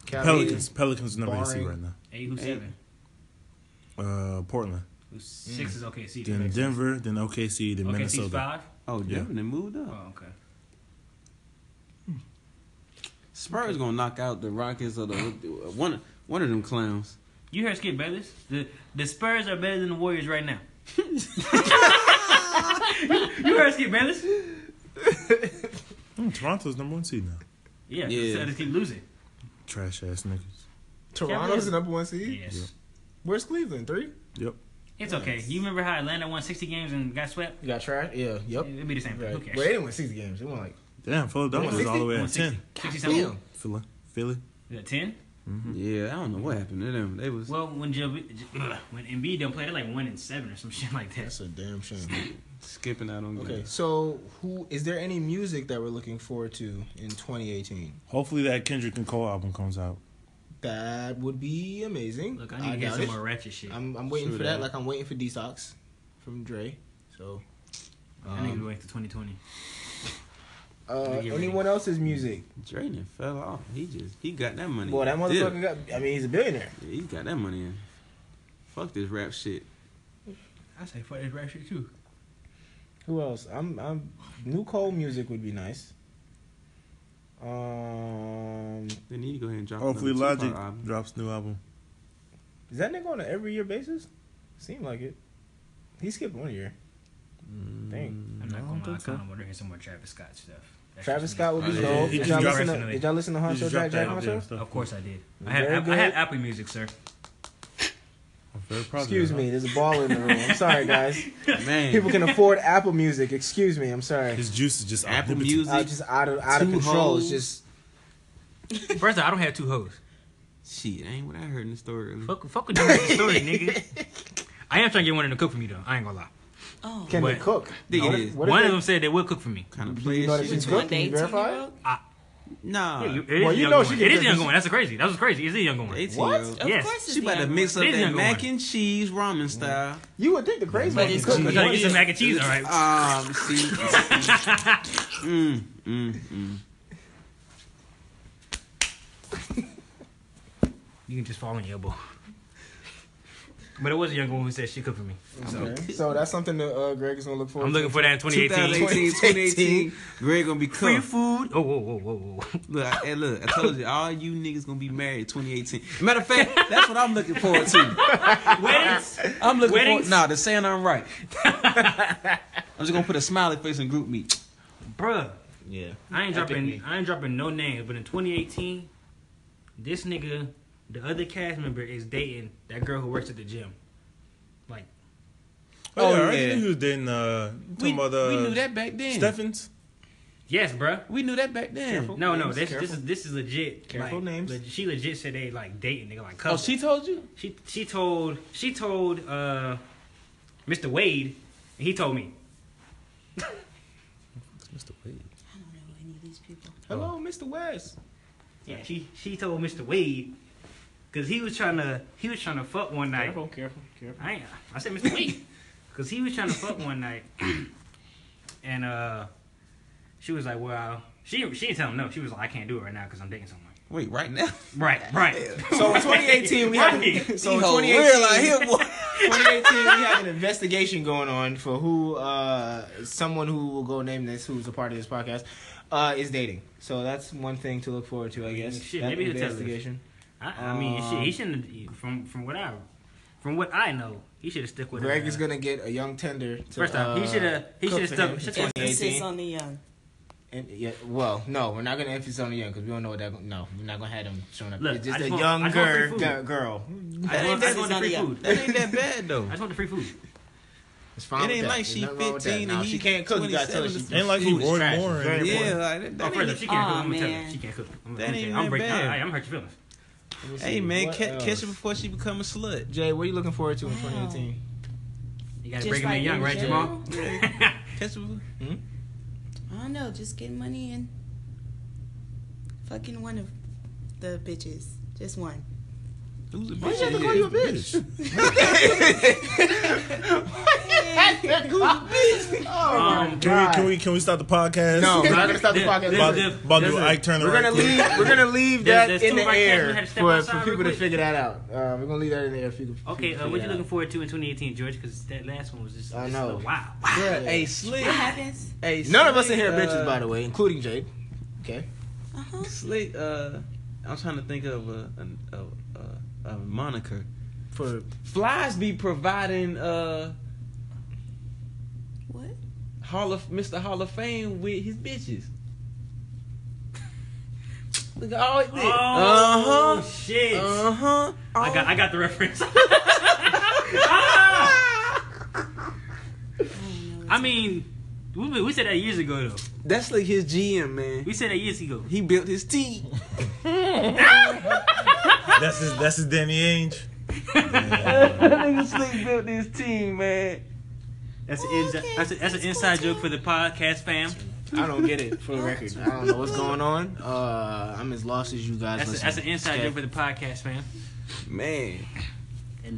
[SPEAKER 3] Cavs,
[SPEAKER 7] Pelicans, Pelicans number eight seed right
[SPEAKER 3] barring-
[SPEAKER 7] now.
[SPEAKER 5] Eight who's
[SPEAKER 4] Eight.
[SPEAKER 5] seven?
[SPEAKER 7] Uh, Portland,
[SPEAKER 5] Who's six is OKC. that
[SPEAKER 7] then
[SPEAKER 5] makes sense.
[SPEAKER 7] Denver, then OKC, then
[SPEAKER 5] OKC's
[SPEAKER 7] Minnesota.
[SPEAKER 5] five.
[SPEAKER 4] Oh,
[SPEAKER 7] Yeah.
[SPEAKER 4] Denver done moved up.
[SPEAKER 5] Oh, okay.
[SPEAKER 4] Spurs gonna knock out the Rockets or the one one of them clowns.
[SPEAKER 5] You heard Skip Bayless? The the Spurs are better than the Warriors right now. you heard Skip Bayless?
[SPEAKER 7] Mm, Toronto's number one seed now.
[SPEAKER 5] Yeah, 'cause
[SPEAKER 4] Yeah.
[SPEAKER 5] the Celtics keep losing.
[SPEAKER 7] Trash ass niggas.
[SPEAKER 3] Toronto's the number one seed.
[SPEAKER 5] Yes.
[SPEAKER 3] Where's Cleveland? Three.
[SPEAKER 7] Yep.
[SPEAKER 5] It's okay. You remember how Atlanta won 60 games and got swept?
[SPEAKER 3] You got trash. Yeah. Yep.
[SPEAKER 5] It'd be the same thing.
[SPEAKER 3] Right.
[SPEAKER 5] Who
[SPEAKER 3] Well,
[SPEAKER 5] cares?
[SPEAKER 3] they didn't win six games. They won like
[SPEAKER 7] Damn, Philadelphia's all the way at
[SPEAKER 5] 60,
[SPEAKER 7] ten.
[SPEAKER 5] 60
[SPEAKER 3] damn.
[SPEAKER 5] something.
[SPEAKER 7] Philly, Philly.
[SPEAKER 5] Is that 10?
[SPEAKER 7] Mm-hmm.
[SPEAKER 4] Yeah, I don't know what happened to them. They was
[SPEAKER 5] Well, when Jav- J- when Embiid don't play, they're like 1 and 7 or some [laughs] shit like that.
[SPEAKER 3] That's a damn shame.
[SPEAKER 4] skipping out on
[SPEAKER 3] Okay,
[SPEAKER 4] games.
[SPEAKER 3] so who is there any music that we're looking forward to in 2018?
[SPEAKER 7] Hopefully that Kendrick and Cole album comes out.
[SPEAKER 3] That would be amazing.
[SPEAKER 5] Look, I need to get
[SPEAKER 3] doubt
[SPEAKER 5] some
[SPEAKER 3] it.
[SPEAKER 5] more ratchet shit.
[SPEAKER 3] I'm, I'm waiting
[SPEAKER 4] Sure
[SPEAKER 3] for that.
[SPEAKER 4] that.
[SPEAKER 3] Like I'm waiting for D Sox from Dre. So,
[SPEAKER 5] I need to
[SPEAKER 3] um,
[SPEAKER 5] wait till 2020.
[SPEAKER 3] uh,
[SPEAKER 5] Let me get ready.
[SPEAKER 3] anyone else's music?
[SPEAKER 4] Dre done fell off. He just he got that money.
[SPEAKER 3] Well, that
[SPEAKER 4] Yeah.
[SPEAKER 3] motherfucker got. I mean, he's a billionaire.
[SPEAKER 4] Yeah, he got that money in. Fuck this rap shit.
[SPEAKER 5] I say fuck this ratchet shit too.
[SPEAKER 3] Who else? I'm. I'm. New Cole music would be nice. Um,
[SPEAKER 4] They need to go ahead and drop.
[SPEAKER 7] Hopefully
[SPEAKER 4] another
[SPEAKER 7] Logic
[SPEAKER 4] Tupac album.
[SPEAKER 7] drops new album.
[SPEAKER 3] is that nigga on an every year basis? Seem like it. He skipped one year. Dang.
[SPEAKER 5] I'm not
[SPEAKER 7] No, I
[SPEAKER 5] going
[SPEAKER 7] don't
[SPEAKER 5] to lie. I
[SPEAKER 7] think so.
[SPEAKER 5] kind of want to hear some more Travis Scott stuff. That's
[SPEAKER 3] Travis
[SPEAKER 5] just me.
[SPEAKER 3] Scott would be
[SPEAKER 4] Oh, yeah.
[SPEAKER 3] dope. Did
[SPEAKER 7] He just
[SPEAKER 3] y'all,
[SPEAKER 7] dropped
[SPEAKER 3] listen
[SPEAKER 5] that.
[SPEAKER 3] to, did y'all listen to
[SPEAKER 4] Uh-huh,
[SPEAKER 7] He
[SPEAKER 3] Honcho
[SPEAKER 7] just
[SPEAKER 3] Jack
[SPEAKER 7] dropped
[SPEAKER 3] Jack
[SPEAKER 7] that
[SPEAKER 3] Honcho?
[SPEAKER 7] album, yeah.
[SPEAKER 5] Of course I did. I had,
[SPEAKER 3] Very
[SPEAKER 5] I, I had
[SPEAKER 3] good.
[SPEAKER 5] Apple Music, sir.
[SPEAKER 7] I'm very proud of
[SPEAKER 3] Excuse
[SPEAKER 7] that.
[SPEAKER 3] me, there's a ball in the room. I'm sorry, guys.
[SPEAKER 4] [laughs] Man,
[SPEAKER 3] People can afford Apple Music. Excuse me, I'm sorry.
[SPEAKER 7] His juice is just
[SPEAKER 4] Apple
[SPEAKER 7] unlimited.
[SPEAKER 4] Music.
[SPEAKER 3] I just out of out of
[SPEAKER 4] Two
[SPEAKER 3] control. It's
[SPEAKER 4] hoes.
[SPEAKER 3] just
[SPEAKER 5] First of all, I don't have two hoes.
[SPEAKER 4] shit ain't what I heard in the story. earlier.
[SPEAKER 5] Fuck, fuck with you
[SPEAKER 3] [laughs]
[SPEAKER 5] with the story, nigga. I am trying to get one of them to cook for me, though. I ain't going to lie.
[SPEAKER 2] Oh,
[SPEAKER 3] can they
[SPEAKER 5] What?
[SPEAKER 3] cook?
[SPEAKER 4] Think
[SPEAKER 3] What
[SPEAKER 4] it
[SPEAKER 3] if-
[SPEAKER 4] is.
[SPEAKER 3] what if
[SPEAKER 5] one
[SPEAKER 3] they-
[SPEAKER 5] of them said they would cook for me.
[SPEAKER 4] Kind of
[SPEAKER 3] You
[SPEAKER 4] play
[SPEAKER 3] know that
[SPEAKER 4] shit.
[SPEAKER 3] she's cooked? Can
[SPEAKER 2] they
[SPEAKER 3] you verify? it?
[SPEAKER 2] 18-year-old?
[SPEAKER 4] Nah,
[SPEAKER 5] Yeah, you, Uh, it is
[SPEAKER 3] Well,
[SPEAKER 5] a
[SPEAKER 3] you
[SPEAKER 5] young
[SPEAKER 3] know
[SPEAKER 5] one.
[SPEAKER 3] she
[SPEAKER 5] It
[SPEAKER 3] can
[SPEAKER 5] is a young
[SPEAKER 3] cook.
[SPEAKER 5] one. That's a crazy. That's crazy. It is a young one.
[SPEAKER 4] eighteen
[SPEAKER 3] What?
[SPEAKER 4] year old.
[SPEAKER 2] Of
[SPEAKER 5] Yes.
[SPEAKER 2] course it's
[SPEAKER 4] She about
[SPEAKER 2] the
[SPEAKER 4] to
[SPEAKER 2] young
[SPEAKER 4] mix up
[SPEAKER 5] It is
[SPEAKER 4] that
[SPEAKER 5] young
[SPEAKER 4] mac
[SPEAKER 5] one.
[SPEAKER 4] and cheese
[SPEAKER 3] Mm.
[SPEAKER 4] ramen style.
[SPEAKER 3] You would think the crazy
[SPEAKER 2] But
[SPEAKER 3] one
[SPEAKER 2] it's
[SPEAKER 3] could cook.
[SPEAKER 5] You
[SPEAKER 2] cheap.
[SPEAKER 5] gotta get some mac and cheese, all
[SPEAKER 3] Uh,
[SPEAKER 5] right? [laughs]
[SPEAKER 4] Um, see. mm, mm, mm.
[SPEAKER 5] You can just fall on your elbow. [laughs] But it was a young woman who said she cooked for me.
[SPEAKER 3] Okay. So that's something that uh, Greg is gonna look forward.
[SPEAKER 5] I'm looking for that in 2018.
[SPEAKER 4] 2018,
[SPEAKER 3] [laughs]
[SPEAKER 4] 2018. Greg gonna be
[SPEAKER 5] Free
[SPEAKER 4] cooked.
[SPEAKER 5] food. [laughs] Oh, whoa, whoa, whoa, whoa.
[SPEAKER 4] Look, I, hey, look, I told you, all you niggas gonna be married 2018. Matter of fact, that's what I'm looking forward to.
[SPEAKER 5] [laughs] Weddings.
[SPEAKER 4] I'm looking
[SPEAKER 5] Weddings?
[SPEAKER 4] forward. Nah, they're saying I'm right. [laughs] I'm just gonna put a smiley face in group meet.
[SPEAKER 5] Bruh.
[SPEAKER 4] Yeah.
[SPEAKER 5] I ain't
[SPEAKER 4] Epic
[SPEAKER 5] dropping.
[SPEAKER 4] me.
[SPEAKER 5] I ain't dropping no names, but in 2018, this nigga, the other cast member, is dating that girl who works at the gym. Like,
[SPEAKER 7] Oh, yeah,
[SPEAKER 4] Oh,
[SPEAKER 7] I already
[SPEAKER 4] yeah.
[SPEAKER 7] knew he was dating. Uh, you
[SPEAKER 4] We,
[SPEAKER 7] talking about uh,
[SPEAKER 4] we knew that back then.
[SPEAKER 7] Steffens.
[SPEAKER 5] yes, bruh.
[SPEAKER 4] We knew that back then.
[SPEAKER 5] No, no, this,
[SPEAKER 3] names,
[SPEAKER 5] this
[SPEAKER 3] careful.
[SPEAKER 5] is this is legit.
[SPEAKER 3] Careful
[SPEAKER 5] like,
[SPEAKER 3] names.
[SPEAKER 5] leg- she legit said they like dating. They like
[SPEAKER 4] Oh,
[SPEAKER 5] couple.
[SPEAKER 4] she told you?
[SPEAKER 5] she she told she told uh, Mr. Wade, and he told me.
[SPEAKER 2] I don't know any of these people.
[SPEAKER 3] Hello, Mr. West.
[SPEAKER 5] Yeah, she she told Mr. Wade, cause he was trying to he was trying to fuck one night.
[SPEAKER 3] Careful, careful, careful.
[SPEAKER 5] I ain't, I said Mr. [coughs] Wade, cause he was trying to fuck one night, [coughs] and uh, she was like, "Well, she she didn't tell him no. She was like, I can't do it right now, cause I'm dating someone."
[SPEAKER 4] Wait, right now?
[SPEAKER 5] Right, right.
[SPEAKER 3] [laughs] So in 2018 we have
[SPEAKER 5] Right.
[SPEAKER 3] so in
[SPEAKER 4] These hoes
[SPEAKER 3] 2018
[SPEAKER 4] real out
[SPEAKER 3] [laughs]
[SPEAKER 4] here, boy.
[SPEAKER 3] 2018, we have an investigation going on for who uh, someone who will go name this who's a part of this podcast uh, is dating. So that's one thing to look forward to, I guess.
[SPEAKER 5] Shit,
[SPEAKER 3] that
[SPEAKER 5] maybe he'll tell us.
[SPEAKER 3] investigation.
[SPEAKER 5] I, I mean,
[SPEAKER 3] Uh,
[SPEAKER 5] shit, he shouldn't. From from what I from what I know, he should have stuck with.
[SPEAKER 3] Greg
[SPEAKER 5] uh,
[SPEAKER 3] is gonna get a young tender. To,
[SPEAKER 5] First off, he
[SPEAKER 3] uh,
[SPEAKER 5] shoulda- he
[SPEAKER 3] cook
[SPEAKER 5] shoulda
[SPEAKER 3] for
[SPEAKER 5] stuck-
[SPEAKER 3] him
[SPEAKER 5] shut
[SPEAKER 3] in [laughs]
[SPEAKER 5] your-
[SPEAKER 3] 2018.
[SPEAKER 2] Emphasis on the young.
[SPEAKER 3] And, yeah, well, no, we're not gonna emphasis on the young because we don't know what that. No, we're not gonna have them showing up.
[SPEAKER 5] Look,
[SPEAKER 3] it's just
[SPEAKER 5] I
[SPEAKER 3] a
[SPEAKER 5] just want- I
[SPEAKER 3] young
[SPEAKER 5] just want free
[SPEAKER 3] girl,
[SPEAKER 5] food.
[SPEAKER 3] girl, girl.
[SPEAKER 5] I just want, I just want the free food.
[SPEAKER 4] That ain't that bad
[SPEAKER 3] [laughs]
[SPEAKER 4] though.
[SPEAKER 5] I just want the free food.
[SPEAKER 3] It's fine.
[SPEAKER 4] It
[SPEAKER 3] with
[SPEAKER 4] ain't
[SPEAKER 3] that.
[SPEAKER 4] like
[SPEAKER 3] There's
[SPEAKER 4] she
[SPEAKER 3] nothing wrong with that.
[SPEAKER 4] 15
[SPEAKER 3] No,
[SPEAKER 4] and
[SPEAKER 3] she
[SPEAKER 4] he
[SPEAKER 3] can't cook. You gotta tell her
[SPEAKER 4] 27
[SPEAKER 3] she-
[SPEAKER 4] or
[SPEAKER 7] Ain't like
[SPEAKER 3] she
[SPEAKER 7] he
[SPEAKER 3] was
[SPEAKER 7] Roy
[SPEAKER 3] trash.
[SPEAKER 7] Moore.
[SPEAKER 3] Very
[SPEAKER 7] and-
[SPEAKER 4] Yeah, like that,
[SPEAKER 5] Oh,
[SPEAKER 4] that
[SPEAKER 5] first
[SPEAKER 4] ain't
[SPEAKER 5] off,
[SPEAKER 2] Aw,
[SPEAKER 5] she can't cook. I'm gonna tell her
[SPEAKER 2] man.
[SPEAKER 5] she can't cook. I'm
[SPEAKER 4] That
[SPEAKER 5] gonna
[SPEAKER 4] ain't
[SPEAKER 5] tell her. I'm
[SPEAKER 4] that
[SPEAKER 5] breaking.
[SPEAKER 4] bad.
[SPEAKER 5] I, I'm hurt your feelings.
[SPEAKER 3] Let me see,
[SPEAKER 4] Hey man,
[SPEAKER 3] what
[SPEAKER 4] ca- catch
[SPEAKER 3] else?
[SPEAKER 4] her before she become a slut.
[SPEAKER 3] Jay, what are you looking forward to in
[SPEAKER 2] Wow.
[SPEAKER 3] 2018?
[SPEAKER 5] You gotta
[SPEAKER 2] Just
[SPEAKER 5] bring him
[SPEAKER 2] like
[SPEAKER 5] in young,
[SPEAKER 2] in
[SPEAKER 5] right,
[SPEAKER 2] general?
[SPEAKER 5] Jamal? [laughs]
[SPEAKER 4] Catch her before.
[SPEAKER 2] I don't know, just getting money and fucking one of the bitches. Just
[SPEAKER 3] [laughs]
[SPEAKER 2] one.
[SPEAKER 4] Who's a
[SPEAKER 3] Why
[SPEAKER 4] bitch?
[SPEAKER 3] you have to
[SPEAKER 4] in
[SPEAKER 3] call
[SPEAKER 4] here?
[SPEAKER 3] you a [laughs] bitch? Oh,
[SPEAKER 5] Um,
[SPEAKER 7] Can we, can we can we stop the podcast?
[SPEAKER 3] No, we're
[SPEAKER 5] bro,
[SPEAKER 3] not gonna stop the
[SPEAKER 5] this-
[SPEAKER 3] podcast.
[SPEAKER 5] this-
[SPEAKER 7] [laughs] About,
[SPEAKER 5] this-
[SPEAKER 7] about to do
[SPEAKER 5] this-
[SPEAKER 7] Ike Turner.
[SPEAKER 3] We're gonna
[SPEAKER 7] right quick.
[SPEAKER 3] leave. We're gonna leave that
[SPEAKER 5] There's- there's
[SPEAKER 3] in
[SPEAKER 5] two
[SPEAKER 3] the
[SPEAKER 5] right there. We
[SPEAKER 3] air
[SPEAKER 5] had to step
[SPEAKER 3] for,
[SPEAKER 5] outside
[SPEAKER 3] for
[SPEAKER 5] real
[SPEAKER 3] people to
[SPEAKER 5] quick.
[SPEAKER 3] figure that out. Uh, we're gonna leave that in the air for people.
[SPEAKER 5] Okay, uh, what
[SPEAKER 3] people to figure
[SPEAKER 5] you
[SPEAKER 3] that
[SPEAKER 5] looking forward to in 2018, George? Because that last one was just,
[SPEAKER 3] I
[SPEAKER 5] just
[SPEAKER 3] know.
[SPEAKER 5] a wow. wow.
[SPEAKER 4] Bruh, Hey slick.
[SPEAKER 2] What happens?
[SPEAKER 4] Hey,
[SPEAKER 3] out. None of us in
[SPEAKER 4] Slick,
[SPEAKER 3] here are
[SPEAKER 4] uh,
[SPEAKER 3] bitches, by the way, including Jade. Okay.
[SPEAKER 2] Uh huh.
[SPEAKER 4] Slick. Uh, I'm trying to think of a a, a, a, a moniker.
[SPEAKER 3] For
[SPEAKER 4] Flies be providing uh
[SPEAKER 2] What?
[SPEAKER 4] Hall of Mr. Hall of Fame with his bitches. [laughs] Look at all
[SPEAKER 5] Oh
[SPEAKER 3] Uh-huh.
[SPEAKER 4] Uh huh.
[SPEAKER 5] shit!
[SPEAKER 4] Uh huh.
[SPEAKER 5] I got I got the reference. [laughs] Ah!
[SPEAKER 2] I don't know.
[SPEAKER 5] I mean, we, we said that years ago though.
[SPEAKER 4] Oh. That's like his GM man.
[SPEAKER 5] [laughs] We said that years ago.
[SPEAKER 4] He built his team.
[SPEAKER 7] That's his that's his Danny
[SPEAKER 3] [laughs]
[SPEAKER 7] Ainge.
[SPEAKER 4] Nigga Slick built his team, man.
[SPEAKER 5] That's an
[SPEAKER 2] Okay,
[SPEAKER 5] inside, that's, a, that's an
[SPEAKER 2] that's
[SPEAKER 5] inside
[SPEAKER 2] cool,
[SPEAKER 5] joke for the podcast fam.
[SPEAKER 3] I don't get it. For the record, I don't know what's going on. Uh, I'm as lost as you guys.
[SPEAKER 5] That's, a,
[SPEAKER 3] listening.
[SPEAKER 5] that's an inside
[SPEAKER 3] Okay.
[SPEAKER 5] joke for the podcast fam.
[SPEAKER 4] Man.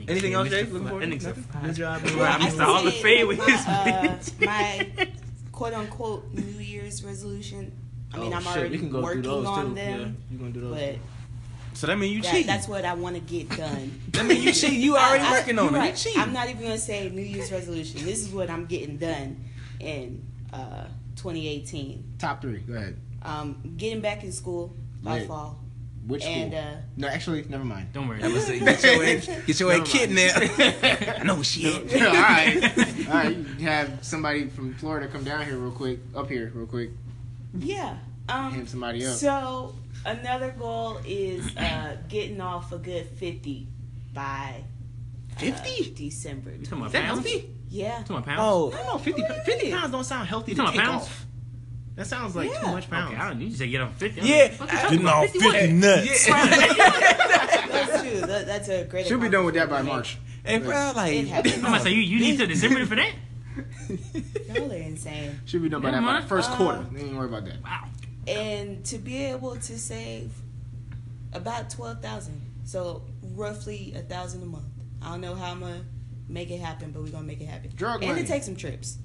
[SPEAKER 3] Anything else, Jay?
[SPEAKER 5] Jake?
[SPEAKER 3] Looking forward to Nothing? Good job.
[SPEAKER 5] Bro, I
[SPEAKER 2] I
[SPEAKER 5] missed the Hall of
[SPEAKER 2] said
[SPEAKER 5] Fame with
[SPEAKER 2] my,
[SPEAKER 5] this
[SPEAKER 2] uh,
[SPEAKER 5] bitch.
[SPEAKER 2] my quote unquote New Year's resolution. I mean,
[SPEAKER 3] Oh,
[SPEAKER 2] I'm
[SPEAKER 3] shit,
[SPEAKER 2] already working on them,
[SPEAKER 3] Yeah, you gonna do those?
[SPEAKER 2] but
[SPEAKER 3] too.
[SPEAKER 4] So that mean you
[SPEAKER 2] that,
[SPEAKER 4] cheat.
[SPEAKER 2] that's what I want to get done.
[SPEAKER 4] [laughs] That mean you cheat. You already
[SPEAKER 2] I- I-
[SPEAKER 4] working on
[SPEAKER 2] you're
[SPEAKER 4] it.
[SPEAKER 2] right.
[SPEAKER 4] You cheat.
[SPEAKER 2] I'm not even gonna say New Year's resolution. This is what I'm getting done in uh, 2018.
[SPEAKER 3] Top three. Go ahead.
[SPEAKER 2] Um, getting back in school by
[SPEAKER 3] Lit.
[SPEAKER 2] fall,
[SPEAKER 3] Which school?
[SPEAKER 2] and uh,
[SPEAKER 3] no, actually, never
[SPEAKER 2] [laughs]
[SPEAKER 3] mind. [laughs]
[SPEAKER 5] Don't worry. [laughs]
[SPEAKER 4] That was it. Get your ass, get your ass kidnapped. [laughs] no shit.
[SPEAKER 3] all right, all right. You have somebody from Florida come down here real quick, up here real quick,
[SPEAKER 2] yeah. Um,
[SPEAKER 3] hit somebody up.
[SPEAKER 2] So another goal is uh, getting off a good fifty by fifty December.
[SPEAKER 5] You talking about
[SPEAKER 3] Is that
[SPEAKER 5] pounds?
[SPEAKER 3] healthy?
[SPEAKER 2] Yeah.
[SPEAKER 5] You talking about pounds?
[SPEAKER 3] I
[SPEAKER 4] Oh,
[SPEAKER 3] don't know. 50,
[SPEAKER 2] What?
[SPEAKER 3] 50 pounds don't sound healthy
[SPEAKER 5] You
[SPEAKER 3] to
[SPEAKER 5] talking
[SPEAKER 3] take
[SPEAKER 5] about pounds?
[SPEAKER 3] off. That sounds like too
[SPEAKER 2] Yeah.
[SPEAKER 3] much
[SPEAKER 5] Okay, I
[SPEAKER 3] pounds.
[SPEAKER 5] don't need to say get on 50.
[SPEAKER 4] yeah.
[SPEAKER 7] Getting all fifty
[SPEAKER 3] [laughs]
[SPEAKER 7] nuts. [laughs]
[SPEAKER 2] That's true. That, that's a great.
[SPEAKER 3] Should be done with that by
[SPEAKER 2] accomplishment.
[SPEAKER 3] March.
[SPEAKER 4] And bro,
[SPEAKER 2] It
[SPEAKER 4] like,
[SPEAKER 5] I'm
[SPEAKER 2] happens.
[SPEAKER 5] gonna say you, you
[SPEAKER 4] [laughs]
[SPEAKER 5] need to December for that?
[SPEAKER 2] Y'all are insane.
[SPEAKER 3] Should be done by
[SPEAKER 5] Never
[SPEAKER 3] that by the
[SPEAKER 5] mind.
[SPEAKER 3] first
[SPEAKER 2] Uh,
[SPEAKER 3] quarter. You ain't worry about that.
[SPEAKER 5] Wow.
[SPEAKER 2] and to be able to save about twelve thousand, so roughly a thousand a month. I don't know how I'm gonna make it happen, but we're gonna make it happen.
[SPEAKER 3] Drug
[SPEAKER 2] and
[SPEAKER 3] money.
[SPEAKER 2] to take some trips.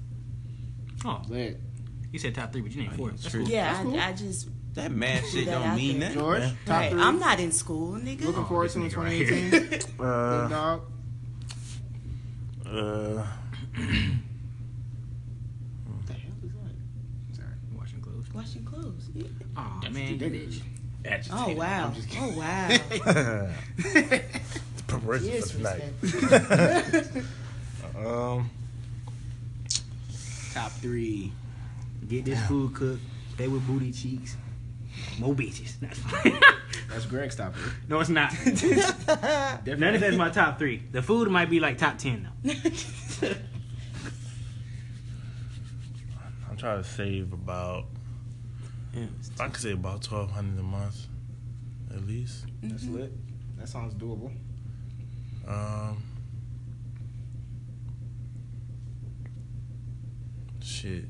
[SPEAKER 5] Oh,
[SPEAKER 3] Lit.
[SPEAKER 5] you said top three, but you named four. That's
[SPEAKER 4] True.
[SPEAKER 5] cool.
[SPEAKER 2] Yeah,
[SPEAKER 3] That's cool.
[SPEAKER 2] I, I just
[SPEAKER 4] that mad shit
[SPEAKER 2] That
[SPEAKER 4] don't
[SPEAKER 2] out
[SPEAKER 4] mean
[SPEAKER 2] there.
[SPEAKER 4] that.
[SPEAKER 3] George, top
[SPEAKER 2] right.
[SPEAKER 3] three.
[SPEAKER 2] I'm not in school, nigga.
[SPEAKER 3] [laughs] looking forward to in
[SPEAKER 5] this nigga right
[SPEAKER 3] 2018. Big
[SPEAKER 7] Uh,
[SPEAKER 3] dog.
[SPEAKER 7] Uh,
[SPEAKER 5] What the hell is that? Sorry, I'm washing clothes.
[SPEAKER 2] [laughs] Washing clothes.
[SPEAKER 5] Oh
[SPEAKER 3] That's
[SPEAKER 5] man,
[SPEAKER 3] the
[SPEAKER 5] that
[SPEAKER 3] bitch.
[SPEAKER 5] is
[SPEAKER 2] Oh
[SPEAKER 5] agitated.
[SPEAKER 2] wow.
[SPEAKER 5] I'm just kidding.
[SPEAKER 2] Oh wow.
[SPEAKER 3] [laughs]
[SPEAKER 7] preparation
[SPEAKER 2] Yes,
[SPEAKER 7] for tonight. [laughs]
[SPEAKER 4] Um,
[SPEAKER 5] Top three. Get this food cooked. They with booty cheeks. More bitches. That's [laughs] fine.
[SPEAKER 3] That's Greg's topic.
[SPEAKER 5] no, it's not. None of that's my top three. The food might be like top ten though.
[SPEAKER 7] I'm trying to save about.
[SPEAKER 5] Yeah,
[SPEAKER 7] I could say about twelve hundred a month, at least.
[SPEAKER 3] That's lit. That sounds doable.
[SPEAKER 7] Um. Shit.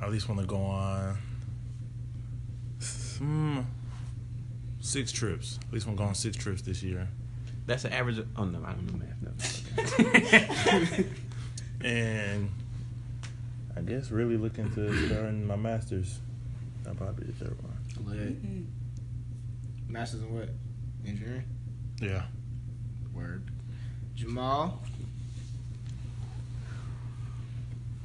[SPEAKER 7] I at least want to go on. Hmm. Six trips. At least want to go on six trips this year.
[SPEAKER 4] that's an average. Of, oh no, I don't know math. No.
[SPEAKER 2] [laughs]
[SPEAKER 7] And I guess really looking to start in my master's. That probably the third one.
[SPEAKER 3] Lit.
[SPEAKER 2] Mm-hmm.
[SPEAKER 3] Masters in what? Engineering.
[SPEAKER 7] Yeah.
[SPEAKER 3] Word. Jamal.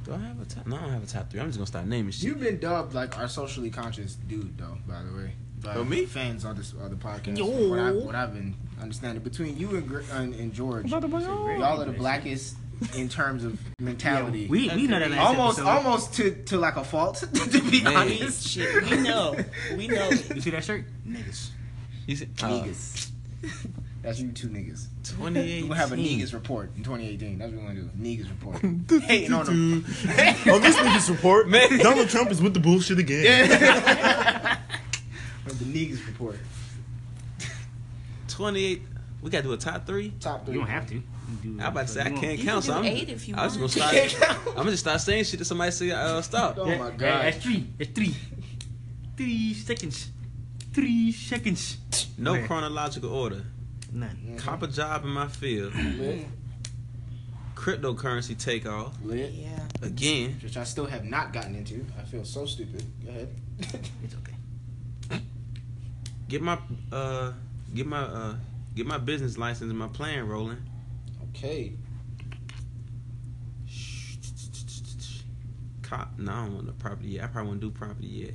[SPEAKER 4] Do I have a top? No, I don't have a top three. I'm just gonna start naming shit.
[SPEAKER 3] You've been dubbed like our socially conscious dude, though. By the way, by
[SPEAKER 4] Who, me?
[SPEAKER 3] fans on this other podcast.
[SPEAKER 5] Yo.
[SPEAKER 3] What, I, what I've been understanding between you and Gre- and, and George, y'all are the blackest in terms [laughs] of mentality.
[SPEAKER 5] We we know that last
[SPEAKER 3] almost
[SPEAKER 5] episode.
[SPEAKER 3] almost to to like a fault. [laughs] to be
[SPEAKER 4] Man.
[SPEAKER 3] honest,
[SPEAKER 2] Shit, we know. We
[SPEAKER 3] [laughs]
[SPEAKER 2] know.
[SPEAKER 5] You see that shirt?
[SPEAKER 3] niggas,
[SPEAKER 4] You said uh,
[SPEAKER 3] niggas. That's you two niggas.
[SPEAKER 4] 28.
[SPEAKER 3] We'll have a niggas report in 2018. That's what we're gonna do. Niggas [laughs] report. Hating on them.
[SPEAKER 7] oh, this nigga support. Man. Donald Trump is with the bullshit again.
[SPEAKER 3] The niggas report.
[SPEAKER 4] 28. We gotta do a top three.
[SPEAKER 3] Top
[SPEAKER 5] You
[SPEAKER 3] three.
[SPEAKER 5] don't have to. You do
[SPEAKER 4] I'm about to say I
[SPEAKER 5] whatever you
[SPEAKER 4] can't
[SPEAKER 2] You
[SPEAKER 4] count.
[SPEAKER 2] can
[SPEAKER 4] so
[SPEAKER 2] do
[SPEAKER 4] I'm,
[SPEAKER 2] eight if you
[SPEAKER 4] I was
[SPEAKER 2] want.
[SPEAKER 4] gonna start. I'm gonna just start saying shit that somebody say uh, stop.
[SPEAKER 3] Oh
[SPEAKER 5] want.
[SPEAKER 3] my
[SPEAKER 5] Hey,
[SPEAKER 3] god.
[SPEAKER 5] That's eh, three. That's three. Three seconds. Three seconds.
[SPEAKER 4] No
[SPEAKER 5] Man.
[SPEAKER 4] chronological order.
[SPEAKER 5] None.
[SPEAKER 4] Cop a job in
[SPEAKER 2] [clears throat]
[SPEAKER 4] my field.
[SPEAKER 3] Lit.
[SPEAKER 4] Cryptocurrency takeoff
[SPEAKER 3] Lit.
[SPEAKER 2] Yeah.
[SPEAKER 4] again.
[SPEAKER 3] Which I still have not gotten into. I feel so stupid. Go ahead.
[SPEAKER 5] It's okay.
[SPEAKER 4] Get my uh, get my uh, get my business license and my plan rolling.
[SPEAKER 3] Okay.
[SPEAKER 4] Cop. No, I don't want no property yet. I probably won't do property yet.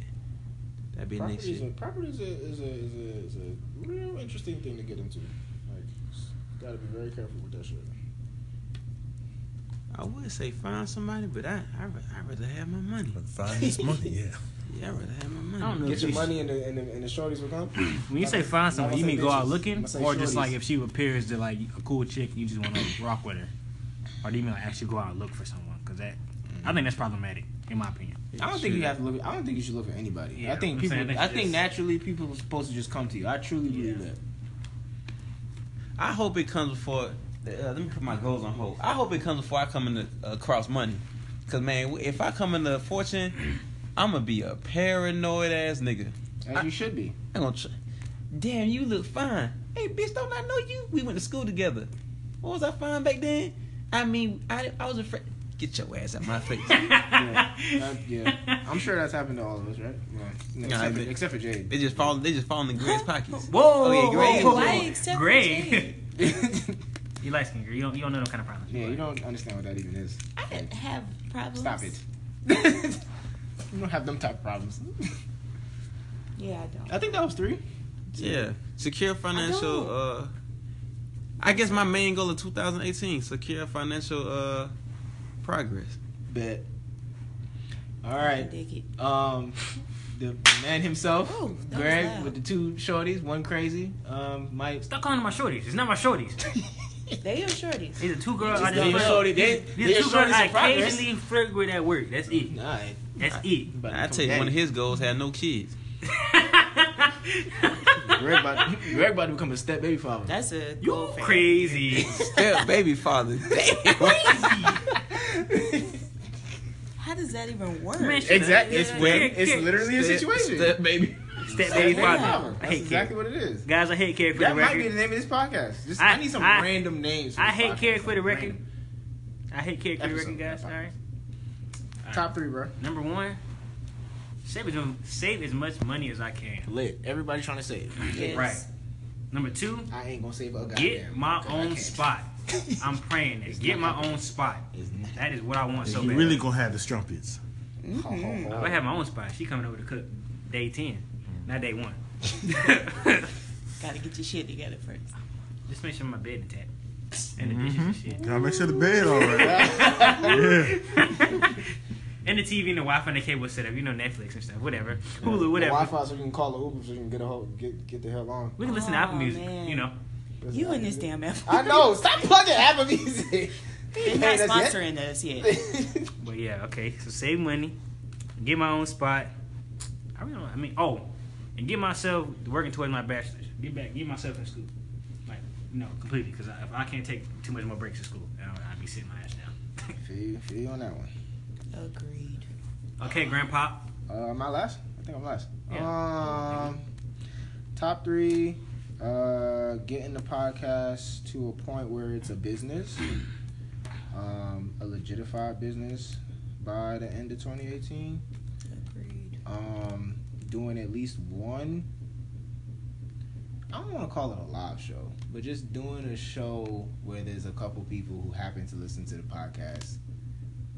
[SPEAKER 4] That'd be next
[SPEAKER 3] Property is a
[SPEAKER 4] year.
[SPEAKER 3] property is a is a is a, is a real interesting thing to get into. Like, s- gotta be very careful with that shit.
[SPEAKER 4] I would say find somebody, but I I I rather have my money.
[SPEAKER 7] But find this money, yeah.
[SPEAKER 4] Yeah, I rather have my money.
[SPEAKER 5] I don't know.
[SPEAKER 3] Get your
[SPEAKER 5] Jeez.
[SPEAKER 3] money and the and the, and the shorties will [laughs] come.
[SPEAKER 5] When you say
[SPEAKER 3] Not
[SPEAKER 5] find something, you
[SPEAKER 3] gonna
[SPEAKER 5] mean
[SPEAKER 3] say
[SPEAKER 5] go out
[SPEAKER 3] bitches.
[SPEAKER 5] looking,
[SPEAKER 3] I'ma say
[SPEAKER 5] or just
[SPEAKER 3] shorties.
[SPEAKER 5] like if she appears to like a cool chick, you just want to rock with her, or do you mean like actually go out and look for someone? Because that, I think that's problematic in my opinion.
[SPEAKER 3] I don't think you have to look. At, I don't think you should look at anybody.
[SPEAKER 5] Yeah,
[SPEAKER 3] I think
[SPEAKER 5] I'm
[SPEAKER 3] people.
[SPEAKER 5] saying they
[SPEAKER 3] I
[SPEAKER 5] should
[SPEAKER 3] think
[SPEAKER 5] just-
[SPEAKER 3] naturally people are supposed to just come to you. I truly believe
[SPEAKER 5] Yeah.
[SPEAKER 3] that.
[SPEAKER 4] I hope it comes before. Uh, let me put my goals on hold. I hope it comes before I come into uh, across money, cause man, if I come into fortune, [clears throat] I'm gonna be a paranoid ass nigga.
[SPEAKER 3] As you should be.
[SPEAKER 4] I'm gonna. Tr- Damn, you look fine. Hey, bitch, don't I know you? We went to school together. What was I fine back then? I mean, I, I was afraid. Get your ass out my face.
[SPEAKER 3] Yeah. Uh, yeah. I'm sure that's happened to all of us, right? Yeah.
[SPEAKER 4] Nah,
[SPEAKER 3] Except,
[SPEAKER 4] but-
[SPEAKER 3] for, except for Jade.
[SPEAKER 4] they just fall. They just [laughs] fall in Greg's pockets. Oh,
[SPEAKER 5] Whoa!
[SPEAKER 4] yeah, Greg.
[SPEAKER 5] whoa, whoa,
[SPEAKER 2] Why
[SPEAKER 5] whoa.
[SPEAKER 2] except for
[SPEAKER 5] Greg?
[SPEAKER 2] Jade?
[SPEAKER 5] [laughs] you light skinned girl. You don't. You don't know no kind of problems.
[SPEAKER 3] yeah, you don't understand what that even is.
[SPEAKER 2] I didn't have problems.
[SPEAKER 3] Stop it. you don't have them type of problems.
[SPEAKER 2] Yeah, I don't.
[SPEAKER 3] I think that was three.
[SPEAKER 4] Yeah, secure
[SPEAKER 2] I
[SPEAKER 4] financial.
[SPEAKER 2] don't.
[SPEAKER 4] uh I guess my main goal of 2018: secure financial uh progress.
[SPEAKER 3] Bet. All right.
[SPEAKER 2] Dig it.
[SPEAKER 3] Um, [laughs] the man himself,
[SPEAKER 2] Ooh, that was
[SPEAKER 3] Greg,
[SPEAKER 2] loud.
[SPEAKER 3] with the two shorties, one crazy. Um, Mike.
[SPEAKER 5] Stop calling them my shorties. It's not my shorties.
[SPEAKER 2] They your shorties.
[SPEAKER 5] These are two girls. I
[SPEAKER 3] Just
[SPEAKER 5] just
[SPEAKER 3] them shorty- they-
[SPEAKER 5] These
[SPEAKER 3] they're
[SPEAKER 5] are two girls
[SPEAKER 3] shorties
[SPEAKER 5] I
[SPEAKER 3] in progress.
[SPEAKER 5] occasionally flirt with at work. That's it.
[SPEAKER 3] All right.
[SPEAKER 5] That's it.
[SPEAKER 3] But
[SPEAKER 4] I tell you, one of his goals had no [laughs] kids.
[SPEAKER 3] Greg about, Greg about to become a step baby father.
[SPEAKER 2] That's a
[SPEAKER 5] You
[SPEAKER 2] gold fan.
[SPEAKER 5] [laughs] crazy?
[SPEAKER 4] Step [laughs] baby father. Damn.
[SPEAKER 2] How does that even work?
[SPEAKER 5] Man, she-
[SPEAKER 3] exactly. It's,
[SPEAKER 5] Yeah,
[SPEAKER 3] when,
[SPEAKER 5] yeah,
[SPEAKER 3] it's
[SPEAKER 4] [laughs]
[SPEAKER 5] yeah.
[SPEAKER 3] literally a situation.
[SPEAKER 4] Step baby.
[SPEAKER 5] Step
[SPEAKER 3] Step
[SPEAKER 5] baby
[SPEAKER 3] baby
[SPEAKER 5] father.
[SPEAKER 3] father.
[SPEAKER 5] I
[SPEAKER 3] That's
[SPEAKER 5] hate
[SPEAKER 3] exactly
[SPEAKER 5] Carrick.
[SPEAKER 3] what it is.
[SPEAKER 5] Guys, I hate Carrick for the
[SPEAKER 3] That might be the
[SPEAKER 5] record.
[SPEAKER 3] name of this podcast. Just, I,
[SPEAKER 5] I-
[SPEAKER 3] need some
[SPEAKER 5] I-
[SPEAKER 3] random names. for
[SPEAKER 5] I
[SPEAKER 3] this
[SPEAKER 5] hate
[SPEAKER 3] podcast.
[SPEAKER 5] Carrick for the record.
[SPEAKER 3] Random.
[SPEAKER 5] I hate Carrick for the record, guys.
[SPEAKER 3] Episode.
[SPEAKER 5] All right.
[SPEAKER 3] Top three, bro.
[SPEAKER 5] Number one, save as, save as much money as I can.
[SPEAKER 3] Lit. Everybody trying to say it.
[SPEAKER 2] Yes.
[SPEAKER 5] Right. Number two,
[SPEAKER 3] I ain't gonna save a goddamn.
[SPEAKER 5] get my
[SPEAKER 3] 'cause I
[SPEAKER 5] own
[SPEAKER 3] can't. [laughs]
[SPEAKER 5] spot. I'm praying that. Get my own spot.
[SPEAKER 3] It's not-
[SPEAKER 5] That is what I want so
[SPEAKER 7] you
[SPEAKER 5] bad.
[SPEAKER 7] really gonna have the strumpets.
[SPEAKER 3] Ho, ho, ho.
[SPEAKER 5] I have my own spot. She coming over to cook day ten, not day
[SPEAKER 3] [laughs]
[SPEAKER 5] one. [laughs]
[SPEAKER 2] Gotta get your shit together first.
[SPEAKER 5] Just make sure my bed intact and the dishes
[SPEAKER 3] Mm-hmm.
[SPEAKER 5] and shit,
[SPEAKER 7] Gotta make sure the bed all right. yeah.
[SPEAKER 5] and the TV and the Wi-Fi and the cable set up. You know Netflix and stuff, whatever, Hulu, whatever.
[SPEAKER 3] Wi Fi so you can call an Uber so you can get a whole, get get the hell on.
[SPEAKER 5] We can listen to Apple
[SPEAKER 2] Aw,
[SPEAKER 5] Music.
[SPEAKER 2] Oh, man.
[SPEAKER 5] You know,
[SPEAKER 2] You and this damn Apple. [laughs]
[SPEAKER 3] I know. Stop plugging
[SPEAKER 5] [laughs]
[SPEAKER 3] Apple Music.
[SPEAKER 2] They're not sponsoring us yet.
[SPEAKER 5] but yeah, okay. So save money, get my own spot. I really, don't, I mean, oh, and get myself working towards my bachelor's. Get back, get myself in school. Like, no, completely, because I, if I can't take too much more breaks in school, I don't- I'd be sitting my ass down.
[SPEAKER 3] feel, you, feel you on that one.
[SPEAKER 2] Agreed.
[SPEAKER 5] Okay, Grandpa.
[SPEAKER 3] Uh, am I last? I think I'm last. Um,
[SPEAKER 5] Yeah.
[SPEAKER 3] top three. Uh, getting the podcast to a point where it's a business, um, a legitified business by the end of 2018.
[SPEAKER 2] Agreed.
[SPEAKER 3] um, doing at least one. I don't want to call it a live show, but just doing a show where there's a couple people who happen to listen to the podcast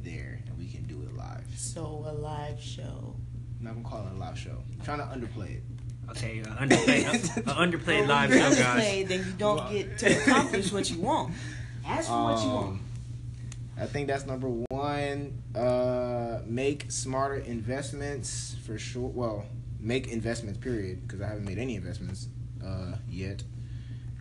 [SPEAKER 3] there, and we can do it live.
[SPEAKER 2] So a live show.
[SPEAKER 3] I'm not gonna call it a live show. I'm trying to underplay it.
[SPEAKER 5] Okay, uh, underplayed,
[SPEAKER 2] [laughs]
[SPEAKER 5] uh, underplayed live show, guys.
[SPEAKER 2] Underplayed, then you don't get to accomplish what you want. Ask for what you want.
[SPEAKER 3] Um, I think that's number one. Uh, make smarter investments for sure. Well, make investments, period, because I haven't made any investments uh, yet.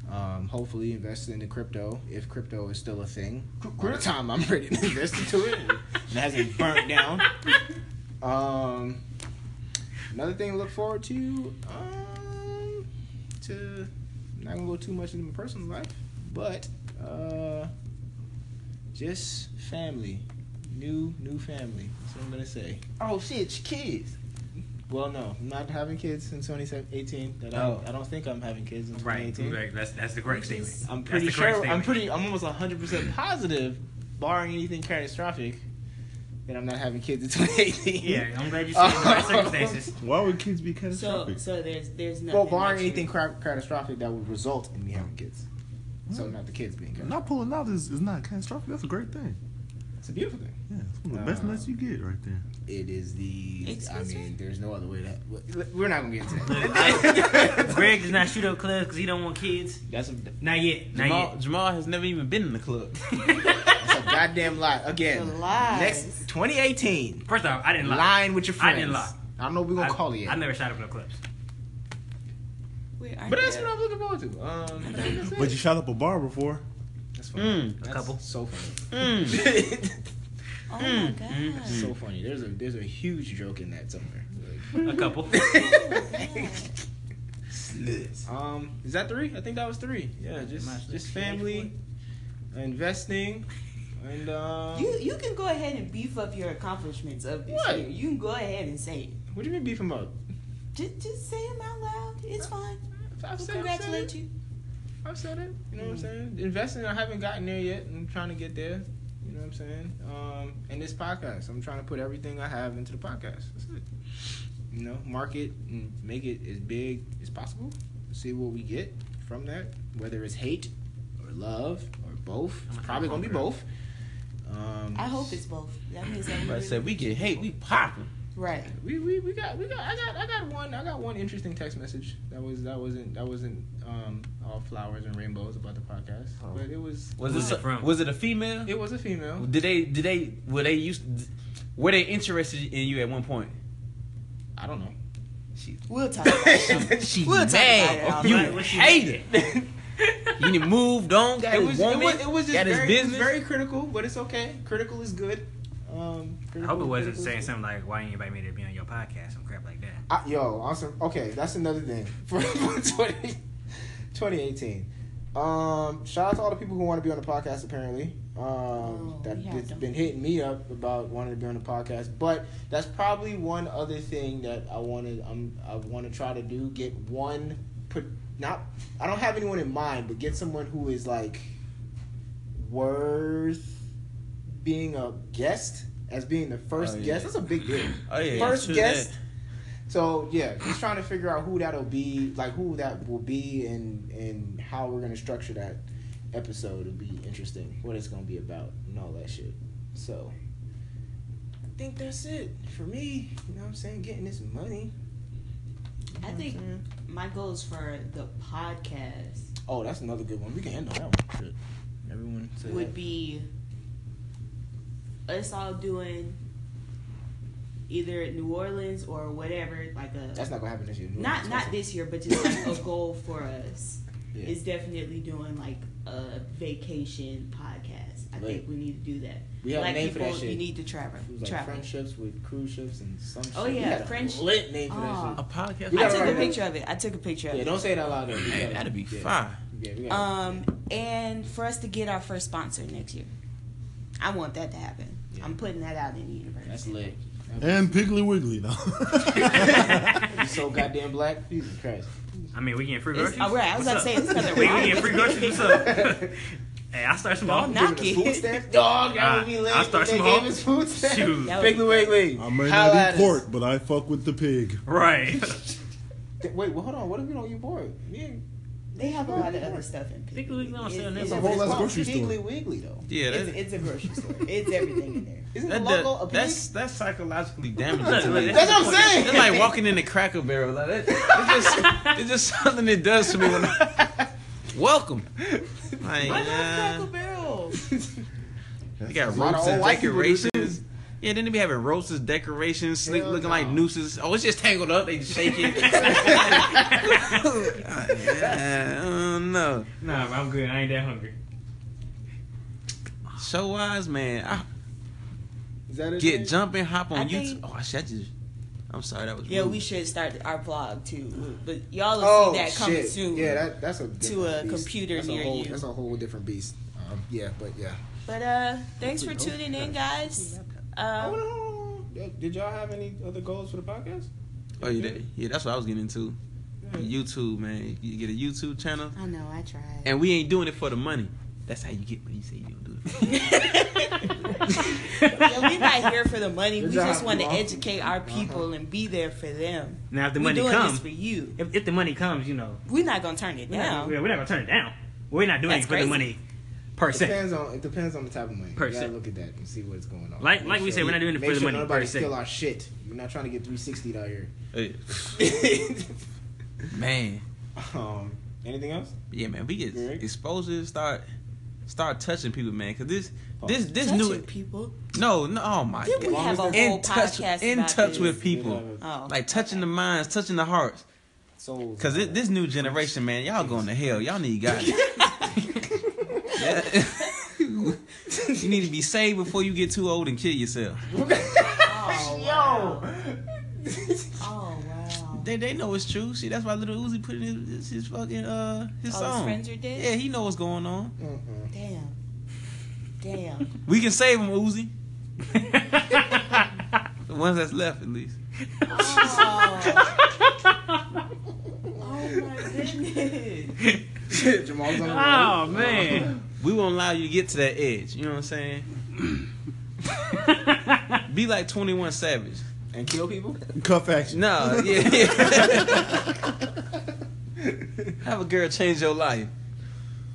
[SPEAKER 3] Um, hopefully, invest into crypto if crypto is still a thing. By the time I'm ready to invest into [laughs] it, and it hasn't burnt down. Um, another thing to look forward to. Um, to I'm not gonna go too much into my personal life, but uh, just family, new new family. That's what I'm gonna say. Oh shit, your kids. Well, no, I'm not having kids in [laughs] 2018. That
[SPEAKER 5] Oh.
[SPEAKER 3] I, I don't think I'm having kids in
[SPEAKER 5] Right,
[SPEAKER 3] 2018.
[SPEAKER 5] right. That's that's the correct
[SPEAKER 2] Which is-
[SPEAKER 5] statement.
[SPEAKER 3] Mm-hmm. I'm
[SPEAKER 5] That's
[SPEAKER 3] pretty
[SPEAKER 5] the correct
[SPEAKER 3] sure. I'm
[SPEAKER 5] statement.
[SPEAKER 3] pretty. I'm almost 100 percent positive, barring anything catastrophic, that I'm not having kids in [laughs] 2018.
[SPEAKER 5] Yeah, I'm glad
[SPEAKER 2] [laughs]
[SPEAKER 5] you said the right circumstances.
[SPEAKER 7] Why would kids be
[SPEAKER 2] So
[SPEAKER 7] catastrophic?
[SPEAKER 2] so there's there's nothing.
[SPEAKER 3] Well, barring
[SPEAKER 2] that you-
[SPEAKER 3] anything cra- catastrophic that would result in me having kids. So not the kids being catastrophic.
[SPEAKER 7] Not pulling out is, is not catastrophic. That's a great thing.
[SPEAKER 3] It's a beautiful thing.
[SPEAKER 7] Yeah, it's one of the best
[SPEAKER 3] Uh,
[SPEAKER 7] nuts you get right there.
[SPEAKER 3] It is the.
[SPEAKER 2] It's-
[SPEAKER 3] I
[SPEAKER 2] it's-
[SPEAKER 3] mean, there's no other way to. We're not gonna get into that.
[SPEAKER 5] Greg does not shoot up clubs because he don't want kids.
[SPEAKER 3] That's a,
[SPEAKER 5] Not yet. Not
[SPEAKER 4] Jamal, Jamal has never even been in the club.
[SPEAKER 3] that's a goddamn lie. Again,
[SPEAKER 2] The lies.
[SPEAKER 3] next 2018,
[SPEAKER 5] yet. First off, I didn't lie.
[SPEAKER 3] lying with your
[SPEAKER 5] I
[SPEAKER 3] friends.
[SPEAKER 5] didn't lie.
[SPEAKER 3] I don't know if we're
[SPEAKER 5] I,
[SPEAKER 3] gonna call it yet.
[SPEAKER 5] I never shot up no clubs.
[SPEAKER 2] Wait, aren't
[SPEAKER 3] but that's
[SPEAKER 2] there-
[SPEAKER 3] what I'm looking forward to. Um, I think [laughs] that's it.
[SPEAKER 7] But you shot up a bar before.
[SPEAKER 3] That's funny.
[SPEAKER 4] Mm,
[SPEAKER 3] That's
[SPEAKER 5] couple.
[SPEAKER 3] So funny.
[SPEAKER 4] mm.
[SPEAKER 2] Oh my god.
[SPEAKER 3] [laughs] That's so funny. There's a there's a huge joke in that somewhere.
[SPEAKER 2] [laughs]
[SPEAKER 5] A couple.
[SPEAKER 3] Um, is that three? I think that was three. Yeah, just just family, investing, and um.
[SPEAKER 2] You you can go ahead and beef up your accomplishments of this
[SPEAKER 3] What?
[SPEAKER 2] year. You can go ahead and say it.
[SPEAKER 3] What do you mean beef him up?
[SPEAKER 2] Just just say them out loud. It's fine. We'll
[SPEAKER 3] I've said, I've
[SPEAKER 2] congratulate
[SPEAKER 3] said it.
[SPEAKER 2] you.
[SPEAKER 3] I've said it. You know what I'm saying? Investing, I haven't gotten there yet. I'm trying to get there. You know what I'm saying? Um, and this podcast, I'm trying to put everything I have into the podcast. That's it. You know, market and make it as big as possible. See what we get from that, whether it's hate or love or both. It's probably gonna be both. Um,
[SPEAKER 2] I hope it's both. That means that
[SPEAKER 4] I
[SPEAKER 2] we
[SPEAKER 4] said we get hate, we popping.
[SPEAKER 2] right.
[SPEAKER 3] we, we, we got we got I got I got one I got one interesting text message that was that wasn't that wasn't um all flowers and rainbows about the podcast but it was
[SPEAKER 4] Was
[SPEAKER 5] Who's
[SPEAKER 4] it,
[SPEAKER 5] it from?
[SPEAKER 4] was it a female?
[SPEAKER 3] it was a female
[SPEAKER 4] Did they did they were they used were they interested in you at one point?
[SPEAKER 3] I don't
[SPEAKER 4] [laughs]
[SPEAKER 3] know Um,
[SPEAKER 2] We'll talk about
[SPEAKER 3] [laughs]
[SPEAKER 2] it.
[SPEAKER 4] she
[SPEAKER 2] We'll talk about it
[SPEAKER 4] mad.
[SPEAKER 2] all
[SPEAKER 4] You
[SPEAKER 5] night. What she-
[SPEAKER 4] hate it. you done moved on, got
[SPEAKER 3] it
[SPEAKER 4] his
[SPEAKER 3] was it
[SPEAKER 4] woman,
[SPEAKER 3] was it was just
[SPEAKER 4] got his
[SPEAKER 3] very, it was
[SPEAKER 4] business.
[SPEAKER 3] very critical but it's okay critical is good um
[SPEAKER 5] I
[SPEAKER 3] critical,
[SPEAKER 5] hope it wasn't
[SPEAKER 3] critical is
[SPEAKER 5] saying
[SPEAKER 3] good.
[SPEAKER 5] something like, "Why ain't anybody made it be on your podcast?" Some crap
[SPEAKER 2] [laughs]
[SPEAKER 5] like that.
[SPEAKER 3] I, yo awesome okay that's another thing [laughs] for 20, 2018 um shout out to all the people who want to be on the podcast apparently um
[SPEAKER 2] Oh,
[SPEAKER 3] that
[SPEAKER 2] we have
[SPEAKER 3] has
[SPEAKER 2] them.
[SPEAKER 3] been hitting me up about wanting to be on the podcast but that's probably one other thing that i want to um, i want to try to do get one put not i don't have anyone in mind but get someone who is like worth being a guest as being the first
[SPEAKER 4] Oh, yeah.
[SPEAKER 3] guest that's a big deal
[SPEAKER 4] Oh yeah,
[SPEAKER 3] first
[SPEAKER 4] true
[SPEAKER 3] guest
[SPEAKER 1] So yeah, just trying to figure out who that'll be, like who that will be, and and how we're gonna structure that episode will be interesting. What it's gonna be about and all that shit. So I think that's it for me. You know what I'm saying? Getting this money.
[SPEAKER 2] I think my goals for the podcast
[SPEAKER 1] Oh, that's another good one. We can end on that one. Shit. Everyone said
[SPEAKER 2] would be us all doing either New Orleans or whatever, like a
[SPEAKER 1] that's not gonna happen this year.
[SPEAKER 2] not not this year, but just like
[SPEAKER 1] [laughs]
[SPEAKER 2] a goal for us
[SPEAKER 1] Yeah.
[SPEAKER 2] is definitely doing like a vacation podcast. I
[SPEAKER 1] Right.
[SPEAKER 2] think we need to do that.
[SPEAKER 1] We have a
[SPEAKER 2] Black
[SPEAKER 1] name for
[SPEAKER 2] people,
[SPEAKER 1] that shit.
[SPEAKER 2] you need to travel.
[SPEAKER 1] It was like
[SPEAKER 2] travel.
[SPEAKER 1] friendships with cruise ships and some.
[SPEAKER 2] Oh,
[SPEAKER 1] shit. We
[SPEAKER 2] yeah,
[SPEAKER 1] had a
[SPEAKER 2] French-
[SPEAKER 1] Lit name for that
[SPEAKER 2] Aw.
[SPEAKER 6] A
[SPEAKER 1] shit.
[SPEAKER 6] podcast?
[SPEAKER 1] You
[SPEAKER 2] I
[SPEAKER 1] gotta
[SPEAKER 2] took
[SPEAKER 1] write
[SPEAKER 2] a
[SPEAKER 1] it.
[SPEAKER 2] picture of it. I took a picture of
[SPEAKER 1] Yeah,
[SPEAKER 2] it.
[SPEAKER 1] don't say it out loud. though. We
[SPEAKER 6] Hey,
[SPEAKER 1] gotta-
[SPEAKER 6] that'd be
[SPEAKER 1] yeah.
[SPEAKER 6] fire.
[SPEAKER 1] Yeah, we gotta,
[SPEAKER 2] Um, and for us to get our first sponsor next year. I want that to happen.
[SPEAKER 1] Yeah.
[SPEAKER 2] I'm putting that out in the universe.
[SPEAKER 1] that's lit.
[SPEAKER 7] And Piggly
[SPEAKER 1] [laughs]
[SPEAKER 7] Wiggly, though.
[SPEAKER 1] You so goddamn black. Jesus
[SPEAKER 4] [laughs]
[SPEAKER 1] Christ.
[SPEAKER 5] I mean, we getting free
[SPEAKER 2] It's-
[SPEAKER 5] groceries.
[SPEAKER 2] all right, I was
[SPEAKER 5] What's
[SPEAKER 2] about to say,
[SPEAKER 5] up?
[SPEAKER 2] it's nothing
[SPEAKER 5] [laughs] we, we
[SPEAKER 2] wrong
[SPEAKER 5] getting
[SPEAKER 2] with
[SPEAKER 5] free
[SPEAKER 2] it. [laughs]
[SPEAKER 5] groceries. What's up? hey, I start small.
[SPEAKER 2] Don't knock
[SPEAKER 1] Give it a
[SPEAKER 2] it.
[SPEAKER 1] Food
[SPEAKER 2] [laughs]
[SPEAKER 1] stamp? Dog, that would be
[SPEAKER 5] Nah,
[SPEAKER 1] lit.
[SPEAKER 5] I'll Ah, start
[SPEAKER 1] if they
[SPEAKER 5] small.
[SPEAKER 1] gave us food stamp.
[SPEAKER 5] Shoot.
[SPEAKER 2] That
[SPEAKER 1] Piggly Wiggly.
[SPEAKER 7] I may
[SPEAKER 1] holla
[SPEAKER 7] not
[SPEAKER 1] at
[SPEAKER 7] eat
[SPEAKER 1] us.
[SPEAKER 7] pork, but I fuck with the pig.
[SPEAKER 5] Right. [laughs]
[SPEAKER 1] Th- Wait, well, hold on. What if we don't eat pork? Yeah.
[SPEAKER 2] They have a lot of other stuff in
[SPEAKER 5] Think we
[SPEAKER 2] Piggly
[SPEAKER 5] gonna
[SPEAKER 2] Wiggly.
[SPEAKER 5] sell them?
[SPEAKER 2] It's,
[SPEAKER 7] That's a whole
[SPEAKER 2] it's,
[SPEAKER 7] ass grocery store.
[SPEAKER 1] Piggly Wiggly, though.
[SPEAKER 4] Yeah, that,
[SPEAKER 2] it's, it's a grocery store. It's everything
[SPEAKER 1] [laughs]
[SPEAKER 2] in there.
[SPEAKER 1] Isn't
[SPEAKER 4] that,
[SPEAKER 1] the logo a
[SPEAKER 4] that,
[SPEAKER 1] pig?
[SPEAKER 4] that's that's
[SPEAKER 1] [laughs]
[SPEAKER 4] psychologically damaging.
[SPEAKER 5] Look,
[SPEAKER 4] to
[SPEAKER 5] look,
[SPEAKER 4] me.
[SPEAKER 5] that's
[SPEAKER 1] That's what I'm saying.
[SPEAKER 4] It's like walking in a Cracker Barrel. Like that, it's just it's just [laughs] something it does to me. When I, [laughs] welcome. Like,
[SPEAKER 2] I love
[SPEAKER 4] nah,
[SPEAKER 2] Cracker Barrel.
[SPEAKER 4] they got
[SPEAKER 1] lot of
[SPEAKER 4] ropes and
[SPEAKER 1] old white people do too.
[SPEAKER 4] decorations. Yeah, then they be having roses, decorations, sleek
[SPEAKER 1] Hell
[SPEAKER 4] looking
[SPEAKER 1] no.
[SPEAKER 4] like nooses. Oh, it's just tangled up. They shake
[SPEAKER 1] [laughs]
[SPEAKER 4] it. [laughs] Oh, yeah, Oh, I don't know.
[SPEAKER 5] nah, bro, I'm good. I ain't that hungry.
[SPEAKER 4] Show wise, man. I
[SPEAKER 1] Is that it?
[SPEAKER 4] get jumping, hop
[SPEAKER 2] I
[SPEAKER 4] on
[SPEAKER 2] think-
[SPEAKER 4] YouTube. Oh, I should I just. I'm sorry, that was
[SPEAKER 2] Yeah,
[SPEAKER 4] rude.
[SPEAKER 2] we should start our vlog too. But y'all will
[SPEAKER 1] Mm. Oh,
[SPEAKER 2] see that coming
[SPEAKER 1] shit.
[SPEAKER 2] soon.
[SPEAKER 1] Yeah, that, that's a different
[SPEAKER 2] a
[SPEAKER 1] beast.
[SPEAKER 2] computer
[SPEAKER 1] that's
[SPEAKER 2] near
[SPEAKER 1] a whole,
[SPEAKER 2] you.
[SPEAKER 1] That's a whole different beast. Um, yeah, but yeah.
[SPEAKER 2] But uh, thanks
[SPEAKER 1] Oh,
[SPEAKER 2] for tuning in, guys.
[SPEAKER 1] Hold
[SPEAKER 2] Um,
[SPEAKER 1] on, hold on. Yo, Did y'all have any other goals for the podcast?
[SPEAKER 4] Oh, yeah, that- yeah, that's what I was getting into. YouTube, man. You get a YouTube channel,
[SPEAKER 2] I know I tried.
[SPEAKER 4] and we ain't doing it for the money. That's how you get what you say you don't do. It.
[SPEAKER 2] [laughs] [laughs] Yeah, we not here for the money. We
[SPEAKER 1] Good job,
[SPEAKER 2] just want to
[SPEAKER 1] Jamal.
[SPEAKER 2] educate our
[SPEAKER 1] Uh-huh.
[SPEAKER 2] people and be there for them.
[SPEAKER 5] Now, if the
[SPEAKER 2] We're
[SPEAKER 5] money
[SPEAKER 2] doing
[SPEAKER 5] comes,
[SPEAKER 2] this for you.
[SPEAKER 5] if, if the money comes, you know,
[SPEAKER 2] We're not gonna turn it
[SPEAKER 5] we're not,
[SPEAKER 2] down.
[SPEAKER 5] we're, we're not gonna turn it down. We're not doing
[SPEAKER 2] That's
[SPEAKER 5] it for
[SPEAKER 2] crazy.
[SPEAKER 5] the money, per se.
[SPEAKER 1] Depends on it depends on the type of money.
[SPEAKER 5] Per
[SPEAKER 1] you gotta
[SPEAKER 5] se.
[SPEAKER 1] look at that and see what's going on.
[SPEAKER 5] Like-
[SPEAKER 1] Make
[SPEAKER 5] like we said, we're not doing it
[SPEAKER 1] make
[SPEAKER 5] for the
[SPEAKER 1] sure
[SPEAKER 5] money,
[SPEAKER 1] Nobody
[SPEAKER 5] per se.
[SPEAKER 1] steal our shit. We're not trying to get 360 out
[SPEAKER 2] [laughs]
[SPEAKER 1] here.
[SPEAKER 4] Hey, man,
[SPEAKER 1] um, anything else?
[SPEAKER 4] yeah, man. We get
[SPEAKER 1] Greg?
[SPEAKER 4] exposed to start start touching people, man. Cause this this this
[SPEAKER 2] Oh, Touch
[SPEAKER 4] new
[SPEAKER 2] it, people.
[SPEAKER 4] no no oh my
[SPEAKER 2] Did we
[SPEAKER 4] god.
[SPEAKER 2] have a whole
[SPEAKER 4] In touch,
[SPEAKER 2] podcast
[SPEAKER 4] in
[SPEAKER 2] about
[SPEAKER 4] touch
[SPEAKER 2] this?
[SPEAKER 4] with people,
[SPEAKER 2] Oh,
[SPEAKER 4] like touching the minds, touching the hearts.
[SPEAKER 1] Souls.
[SPEAKER 4] Cause thi- this new generation, man, y'all going to hell. Y'all need
[SPEAKER 2] [laughs]
[SPEAKER 4] God. [laughs] Yeah. [laughs] you need to be saved before you get too old and kill yourself.
[SPEAKER 2] oh, wow. [laughs] oh wow.
[SPEAKER 4] They they know it's true. See, that's why Little Uzi put in his, his fucking uh his
[SPEAKER 2] Oh, his
[SPEAKER 4] song.
[SPEAKER 2] friends are dead?
[SPEAKER 4] Yeah, he know what's going on.
[SPEAKER 1] Mm-mm.
[SPEAKER 2] Damn. Damn.
[SPEAKER 4] We can save him, Uzi. [laughs] The ones that's left, at least.
[SPEAKER 2] Oh. [laughs] oh my goodness.
[SPEAKER 1] Jamal's on the
[SPEAKER 2] Ah.
[SPEAKER 1] road.
[SPEAKER 5] [laughs] oh man.
[SPEAKER 4] We won't allow you to get to that edge. You know what I'm
[SPEAKER 7] [coughs]
[SPEAKER 4] saying? Be like 21 Savage.
[SPEAKER 1] and kill people.
[SPEAKER 7] Cuff action.
[SPEAKER 4] No, yeah. yeah.
[SPEAKER 7] [laughs]
[SPEAKER 4] Have a girl change your life.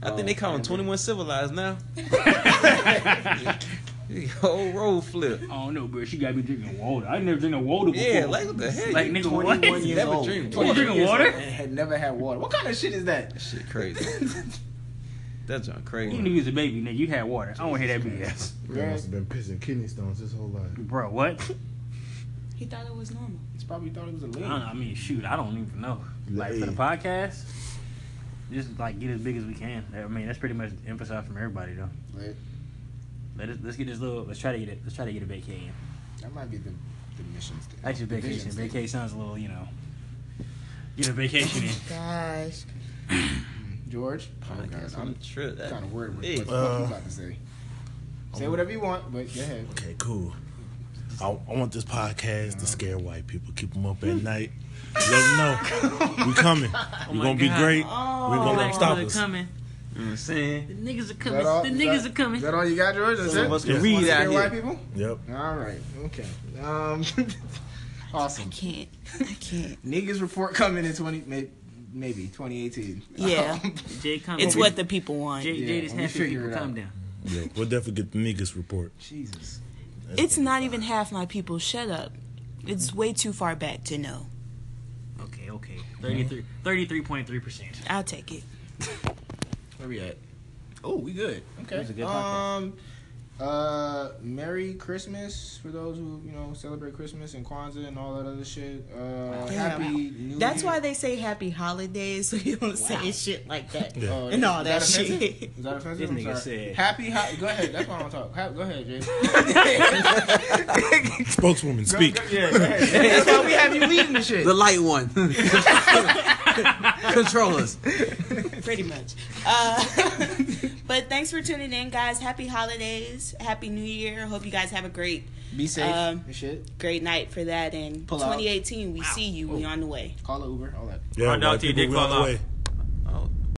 [SPEAKER 4] I think they call
[SPEAKER 7] Oh,
[SPEAKER 4] him 21 Civilized
[SPEAKER 7] [laughs]
[SPEAKER 4] now. [laughs] Whole road flip.
[SPEAKER 5] oh no, bro. She gotta be drinking water. I never drink no water before.
[SPEAKER 4] Yeah, like what the hell?
[SPEAKER 5] Like,
[SPEAKER 4] You
[SPEAKER 5] nigga, what?
[SPEAKER 1] 21 years
[SPEAKER 4] Never
[SPEAKER 1] old.
[SPEAKER 4] dreamed.
[SPEAKER 1] 21
[SPEAKER 5] [laughs] You drinking
[SPEAKER 1] years
[SPEAKER 5] water?
[SPEAKER 1] old And had never had water. What kind of shit is that?
[SPEAKER 4] Shit crazy. [laughs] that junk
[SPEAKER 5] Even if
[SPEAKER 4] crazy.
[SPEAKER 5] you was a baby, nigga, you had water. I don't hear that BS.
[SPEAKER 7] Man must have been pissing kidney stones his whole life.
[SPEAKER 5] Bro, what?
[SPEAKER 2] He thought it was normal.
[SPEAKER 1] It's probably thought it was a
[SPEAKER 5] I don't know.
[SPEAKER 1] lady.
[SPEAKER 5] I mean, shoot, I don't even know. Like for the
[SPEAKER 7] Hey.
[SPEAKER 5] podcast, just like get as big as we can. I mean, that's pretty much emphasized from everybody though.
[SPEAKER 1] Right.
[SPEAKER 5] Let us, let's get this little. Let's try to get it. Let's try to get a vacation.
[SPEAKER 1] That might be the the mission statement.
[SPEAKER 5] Actually, vacation. Vacation sounds a little, you know. Get a vacation in.
[SPEAKER 1] Gosh. George. Oh, God,
[SPEAKER 4] Podcast on
[SPEAKER 1] I'm
[SPEAKER 4] the trip. That-
[SPEAKER 1] kind of worried with
[SPEAKER 4] Hey.
[SPEAKER 1] what the fuck you
[SPEAKER 7] Uh,
[SPEAKER 1] about to say. Say whatever you want, but go ahead.
[SPEAKER 7] Okay, cool. I, I want this podcast to scare white people, keep them up
[SPEAKER 1] Hmm.
[SPEAKER 7] at night. Let them know we coming.
[SPEAKER 1] Oh
[SPEAKER 7] We're gonna be
[SPEAKER 5] God.
[SPEAKER 7] great. We're gonna let them stop us.
[SPEAKER 5] coming.
[SPEAKER 4] You know what I'm saying?
[SPEAKER 5] The niggas are
[SPEAKER 1] Is that all-
[SPEAKER 5] coming.
[SPEAKER 1] is
[SPEAKER 5] The niggas
[SPEAKER 1] that-
[SPEAKER 5] are coming.
[SPEAKER 1] Is that all you got, George? That's
[SPEAKER 4] Some
[SPEAKER 1] it?
[SPEAKER 4] of us
[SPEAKER 1] Just
[SPEAKER 4] can
[SPEAKER 1] wanna
[SPEAKER 4] read out
[SPEAKER 1] scare
[SPEAKER 4] here.
[SPEAKER 1] white people?
[SPEAKER 7] Yep.
[SPEAKER 1] All right. Okay. Um, [laughs] Awesome.
[SPEAKER 2] I can't. I
[SPEAKER 3] [laughs]
[SPEAKER 2] can't.
[SPEAKER 1] Niggas report coming in 20, may, maybe 2018.
[SPEAKER 2] Yeah.
[SPEAKER 5] Jay, calm
[SPEAKER 2] It's
[SPEAKER 5] down.
[SPEAKER 2] what the people want.
[SPEAKER 5] Jay,
[SPEAKER 1] Yeah,
[SPEAKER 5] Jay just
[SPEAKER 1] we
[SPEAKER 5] happy
[SPEAKER 1] figure
[SPEAKER 5] people.
[SPEAKER 1] it out.
[SPEAKER 5] Calm down.
[SPEAKER 7] Yeah, we'll definitely get the niggas report.
[SPEAKER 1] Jesus.
[SPEAKER 7] That's
[SPEAKER 2] It's
[SPEAKER 7] what-
[SPEAKER 2] not even half my people. Shut up. It's way too far back to know.
[SPEAKER 5] Okay, okay. 33 33.3 percent.
[SPEAKER 2] I'll take it.
[SPEAKER 1] Where we at? Oh, we good. Okay.
[SPEAKER 5] That was a good podcast.
[SPEAKER 1] um, uh, Merry Christmas for those who you know celebrate Christmas and Kwanzaa and all that other shit. Uh,
[SPEAKER 2] Damn.
[SPEAKER 1] happy New
[SPEAKER 2] That's
[SPEAKER 1] Year.
[SPEAKER 2] why they say happy holidays, [laughs] so you don't say shit like that.
[SPEAKER 7] Yeah.
[SPEAKER 1] Oh,
[SPEAKER 2] And all
[SPEAKER 1] is
[SPEAKER 2] that
[SPEAKER 1] offensive?
[SPEAKER 2] shit.
[SPEAKER 1] Is that offensive?
[SPEAKER 5] This
[SPEAKER 1] I'm sorry.
[SPEAKER 5] nigga said-
[SPEAKER 1] Happy, ho- go ahead. That's why I don't talk. Ha- go ahead, Jay.
[SPEAKER 2] [laughs]
[SPEAKER 7] Spokeswoman, speak.
[SPEAKER 1] yeah, go ahead. That's why we have you leading the shit.
[SPEAKER 4] The
[SPEAKER 5] [laughs]
[SPEAKER 4] light [laughs] one. Control us.
[SPEAKER 2] Pretty much. Uh, but thanks for tuning in, guys. Happy holidays. Happy New Year. Hope you guys have a great,
[SPEAKER 1] Be safe.
[SPEAKER 2] Um,
[SPEAKER 1] and shit.
[SPEAKER 2] great night for that. And
[SPEAKER 1] Pull out.
[SPEAKER 2] 2018, we see you. We on the way.
[SPEAKER 1] Call an Uber. All that.
[SPEAKER 7] Yeah,
[SPEAKER 9] Hot dog
[SPEAKER 7] white
[SPEAKER 9] to your
[SPEAKER 7] people,
[SPEAKER 9] dick
[SPEAKER 7] we on
[SPEAKER 9] fall
[SPEAKER 7] the
[SPEAKER 9] off.
[SPEAKER 7] way.